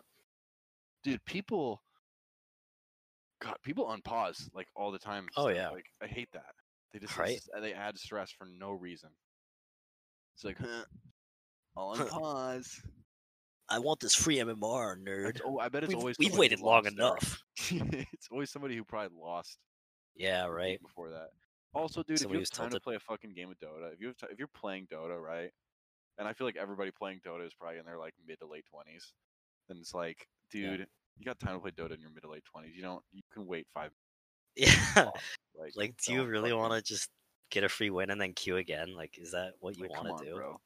[SPEAKER 1] dude, people, God, people unpause like all the time. and
[SPEAKER 2] Oh,
[SPEAKER 1] stuff,
[SPEAKER 2] yeah.
[SPEAKER 1] like I hate that. They just
[SPEAKER 2] Right?
[SPEAKER 1] ins- they add stress for no reason. It's like, huh, I'll unpause.
[SPEAKER 2] I want this free MMR, nerd.
[SPEAKER 1] It's al- I bet it's
[SPEAKER 2] We've,
[SPEAKER 1] always
[SPEAKER 2] we've
[SPEAKER 1] somebody
[SPEAKER 2] waited
[SPEAKER 1] who
[SPEAKER 2] long
[SPEAKER 1] lost their-
[SPEAKER 2] enough.
[SPEAKER 1] [LAUGHS] it's always somebody who probably lost
[SPEAKER 2] [LAUGHS]
[SPEAKER 1] the
[SPEAKER 2] Yeah,
[SPEAKER 1] game [LAUGHS]
[SPEAKER 2] right. [LAUGHS]
[SPEAKER 1] before that. Also, dude, if
[SPEAKER 2] Somebody
[SPEAKER 1] you have
[SPEAKER 2] who's
[SPEAKER 1] time to
[SPEAKER 2] tilted.
[SPEAKER 1] play a fucking game of Dota, if you have ti- if you're playing Dota, right? And I feel like everybody playing Dota is probably in their like mid to late twenties. Then it's like,
[SPEAKER 2] Yeah.
[SPEAKER 1] dude, you got time to play Dota in your mid to late twenties. You don't. You can wait
[SPEAKER 2] [LAUGHS]
[SPEAKER 1] five
[SPEAKER 2] Yeah.
[SPEAKER 1] Oh, Like,
[SPEAKER 2] Like, do you
[SPEAKER 1] don't
[SPEAKER 2] really
[SPEAKER 1] fucking-
[SPEAKER 2] want to just get a free win and then queue again? Like, is that what you
[SPEAKER 1] like, come
[SPEAKER 2] want
[SPEAKER 1] on,
[SPEAKER 2] to do?
[SPEAKER 1] bro.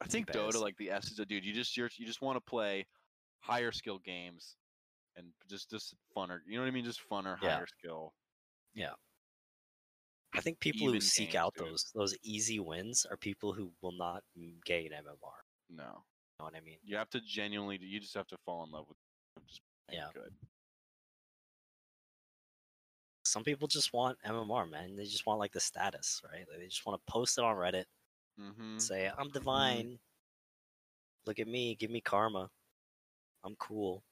[SPEAKER 1] I
[SPEAKER 2] It's
[SPEAKER 1] think Dota,
[SPEAKER 2] embarrassing.
[SPEAKER 1] like the essence of dude, you just you're, you just want to play higher skill games, and just just funner. You know what I mean? Just funner,
[SPEAKER 2] Yeah.
[SPEAKER 1] higher skill.
[SPEAKER 2] I think people who
[SPEAKER 1] Even
[SPEAKER 2] seek
[SPEAKER 1] games,
[SPEAKER 2] out
[SPEAKER 1] dude.
[SPEAKER 2] those those easy wins are people who will not m- gain MMR. You
[SPEAKER 1] No,
[SPEAKER 2] know what I mean?
[SPEAKER 1] you have to genuinely. You just have to fall in love with. Just being
[SPEAKER 2] Yeah.
[SPEAKER 1] good.
[SPEAKER 2] Some people just want MMR, man. They just want like the status, right? Like, they just want to post it on Reddit,
[SPEAKER 1] Mm-hmm.
[SPEAKER 2] say, "I'm divine. Look at me. Give me karma. I'm cool."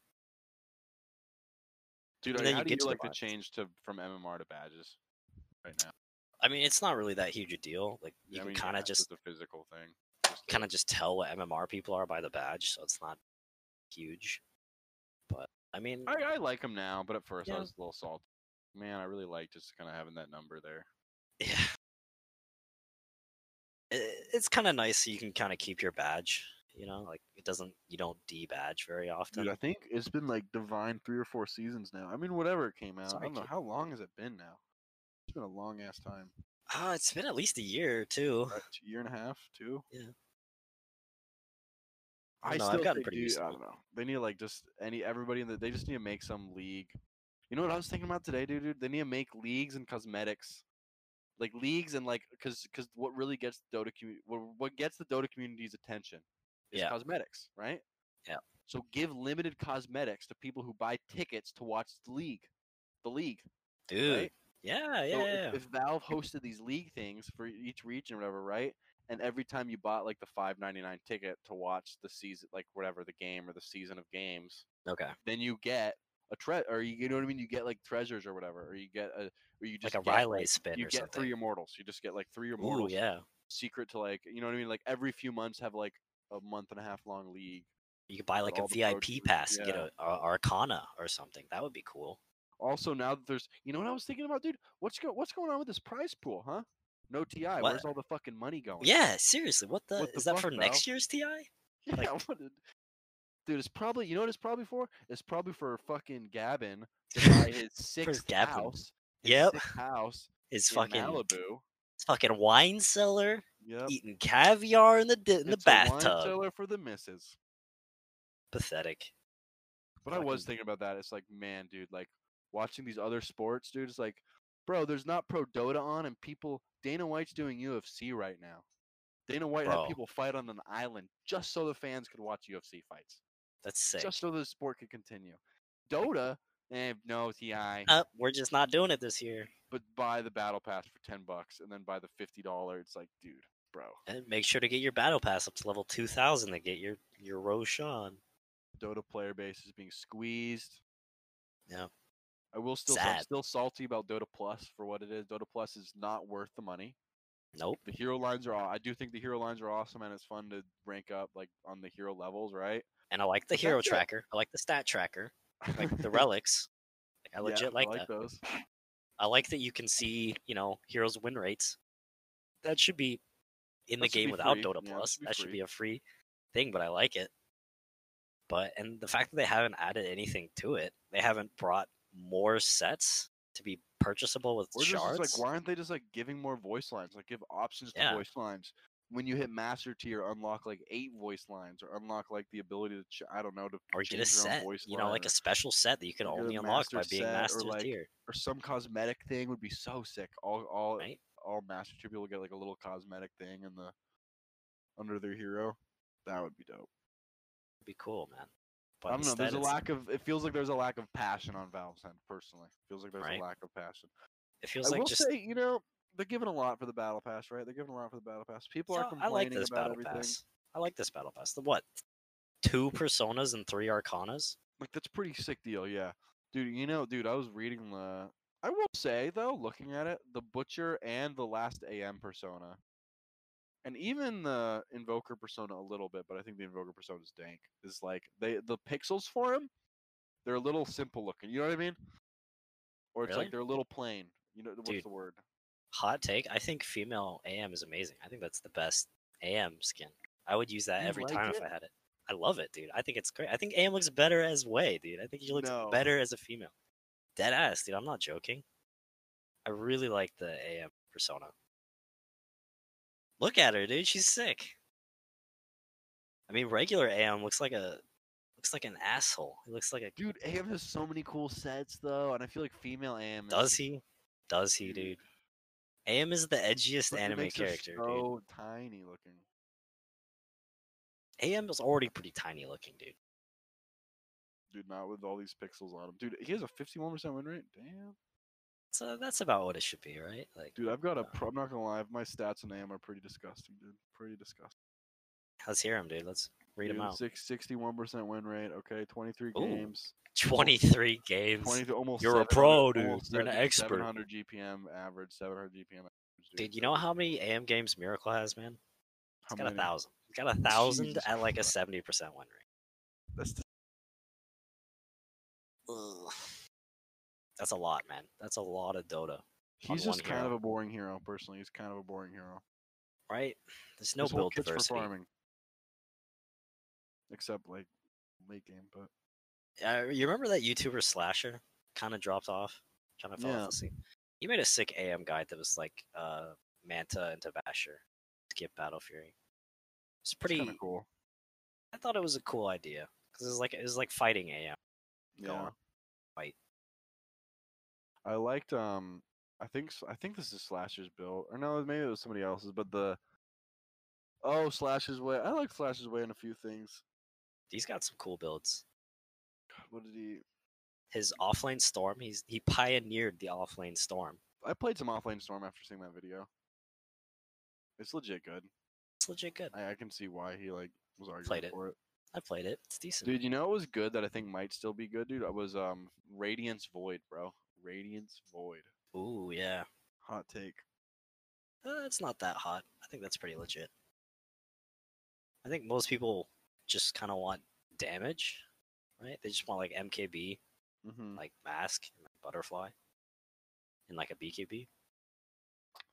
[SPEAKER 1] Dude,
[SPEAKER 2] And
[SPEAKER 1] I-
[SPEAKER 2] then
[SPEAKER 1] how
[SPEAKER 2] you
[SPEAKER 1] do
[SPEAKER 2] get
[SPEAKER 1] you
[SPEAKER 2] to the
[SPEAKER 1] like to
[SPEAKER 2] vibes.
[SPEAKER 1] change to from MMR to badges right now?
[SPEAKER 2] I mean, it's not really that huge a deal. Like, you
[SPEAKER 1] I
[SPEAKER 2] can
[SPEAKER 1] mean,
[SPEAKER 2] kind
[SPEAKER 1] yeah,
[SPEAKER 2] of
[SPEAKER 1] it's
[SPEAKER 2] just
[SPEAKER 1] a physical thing. Just a-
[SPEAKER 2] kind of just tell what MMR people are by the badge, so it's not huge. But I mean,
[SPEAKER 1] I, I like him now, but at first I
[SPEAKER 2] Yeah.
[SPEAKER 1] was a little salty. Man, I really like just kind of having that number there.
[SPEAKER 2] [LAUGHS] yeah, I- it's kind of nice. So you can kind of keep your badge. You know, like it doesn't. You don't debadge very often.
[SPEAKER 1] Dude, I think it's been like Divine three or four seasons now. I mean, whatever it came out. I
[SPEAKER 2] Sorry,
[SPEAKER 1] don't know
[SPEAKER 2] kid.
[SPEAKER 1] how long has it been now. It's been a long ass time.
[SPEAKER 2] Ah, it's been at least a year or two.
[SPEAKER 1] What, two year and a half, two.
[SPEAKER 2] Yeah.
[SPEAKER 1] I
[SPEAKER 2] I don't know, I've
[SPEAKER 1] still
[SPEAKER 2] gotten
[SPEAKER 1] think,
[SPEAKER 2] pretty
[SPEAKER 1] dude,
[SPEAKER 2] used to
[SPEAKER 1] I
[SPEAKER 2] it.
[SPEAKER 1] don't know. They need like just any everybody in the. They just need to make some league. You know what I was thinking about today, dude? dude? They need to make leagues and cosmetics, like leagues and like because because what really gets Dota community what, what gets the Dota community's attention is
[SPEAKER 2] Yeah.
[SPEAKER 1] cosmetics, right?
[SPEAKER 2] Yeah.
[SPEAKER 1] So give limited cosmetics to people who buy tickets to watch the league, the league.
[SPEAKER 2] Dude,
[SPEAKER 1] right?
[SPEAKER 2] yeah,
[SPEAKER 1] So
[SPEAKER 2] yeah.
[SPEAKER 1] if, if Valve hosted these league things for e, each region, or whatever, right? And every time you bought like the five ninety nine ticket to watch the season, like whatever the game or the season of games,
[SPEAKER 2] okay,
[SPEAKER 1] then you get a tre or you, you know what I mean. You get like treasures or whatever, or you get a or you
[SPEAKER 2] like
[SPEAKER 1] just
[SPEAKER 2] a
[SPEAKER 1] get,
[SPEAKER 2] Riley spin
[SPEAKER 1] you
[SPEAKER 2] or
[SPEAKER 1] get
[SPEAKER 2] something.
[SPEAKER 1] three immortals. You just get like three
[SPEAKER 2] Ooh,
[SPEAKER 1] immortals.
[SPEAKER 2] yeah.
[SPEAKER 1] Secret to like you know what I mean. Like every few months have like a month and a half long league.
[SPEAKER 2] You could buy like a
[SPEAKER 1] all the
[SPEAKER 2] VIP
[SPEAKER 1] proceeds,
[SPEAKER 2] pass, and get
[SPEAKER 1] yeah.
[SPEAKER 2] a, a Arcana or something. That would be cool.
[SPEAKER 1] Also now that there's you know what I was thinking about, dude. What's go- what's going on with this prize pool, huh? No Ti. Where's
[SPEAKER 2] What?
[SPEAKER 1] all the fucking money going?
[SPEAKER 2] Yeah, seriously. What the?
[SPEAKER 1] Oh, What the
[SPEAKER 2] is that
[SPEAKER 1] fuck,
[SPEAKER 2] for
[SPEAKER 1] bro?
[SPEAKER 2] next year's TI?
[SPEAKER 1] [LAUGHS] Yeah,
[SPEAKER 2] Like-
[SPEAKER 1] what did- dude, it's probably you know what it's probably for? It's probably for fucking Gavin to
[SPEAKER 2] [LAUGHS]
[SPEAKER 1] buy his sixth
[SPEAKER 2] Gavin.
[SPEAKER 1] house. His
[SPEAKER 2] Yep.
[SPEAKER 1] sixth house
[SPEAKER 2] Is
[SPEAKER 1] in
[SPEAKER 2] fucking
[SPEAKER 1] Malibu.
[SPEAKER 2] his fucking wine cellar,
[SPEAKER 1] Yep.
[SPEAKER 2] eating caviar in the di- in the
[SPEAKER 1] It's a wine
[SPEAKER 2] bathtub.
[SPEAKER 1] cellar for the misses.
[SPEAKER 2] Pathetic.
[SPEAKER 1] But I was
[SPEAKER 2] Fucking-
[SPEAKER 1] thinking about that. It's like, man, dude, like watching these other sports, dude. It's like, bro, there's not pro Dota on, and people Dana White's doing UFC right now. Dana White
[SPEAKER 2] Bro.
[SPEAKER 1] had people fight on an island just so the fans could watch UFC fights,
[SPEAKER 2] That's sick.
[SPEAKER 1] just so the sport could continue. Dota, eh, no Ti.
[SPEAKER 2] Uh, we're just not doing it this year.
[SPEAKER 1] but buy the battle pass for 10 bucks and then buy the $50 it's like dude bro
[SPEAKER 2] And make sure to get your battle pass up to level two thousand to get your your Roshan.
[SPEAKER 1] dota player base is being squeezed
[SPEAKER 2] Yeah.
[SPEAKER 1] i will still i'm
[SPEAKER 2] Sad.
[SPEAKER 1] still salty about dota plus for what it is dota plus is not worth the money
[SPEAKER 2] Nope.
[SPEAKER 1] the hero lines are aw- i do think the hero lines are awesome and it's fun to rank up like on the hero levels right
[SPEAKER 2] And I like the
[SPEAKER 1] But
[SPEAKER 2] hero
[SPEAKER 1] that's it.
[SPEAKER 2] tracker. I like the stat tracker. Like
[SPEAKER 1] [LAUGHS]
[SPEAKER 2] the relics. Like, I
[SPEAKER 1] Yeah,
[SPEAKER 2] legit like,
[SPEAKER 1] I
[SPEAKER 2] that.
[SPEAKER 1] like those
[SPEAKER 2] I like that you can see, you know, heroes win rates. That should be in the
[SPEAKER 1] That should
[SPEAKER 2] game
[SPEAKER 1] be
[SPEAKER 2] without
[SPEAKER 1] free.
[SPEAKER 2] Dota
[SPEAKER 1] Yeah, that
[SPEAKER 2] Plus.
[SPEAKER 1] should be
[SPEAKER 2] that should
[SPEAKER 1] free.
[SPEAKER 2] be a free thing, but I like it. But and the fact that they haven't added anything to it, they haven't brought more sets to be purchasable with
[SPEAKER 1] Or just,
[SPEAKER 2] shards.
[SPEAKER 1] it's like, why aren't they just like giving more voice lines? Like, give options to
[SPEAKER 2] Yeah.
[SPEAKER 1] voice lines. When you hit master tier, unlock like eight voice lines, or unlock like the ability to, ch- I don't know, to
[SPEAKER 2] or get a
[SPEAKER 1] change your own
[SPEAKER 2] set,
[SPEAKER 1] voice
[SPEAKER 2] you know,
[SPEAKER 1] line
[SPEAKER 2] like
[SPEAKER 1] or-
[SPEAKER 2] a special set that you can
[SPEAKER 1] or get a
[SPEAKER 2] only unlock by
[SPEAKER 1] master
[SPEAKER 2] being
[SPEAKER 1] set or,
[SPEAKER 2] master
[SPEAKER 1] like,
[SPEAKER 2] tier.
[SPEAKER 1] or some cosmetic thing would be so sick. All, all,
[SPEAKER 2] Right.
[SPEAKER 1] all master tier people get like a little cosmetic thing in the under their hero. That would be dope.
[SPEAKER 2] It'd be cool, man. But
[SPEAKER 1] I don't know. There's
[SPEAKER 2] instead
[SPEAKER 1] a
[SPEAKER 2] it's-
[SPEAKER 1] lack of. It feels like there's a lack of passion on Valve's end. Personally, feels like there's
[SPEAKER 2] Right.
[SPEAKER 1] a lack of passion.
[SPEAKER 2] It feels
[SPEAKER 1] I
[SPEAKER 2] like
[SPEAKER 1] will
[SPEAKER 2] just
[SPEAKER 1] say, you know, they're giving a lot for the battle pass, right? They're giving a lot for the battle pass. People are
[SPEAKER 2] So, I
[SPEAKER 1] complaining
[SPEAKER 2] like this
[SPEAKER 1] about
[SPEAKER 2] battle
[SPEAKER 1] everything.
[SPEAKER 2] pass. I like this battle pass. The what?
[SPEAKER 1] [LAUGHS]
[SPEAKER 2] Two personas and three arcanas.
[SPEAKER 1] Like that's a pretty sick deal, yeah. Dude, you know, dude, I was reading the. I will say though, looking at it, the butcher and the last AM persona, and even the invoker persona a little bit, but I think the invoker persona is dank. Is like they the pixels for him, they're a little simple looking. You know what I mean? Or it's
[SPEAKER 2] Really?
[SPEAKER 1] like they're a little plain. You know what's
[SPEAKER 2] Dude,
[SPEAKER 1] the word?
[SPEAKER 2] Hot take. I think female AM is amazing. I think that's the best AM skin. I would use that
[SPEAKER 1] You
[SPEAKER 2] every
[SPEAKER 1] like
[SPEAKER 2] time
[SPEAKER 1] it?
[SPEAKER 2] if I had it. I love it, dude. I think it's great. I think AM looks better as way, dude. I think he looks
[SPEAKER 1] No.
[SPEAKER 2] better as a female. Dead ass, dude. I'm not joking. I really like the AM persona. Look at her, dude. She's sick. I mean, regular AM looks like a looks like an asshole. He looks like a
[SPEAKER 1] Dude, AM has so many cool sets though, and I feel like female AM is
[SPEAKER 2] does
[SPEAKER 1] just-
[SPEAKER 2] he? Does he, dude? AM is the edgiest
[SPEAKER 1] But it
[SPEAKER 2] anime
[SPEAKER 1] makes her
[SPEAKER 2] character, dude.
[SPEAKER 1] So tiny looking.
[SPEAKER 2] AM is already pretty tiny looking, dude.
[SPEAKER 1] Dude, not with all these pixels on him. Dude, he has a 51% win rate? Damn.
[SPEAKER 2] So that's about what it should be, right? Like,
[SPEAKER 1] Dude, I've got a.
[SPEAKER 2] Uh.
[SPEAKER 1] Pro- I'm not gonna lie, my stats on AM are pretty disgusting, dude. Pretty disgusting.
[SPEAKER 2] let's hear him, dude. Let's read him
[SPEAKER 1] Dude,
[SPEAKER 2] out.
[SPEAKER 1] Six, 61% win rate. Okay, 23
[SPEAKER 2] Ooh.
[SPEAKER 1] games.
[SPEAKER 2] 23 games.
[SPEAKER 1] 23, almost.
[SPEAKER 2] You're a
[SPEAKER 1] 700
[SPEAKER 2] pro, dude.
[SPEAKER 1] almost
[SPEAKER 2] You're an
[SPEAKER 1] seven-
[SPEAKER 2] expert.
[SPEAKER 1] 700 GPM average. 700 GPM. Average,
[SPEAKER 2] Dude, you know how many AM games Miracle has, man?
[SPEAKER 1] How
[SPEAKER 2] It's got a
[SPEAKER 1] many?
[SPEAKER 2] thousand. It's got a thousand
[SPEAKER 1] Jesus
[SPEAKER 2] at like a
[SPEAKER 1] Christ.
[SPEAKER 2] 70% win
[SPEAKER 1] That's the-
[SPEAKER 2] rate. Ugh. That's a lot, man. That's a lot of Dota,
[SPEAKER 1] He's
[SPEAKER 2] one
[SPEAKER 1] just kind of
[SPEAKER 2] hero.
[SPEAKER 1] a boring hero, personally. He's kind of a boring hero.
[SPEAKER 2] right? There's no
[SPEAKER 1] His whole
[SPEAKER 2] build
[SPEAKER 1] kit's for
[SPEAKER 2] diversity.
[SPEAKER 1] farming. Except like late game, but
[SPEAKER 2] Uh, you remember that YouTuber Slasher kind of dropped off, kind of fell
[SPEAKER 1] Yeah.
[SPEAKER 2] off the scene. He made a sick AM guide that was like uh, Manta and Tabasher skip Battle Fury. It's pretty.
[SPEAKER 1] it's kind of cool.
[SPEAKER 2] I thought it was a cool idea because it was like it was like fighting AM. Go on. Fight.
[SPEAKER 1] I liked um I think s- I think this is Slash's build. Or no, maybe it was somebody else's, but the Oh, Slash's way. I like Slash's way in a few things. [SIGHS]
[SPEAKER 2] He's got some cool builds.
[SPEAKER 1] God, what did he
[SPEAKER 2] His offlane storm. He's he pioneered the offlane storm.
[SPEAKER 1] I played some offlane storm after seeing that video. It's legit good.
[SPEAKER 2] It's legit good.
[SPEAKER 1] I, I can see why he like was arguing
[SPEAKER 2] Played it.
[SPEAKER 1] for it.
[SPEAKER 2] I played it. It's decent.
[SPEAKER 1] Dude, you know it was good that I think might still be good, dude. I was um Radiance Void, bro. Radiance Void.
[SPEAKER 2] Ooh, yeah.
[SPEAKER 1] Hot take.
[SPEAKER 2] Uh, it's not that hot. I think that's pretty legit. I think most people just kind of want damage, right? They just want like MKB,
[SPEAKER 1] Mm-hmm.
[SPEAKER 2] like mask, and like butterfly, and like a BKB.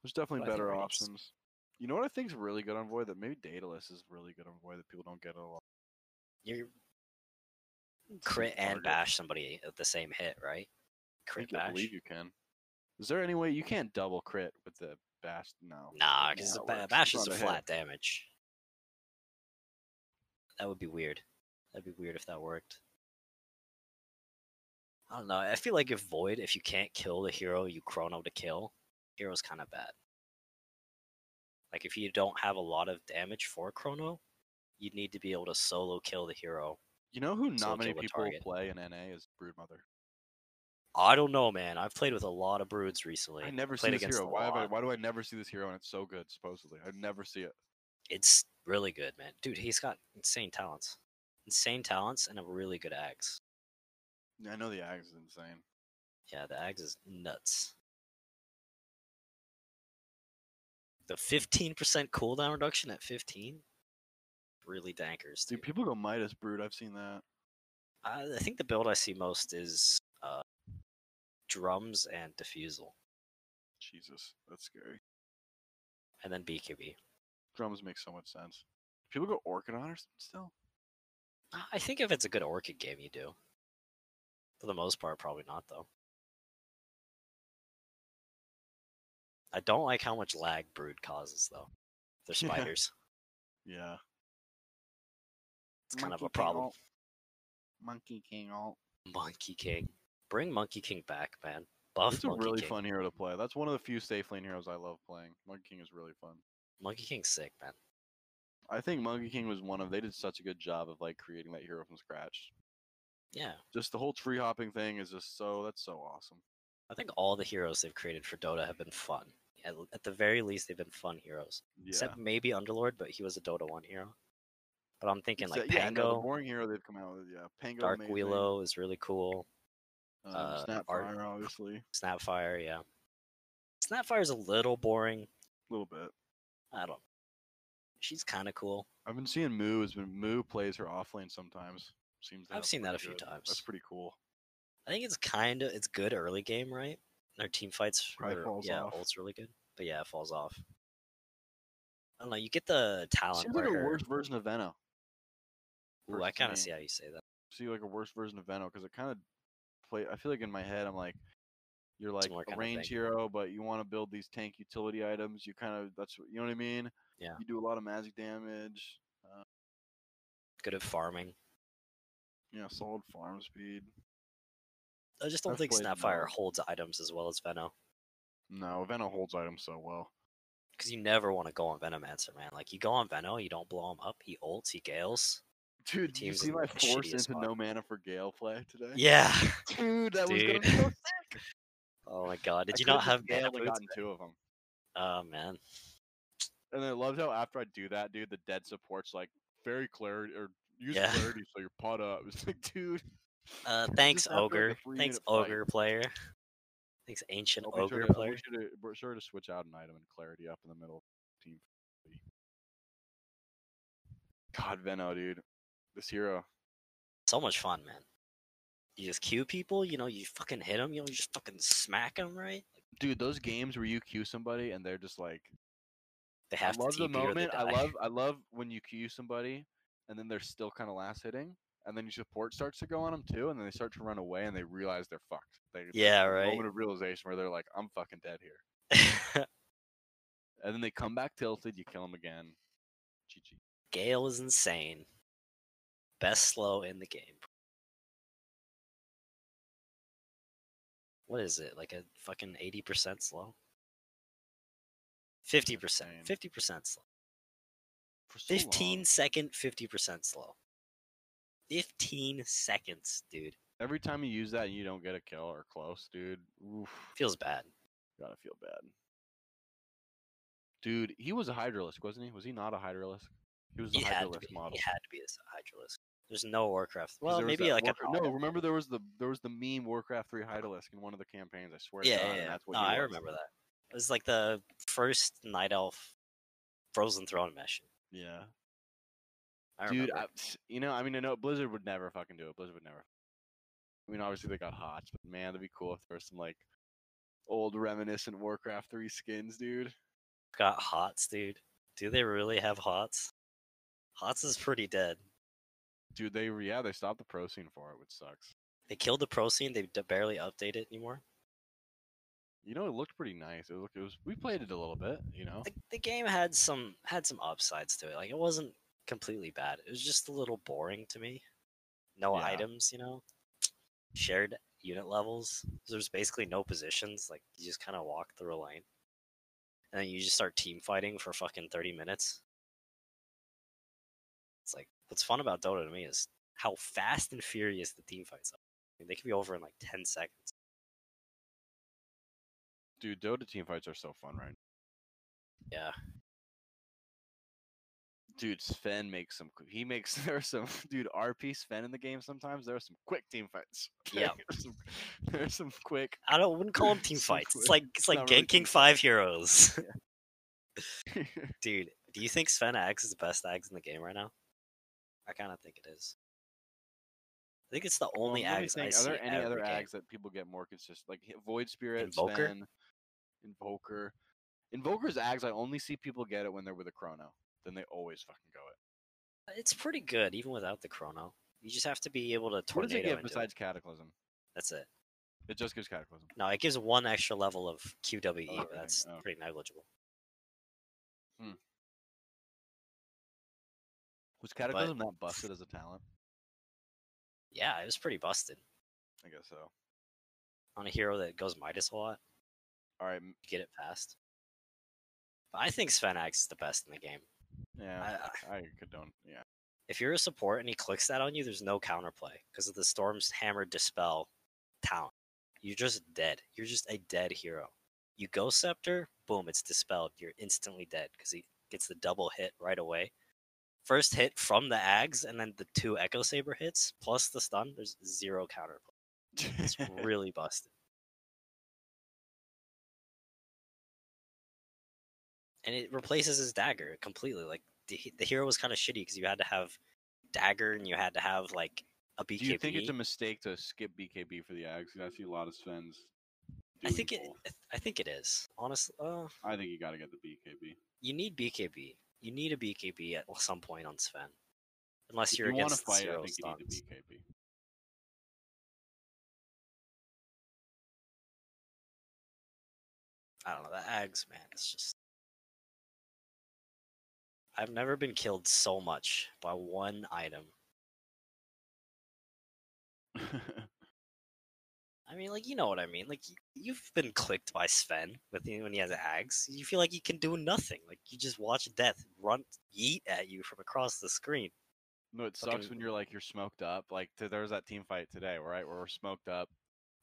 [SPEAKER 1] There's definitely
[SPEAKER 2] But I think
[SPEAKER 1] better
[SPEAKER 2] Radiance-
[SPEAKER 1] options. You know what I think's really good on Void? That maybe Daedalus is really good on Void that people don't get a lot.
[SPEAKER 2] You crit and
[SPEAKER 1] target.
[SPEAKER 2] bash somebody at the same hit, right?
[SPEAKER 1] I think
[SPEAKER 2] Crit
[SPEAKER 1] you
[SPEAKER 2] bash.
[SPEAKER 1] believe you can. Is there any way you can't double crit with the bash? No.
[SPEAKER 2] Nah,
[SPEAKER 1] Yeah,
[SPEAKER 2] because
[SPEAKER 1] it works.
[SPEAKER 2] bash
[SPEAKER 1] It's
[SPEAKER 2] is a
[SPEAKER 1] not a hit.
[SPEAKER 2] flat damage. That would be weird. That'd be weird if that worked. I don't know. I feel like if Void, if you can't kill the hero you chrono to kill, hero's kind of bad. Like if you don't have a lot of damage for chrono, you need to be able to solo kill the hero.
[SPEAKER 1] You know who
[SPEAKER 2] Solo
[SPEAKER 1] not many
[SPEAKER 2] kill with
[SPEAKER 1] people
[SPEAKER 2] target.
[SPEAKER 1] play in NA is Broodmother.
[SPEAKER 2] I don't know, man. I've played with a lot of broods recently.
[SPEAKER 1] I never see
[SPEAKER 2] played
[SPEAKER 1] this
[SPEAKER 2] against
[SPEAKER 1] hero.
[SPEAKER 2] a
[SPEAKER 1] Why, have I,
[SPEAKER 2] lot.
[SPEAKER 1] why do I never see this hero and it's so good, supposedly? I never see it.
[SPEAKER 2] It's really good, man. Dude, he's got insane talents. Insane talents and a really good axe.
[SPEAKER 1] I know the Ags is insane.
[SPEAKER 2] Yeah, the axe is nuts. The fifteen percent cooldown reduction at fifteen really dankers.
[SPEAKER 1] Dude,
[SPEAKER 2] Dude.
[SPEAKER 1] people go Midas Brood. I've seen that.
[SPEAKER 2] I, I think the build I see most is uh, drums and diffusal,
[SPEAKER 1] Jesus, that's scary.
[SPEAKER 2] and then BKB.
[SPEAKER 1] Drums make so much sense. People go Orchid Honor still?
[SPEAKER 2] Uh, I- I think if it's a good orchid game, you do. For the most part, probably not though. I don't like how much lag brood causes though. They're
[SPEAKER 1] [LAUGHS] Yeah.
[SPEAKER 2] spiders.
[SPEAKER 1] Yeah.
[SPEAKER 2] It's kind of
[SPEAKER 1] Monkey
[SPEAKER 2] a
[SPEAKER 1] King
[SPEAKER 2] problem.
[SPEAKER 1] Alt. Monkey King Alt.
[SPEAKER 2] Monkey King. Bring Monkey King back, man. Buff
[SPEAKER 1] It's a
[SPEAKER 2] Monkey
[SPEAKER 1] really
[SPEAKER 2] King.
[SPEAKER 1] fun hero to play. That's one of the few safe lane heroes I love playing. Monkey King is really fun.
[SPEAKER 2] Monkey King's sick, man.
[SPEAKER 1] I think Monkey King was one of they did such a good job of like creating that hero from scratch.
[SPEAKER 2] Yeah.
[SPEAKER 1] Just the whole tree hopping thing is just so that's so awesome.
[SPEAKER 2] I think all the heroes they've created for Dota have been fun. At, at the very least, they've been fun heroes.
[SPEAKER 1] Yeah.
[SPEAKER 2] Except maybe Underlord, but he was a Dota 1 hero. But I'm thinking like
[SPEAKER 1] Exa- yeah, no, the
[SPEAKER 2] Pango,
[SPEAKER 1] boring hero they've come out with, yeah. Pango
[SPEAKER 2] Dark
[SPEAKER 1] amazing,
[SPEAKER 2] Willow is really cool.
[SPEAKER 1] um,
[SPEAKER 2] uh, Art-
[SPEAKER 1] Snapfire, obviously.
[SPEAKER 2] Snapfire, yeah. Snapfire's a little boring.
[SPEAKER 1] A little bit.
[SPEAKER 2] I don't know. She's kind of cool.
[SPEAKER 1] I've been seeing Moo has been Moo plays her offlane sometimes. Seems to
[SPEAKER 2] I've
[SPEAKER 1] have
[SPEAKER 2] seen that
[SPEAKER 1] pretty
[SPEAKER 2] a few
[SPEAKER 1] good- That's
[SPEAKER 2] times.
[SPEAKER 1] pretty cool.
[SPEAKER 2] I think it's kind of it's good early game, right? Their team fights,
[SPEAKER 1] Probably
[SPEAKER 2] are-
[SPEAKER 1] falls
[SPEAKER 2] yeah,
[SPEAKER 1] off.
[SPEAKER 2] ult's really good, but yeah, it falls off. I don't know. You get the talent.
[SPEAKER 1] Seems like
[SPEAKER 2] where
[SPEAKER 1] a
[SPEAKER 2] her-
[SPEAKER 1] worse version of Veno.
[SPEAKER 2] Ooh, I
[SPEAKER 1] versus
[SPEAKER 2] kind
[SPEAKER 1] me.
[SPEAKER 2] of see how you say that.
[SPEAKER 1] see like a worse version of Veno because it kind of play. I feel like in my head I'm like, you're
[SPEAKER 2] It's
[SPEAKER 1] like
[SPEAKER 2] more
[SPEAKER 1] a
[SPEAKER 2] kinda
[SPEAKER 1] range
[SPEAKER 2] tank.
[SPEAKER 1] hero, but you want to build these tank utility items. You kind of that's what- you know what I mean.
[SPEAKER 2] Yeah.
[SPEAKER 1] You do a lot of magic damage.
[SPEAKER 2] Good at farming.
[SPEAKER 1] You know, solid farm speed.
[SPEAKER 2] I just don't
[SPEAKER 1] I've
[SPEAKER 2] think
[SPEAKER 1] played
[SPEAKER 2] Snapfire
[SPEAKER 1] Mel.
[SPEAKER 2] holds items as well as Veno,
[SPEAKER 1] No, Veno holds items so well. [LAUGHS]
[SPEAKER 2] because you never want to go on Venomancer, man. Like you go on Veno, you don't blow him up. He ults, he
[SPEAKER 1] [LAUGHS]
[SPEAKER 2] gales.
[SPEAKER 1] Dude, did you
[SPEAKER 2] team's
[SPEAKER 1] see
[SPEAKER 2] in
[SPEAKER 1] my
[SPEAKER 2] the
[SPEAKER 1] force
[SPEAKER 2] shittiest
[SPEAKER 1] into
[SPEAKER 2] spot.
[SPEAKER 1] no mana for Gale play today?
[SPEAKER 2] Yeah. [LAUGHS]
[SPEAKER 1] Dude, that was gonna
[SPEAKER 2] Dude.
[SPEAKER 1] be
[SPEAKER 2] [LAUGHS]
[SPEAKER 1] so sick.
[SPEAKER 2] Oh my god. Did
[SPEAKER 1] I
[SPEAKER 2] you
[SPEAKER 1] could've
[SPEAKER 2] not
[SPEAKER 1] just
[SPEAKER 2] have
[SPEAKER 1] Gale
[SPEAKER 2] Gale?
[SPEAKER 1] and gotten two of them?
[SPEAKER 2] Oh man.
[SPEAKER 1] And I loved how after I do that, dude, the dead support's like very clarity or use
[SPEAKER 2] Yeah. [LAUGHS]
[SPEAKER 1] clarity so you're pot up. [LAUGHS] It's like, dude. [LAUGHS]
[SPEAKER 2] Uh, thanks,
[SPEAKER 1] after, like, a
[SPEAKER 2] Ogre. Thanks,
[SPEAKER 1] three-minute fight.
[SPEAKER 2] Ogre player. Thanks, Ancient
[SPEAKER 1] I'll be sure
[SPEAKER 2] Ogre
[SPEAKER 1] to, I'll
[SPEAKER 2] player.
[SPEAKER 1] be sure to, be sure to switch out an item and clarity up in the middle of the team. God, Veno, dude. This hero.
[SPEAKER 2] So much fun, man. You just queue people, you know, you fucking hit them, you know, you just fucking smack them, right? Like,
[SPEAKER 1] Dude, those games where you queue somebody and they're just like,
[SPEAKER 2] they have
[SPEAKER 1] I love
[SPEAKER 2] to
[SPEAKER 1] the
[SPEAKER 2] TP or they
[SPEAKER 1] moment. I
[SPEAKER 2] die.
[SPEAKER 1] love I love when you queue somebody and then they're still kind of last hitting. And then your support starts to go on them too, and then they start to run away, and they realize they're fucked. They,
[SPEAKER 2] Yeah,
[SPEAKER 1] there's a
[SPEAKER 2] right.
[SPEAKER 1] Moment of realization where they're like, "I'm fucking dead here," and then they come back tilted. You kill them again. GG.
[SPEAKER 2] [LAUGHS] Gale is insane. Best slow in the game. What is it? Like a fucking 80% slow? 50%.
[SPEAKER 1] Insane.
[SPEAKER 2] 50% slow.
[SPEAKER 1] For so long.
[SPEAKER 2] 15 second, 50% slow. 15 seconds, dude.
[SPEAKER 1] Every time you use that and you don't get a kill or close, dude, oof,
[SPEAKER 2] Feels bad.
[SPEAKER 1] gotta feel bad. Dude, he was a Hydralisk, wasn't he? Was he not a Hydralisk? He was the
[SPEAKER 2] He had, to
[SPEAKER 1] Hydralisk
[SPEAKER 2] be,
[SPEAKER 1] model.
[SPEAKER 2] he had to be this Hydralisk. There's no Warcraft.
[SPEAKER 1] 'Cause
[SPEAKER 2] Well,
[SPEAKER 1] there was
[SPEAKER 2] maybe
[SPEAKER 1] that
[SPEAKER 2] like an
[SPEAKER 1] Warcra- no.
[SPEAKER 2] auto-
[SPEAKER 1] Remember there was the there was the meme Warcraft three Hydaelisk in one of the campaigns. I swear. to
[SPEAKER 2] Yeah,
[SPEAKER 1] God,
[SPEAKER 2] yeah,
[SPEAKER 1] and
[SPEAKER 2] yeah.
[SPEAKER 1] That's what
[SPEAKER 2] no,
[SPEAKER 1] he
[SPEAKER 2] I
[SPEAKER 1] was.
[SPEAKER 2] remember that. It was like the first Night Elf Frozen Throne mission.
[SPEAKER 1] Yeah,
[SPEAKER 2] I
[SPEAKER 1] dude.
[SPEAKER 2] remember.
[SPEAKER 1] I, you know, I mean, I know Blizzard would never fucking do it. Blizzard would never. I mean, obviously they got hot, but man, that'd be cool if there was some like old reminiscent Warcraft three skins, dude.
[SPEAKER 2] got HOTS, dude. Do they really have HOTS? HOTS is pretty dead.
[SPEAKER 1] Dude, they yeah, they stopped the pro scene for it, which sucks.
[SPEAKER 2] They killed the pro scene. They d- barely update it anymore.
[SPEAKER 1] You know, it looked pretty nice. It looked, it was. We played it a little bit, you know.
[SPEAKER 2] The, the game had some had some upsides to it. Like it wasn't completely bad. It was just a little boring to me. No
[SPEAKER 1] Yeah.
[SPEAKER 2] items, you know. Shared unit levels. There's basically no positions. Like you just kind of walk through a lane, and then you just start team fighting for fucking thirty minutes. It's like what's fun about Dota to me is how fast and furious the team fights are. I mean, they could be over in like ten seconds.
[SPEAKER 1] Dude, Dota team fights are so fun right now.
[SPEAKER 2] Yeah.
[SPEAKER 1] Dude, Sven makes some. qu- He makes [LAUGHS] there are some. Dude, RP Sven in the game sometimes there are some quick team fights. [LAUGHS]
[SPEAKER 2] Yeah.
[SPEAKER 1] there's, some, there's some quick. [LAUGHS]
[SPEAKER 2] I don't wouldn't call them team
[SPEAKER 1] Some
[SPEAKER 2] fights. It's
[SPEAKER 1] quit.
[SPEAKER 2] like it's
[SPEAKER 1] It's
[SPEAKER 2] like
[SPEAKER 1] not really team
[SPEAKER 2] ganking five heroes. [LAUGHS]
[SPEAKER 1] I
[SPEAKER 2] Dude, do you think Sven Axe is the best Axe in the game right now? I kind of think it is. I think it's the only Axe I
[SPEAKER 1] Are
[SPEAKER 2] see
[SPEAKER 1] there any
[SPEAKER 2] every
[SPEAKER 1] other
[SPEAKER 2] game.
[SPEAKER 1] Ags that people get more consistent? Like hi- Void Spirit,
[SPEAKER 2] Invoker?
[SPEAKER 1] Sven, Invoker. Invoker's Ags. I only see people get it when they're with a Chrono. Then they always fucking go it.
[SPEAKER 2] Uh, It's pretty good, even without the Chrono. You just have to be able to
[SPEAKER 1] What does
[SPEAKER 2] tornado
[SPEAKER 1] it give
[SPEAKER 2] into
[SPEAKER 1] besides Cataclysm?
[SPEAKER 2] That's it.
[SPEAKER 1] It just gives Cataclysm.
[SPEAKER 2] No, it gives one extra level of QWE,
[SPEAKER 1] Oh,
[SPEAKER 2] but
[SPEAKER 1] okay,
[SPEAKER 2] that's
[SPEAKER 1] okay.
[SPEAKER 2] pretty negligible.
[SPEAKER 1] Was Cataclysm not busted as a talent?
[SPEAKER 2] Yeah, it was pretty busted
[SPEAKER 1] I guess so.
[SPEAKER 2] on a hero that goes Midas a lot.
[SPEAKER 1] All right. m-
[SPEAKER 2] You get it fast. But I think Sven Axe is the best in the game.
[SPEAKER 1] Yeah.
[SPEAKER 2] I,
[SPEAKER 1] I, condone. Yeah.
[SPEAKER 2] if you're a support and he clicks that on you, there's no counterplay because of the Storm's Hammer Dispel talent. You're just dead. You're just a dead hero. You go Scepter, boom, it's dispelled. You're instantly dead because he gets the double hit right away. First hit from the Ags, and then the two Echo Saber hits plus the stun. There's zero counterplay.
[SPEAKER 1] [LAUGHS]
[SPEAKER 2] [LAUGHS] It's really busted. And it replaces his dagger completely. Like the, he- the hero was kind of shitty because you had to have dagger and you had to have like a BKB.
[SPEAKER 1] Do you think it's a mistake to skip BKB for the Ags? 'Cause I see a lot of Svens.
[SPEAKER 2] I
[SPEAKER 1] doing
[SPEAKER 2] think it.
[SPEAKER 1] both.
[SPEAKER 2] I think it is. Honestly, uh,
[SPEAKER 1] I think you got to get the BKB.
[SPEAKER 2] you need BKB. You need a BKB at some point on Sven, unless
[SPEAKER 1] If
[SPEAKER 2] you're
[SPEAKER 1] you want to
[SPEAKER 2] against
[SPEAKER 1] fight, I
[SPEAKER 2] zero
[SPEAKER 1] think you need
[SPEAKER 2] stuns.
[SPEAKER 1] the BKB.
[SPEAKER 2] I don't know. The Ags, man, it's just. I've never been killed so much by one item.
[SPEAKER 1] [LAUGHS]
[SPEAKER 2] I mean, like you know what I mean. Like y- you've been clicked by Sven with the- when he has Ags. You feel like you can do nothing. Like you just watch death run yeet at you from across the screen.
[SPEAKER 1] no, it sucks
[SPEAKER 2] Fucking-
[SPEAKER 1] when you're like you're smoked up. Like t- there was that team fight today, right? Where we're smoked up.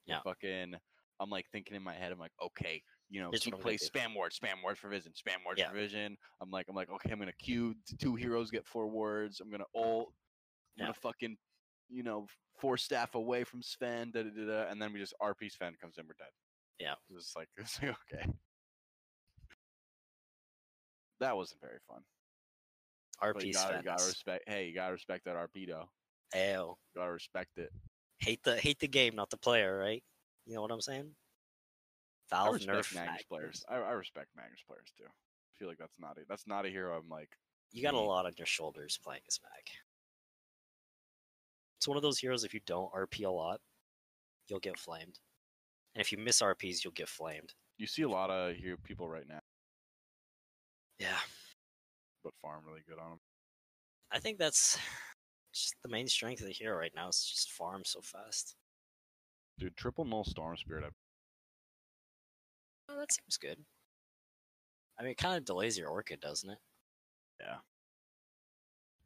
[SPEAKER 1] we're
[SPEAKER 2] Yeah.
[SPEAKER 1] Fucking. I'm like thinking in my head. I'm like, okay, you know,
[SPEAKER 2] Here's
[SPEAKER 1] you
[SPEAKER 2] what I'm
[SPEAKER 1] play
[SPEAKER 2] gonna do.
[SPEAKER 1] spam word, spam word for vision, spam word
[SPEAKER 2] Yeah.
[SPEAKER 1] for vision. I'm like, I'm like, okay, I'm gonna queue. Two heroes get four words. I'm gonna ult. I'm
[SPEAKER 2] Yeah.
[SPEAKER 1] gonna fucking, you know, four staff away from Sven. Da da da. da and then we just RP Sven comes in. We're dead.
[SPEAKER 2] Yeah.
[SPEAKER 1] It's just like, [LAUGHS] it's like okay. That wasn't very fun. But you
[SPEAKER 2] RP
[SPEAKER 1] gotta,
[SPEAKER 2] Sven.
[SPEAKER 1] you gotta respect. Hey, you gotta respect that RP though.
[SPEAKER 2] Ayo.
[SPEAKER 1] You gotta respect it.
[SPEAKER 2] Hate the hate the game, not the player, right? You know what I'm saying?
[SPEAKER 1] I
[SPEAKER 2] Valve
[SPEAKER 1] respect
[SPEAKER 2] nerf
[SPEAKER 1] Magnus players. I, I respect Magnus players too. I feel like that's not a, that's not a hero. I'm like,
[SPEAKER 2] You got a
[SPEAKER 1] Mm.
[SPEAKER 2] lot on your shoulders playing as Mag. It's one of those heroes if you don't RP a lot, you'll get flamed. And if you miss RPs, you'll get flamed.
[SPEAKER 1] you see a lot of hero people right now,
[SPEAKER 2] Yeah.
[SPEAKER 1] but farm really good on them.
[SPEAKER 2] I think that's just the main strength of the hero right now is just farm so fast.
[SPEAKER 1] Dude, triple null storm spirit. I
[SPEAKER 2] Oh, that seems good. I mean, it kind of delays your Orchid, doesn't it?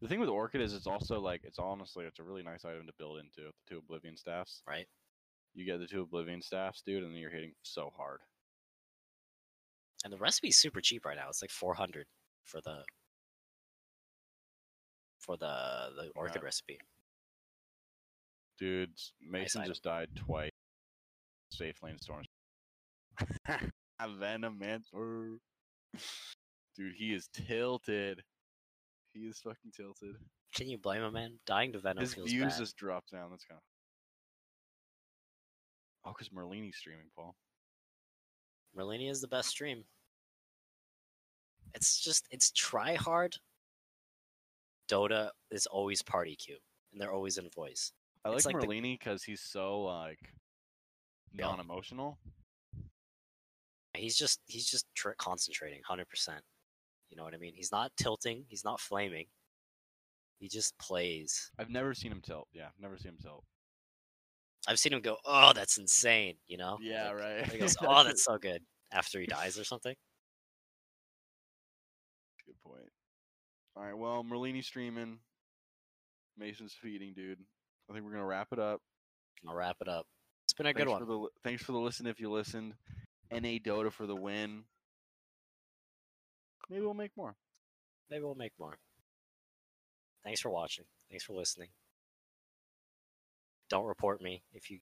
[SPEAKER 1] The thing with Orchid is it's also like it's honestly it's a really nice item to build into the two Oblivion staffs.
[SPEAKER 2] Right.
[SPEAKER 1] You get the two Oblivion staffs, dude, and then you're hitting so hard.
[SPEAKER 2] And the recipe's super cheap right now. It's like 400 for the for the the Orchid
[SPEAKER 1] Right.
[SPEAKER 2] recipe.
[SPEAKER 1] Dude, s- Mason
[SPEAKER 2] item.
[SPEAKER 1] just died twice. Safely in [LAUGHS] storms. Venomancer. Dude, he is tilted. He is fucking tilted.
[SPEAKER 2] Can you blame him, man? Dying to Venom
[SPEAKER 1] His
[SPEAKER 2] feels
[SPEAKER 1] views
[SPEAKER 2] bad.
[SPEAKER 1] just dropped down. That's kind of. Oh, because Merlini's streaming, Paul.
[SPEAKER 2] Merlini is the best stream. It's just it's try hard. Dota is always party queue, and they're always in voice.
[SPEAKER 1] I like,
[SPEAKER 2] It's like the-
[SPEAKER 1] Merlini because he's so like
[SPEAKER 2] Yeah.
[SPEAKER 1] non-emotional.
[SPEAKER 2] He's just he's just tr- concentrating, hundred percent. You know what I mean? He's not tilting. He's not flaming. He just plays.
[SPEAKER 1] I've never seen him tilt. Yeah, never seen him tilt.
[SPEAKER 2] I've seen him go, "Oh, that's insane!" You know?
[SPEAKER 1] Yeah,
[SPEAKER 2] Like,
[SPEAKER 1] right.
[SPEAKER 2] He goes, "Oh, that's so good." After he dies or something.
[SPEAKER 1] Good point. All right, well, Merlini's streaming. Mason's feeding, dude. I think we're gonna wrap it up.
[SPEAKER 2] I'll wrap it up. It's been a good
[SPEAKER 1] thanks
[SPEAKER 2] one.
[SPEAKER 1] For the, li- thanks for the listen. If you listened, NA Dota for the win. Maybe we'll make more.
[SPEAKER 2] Maybe we'll make more. Thanks for watching. Thanks for listening. Don't report me if you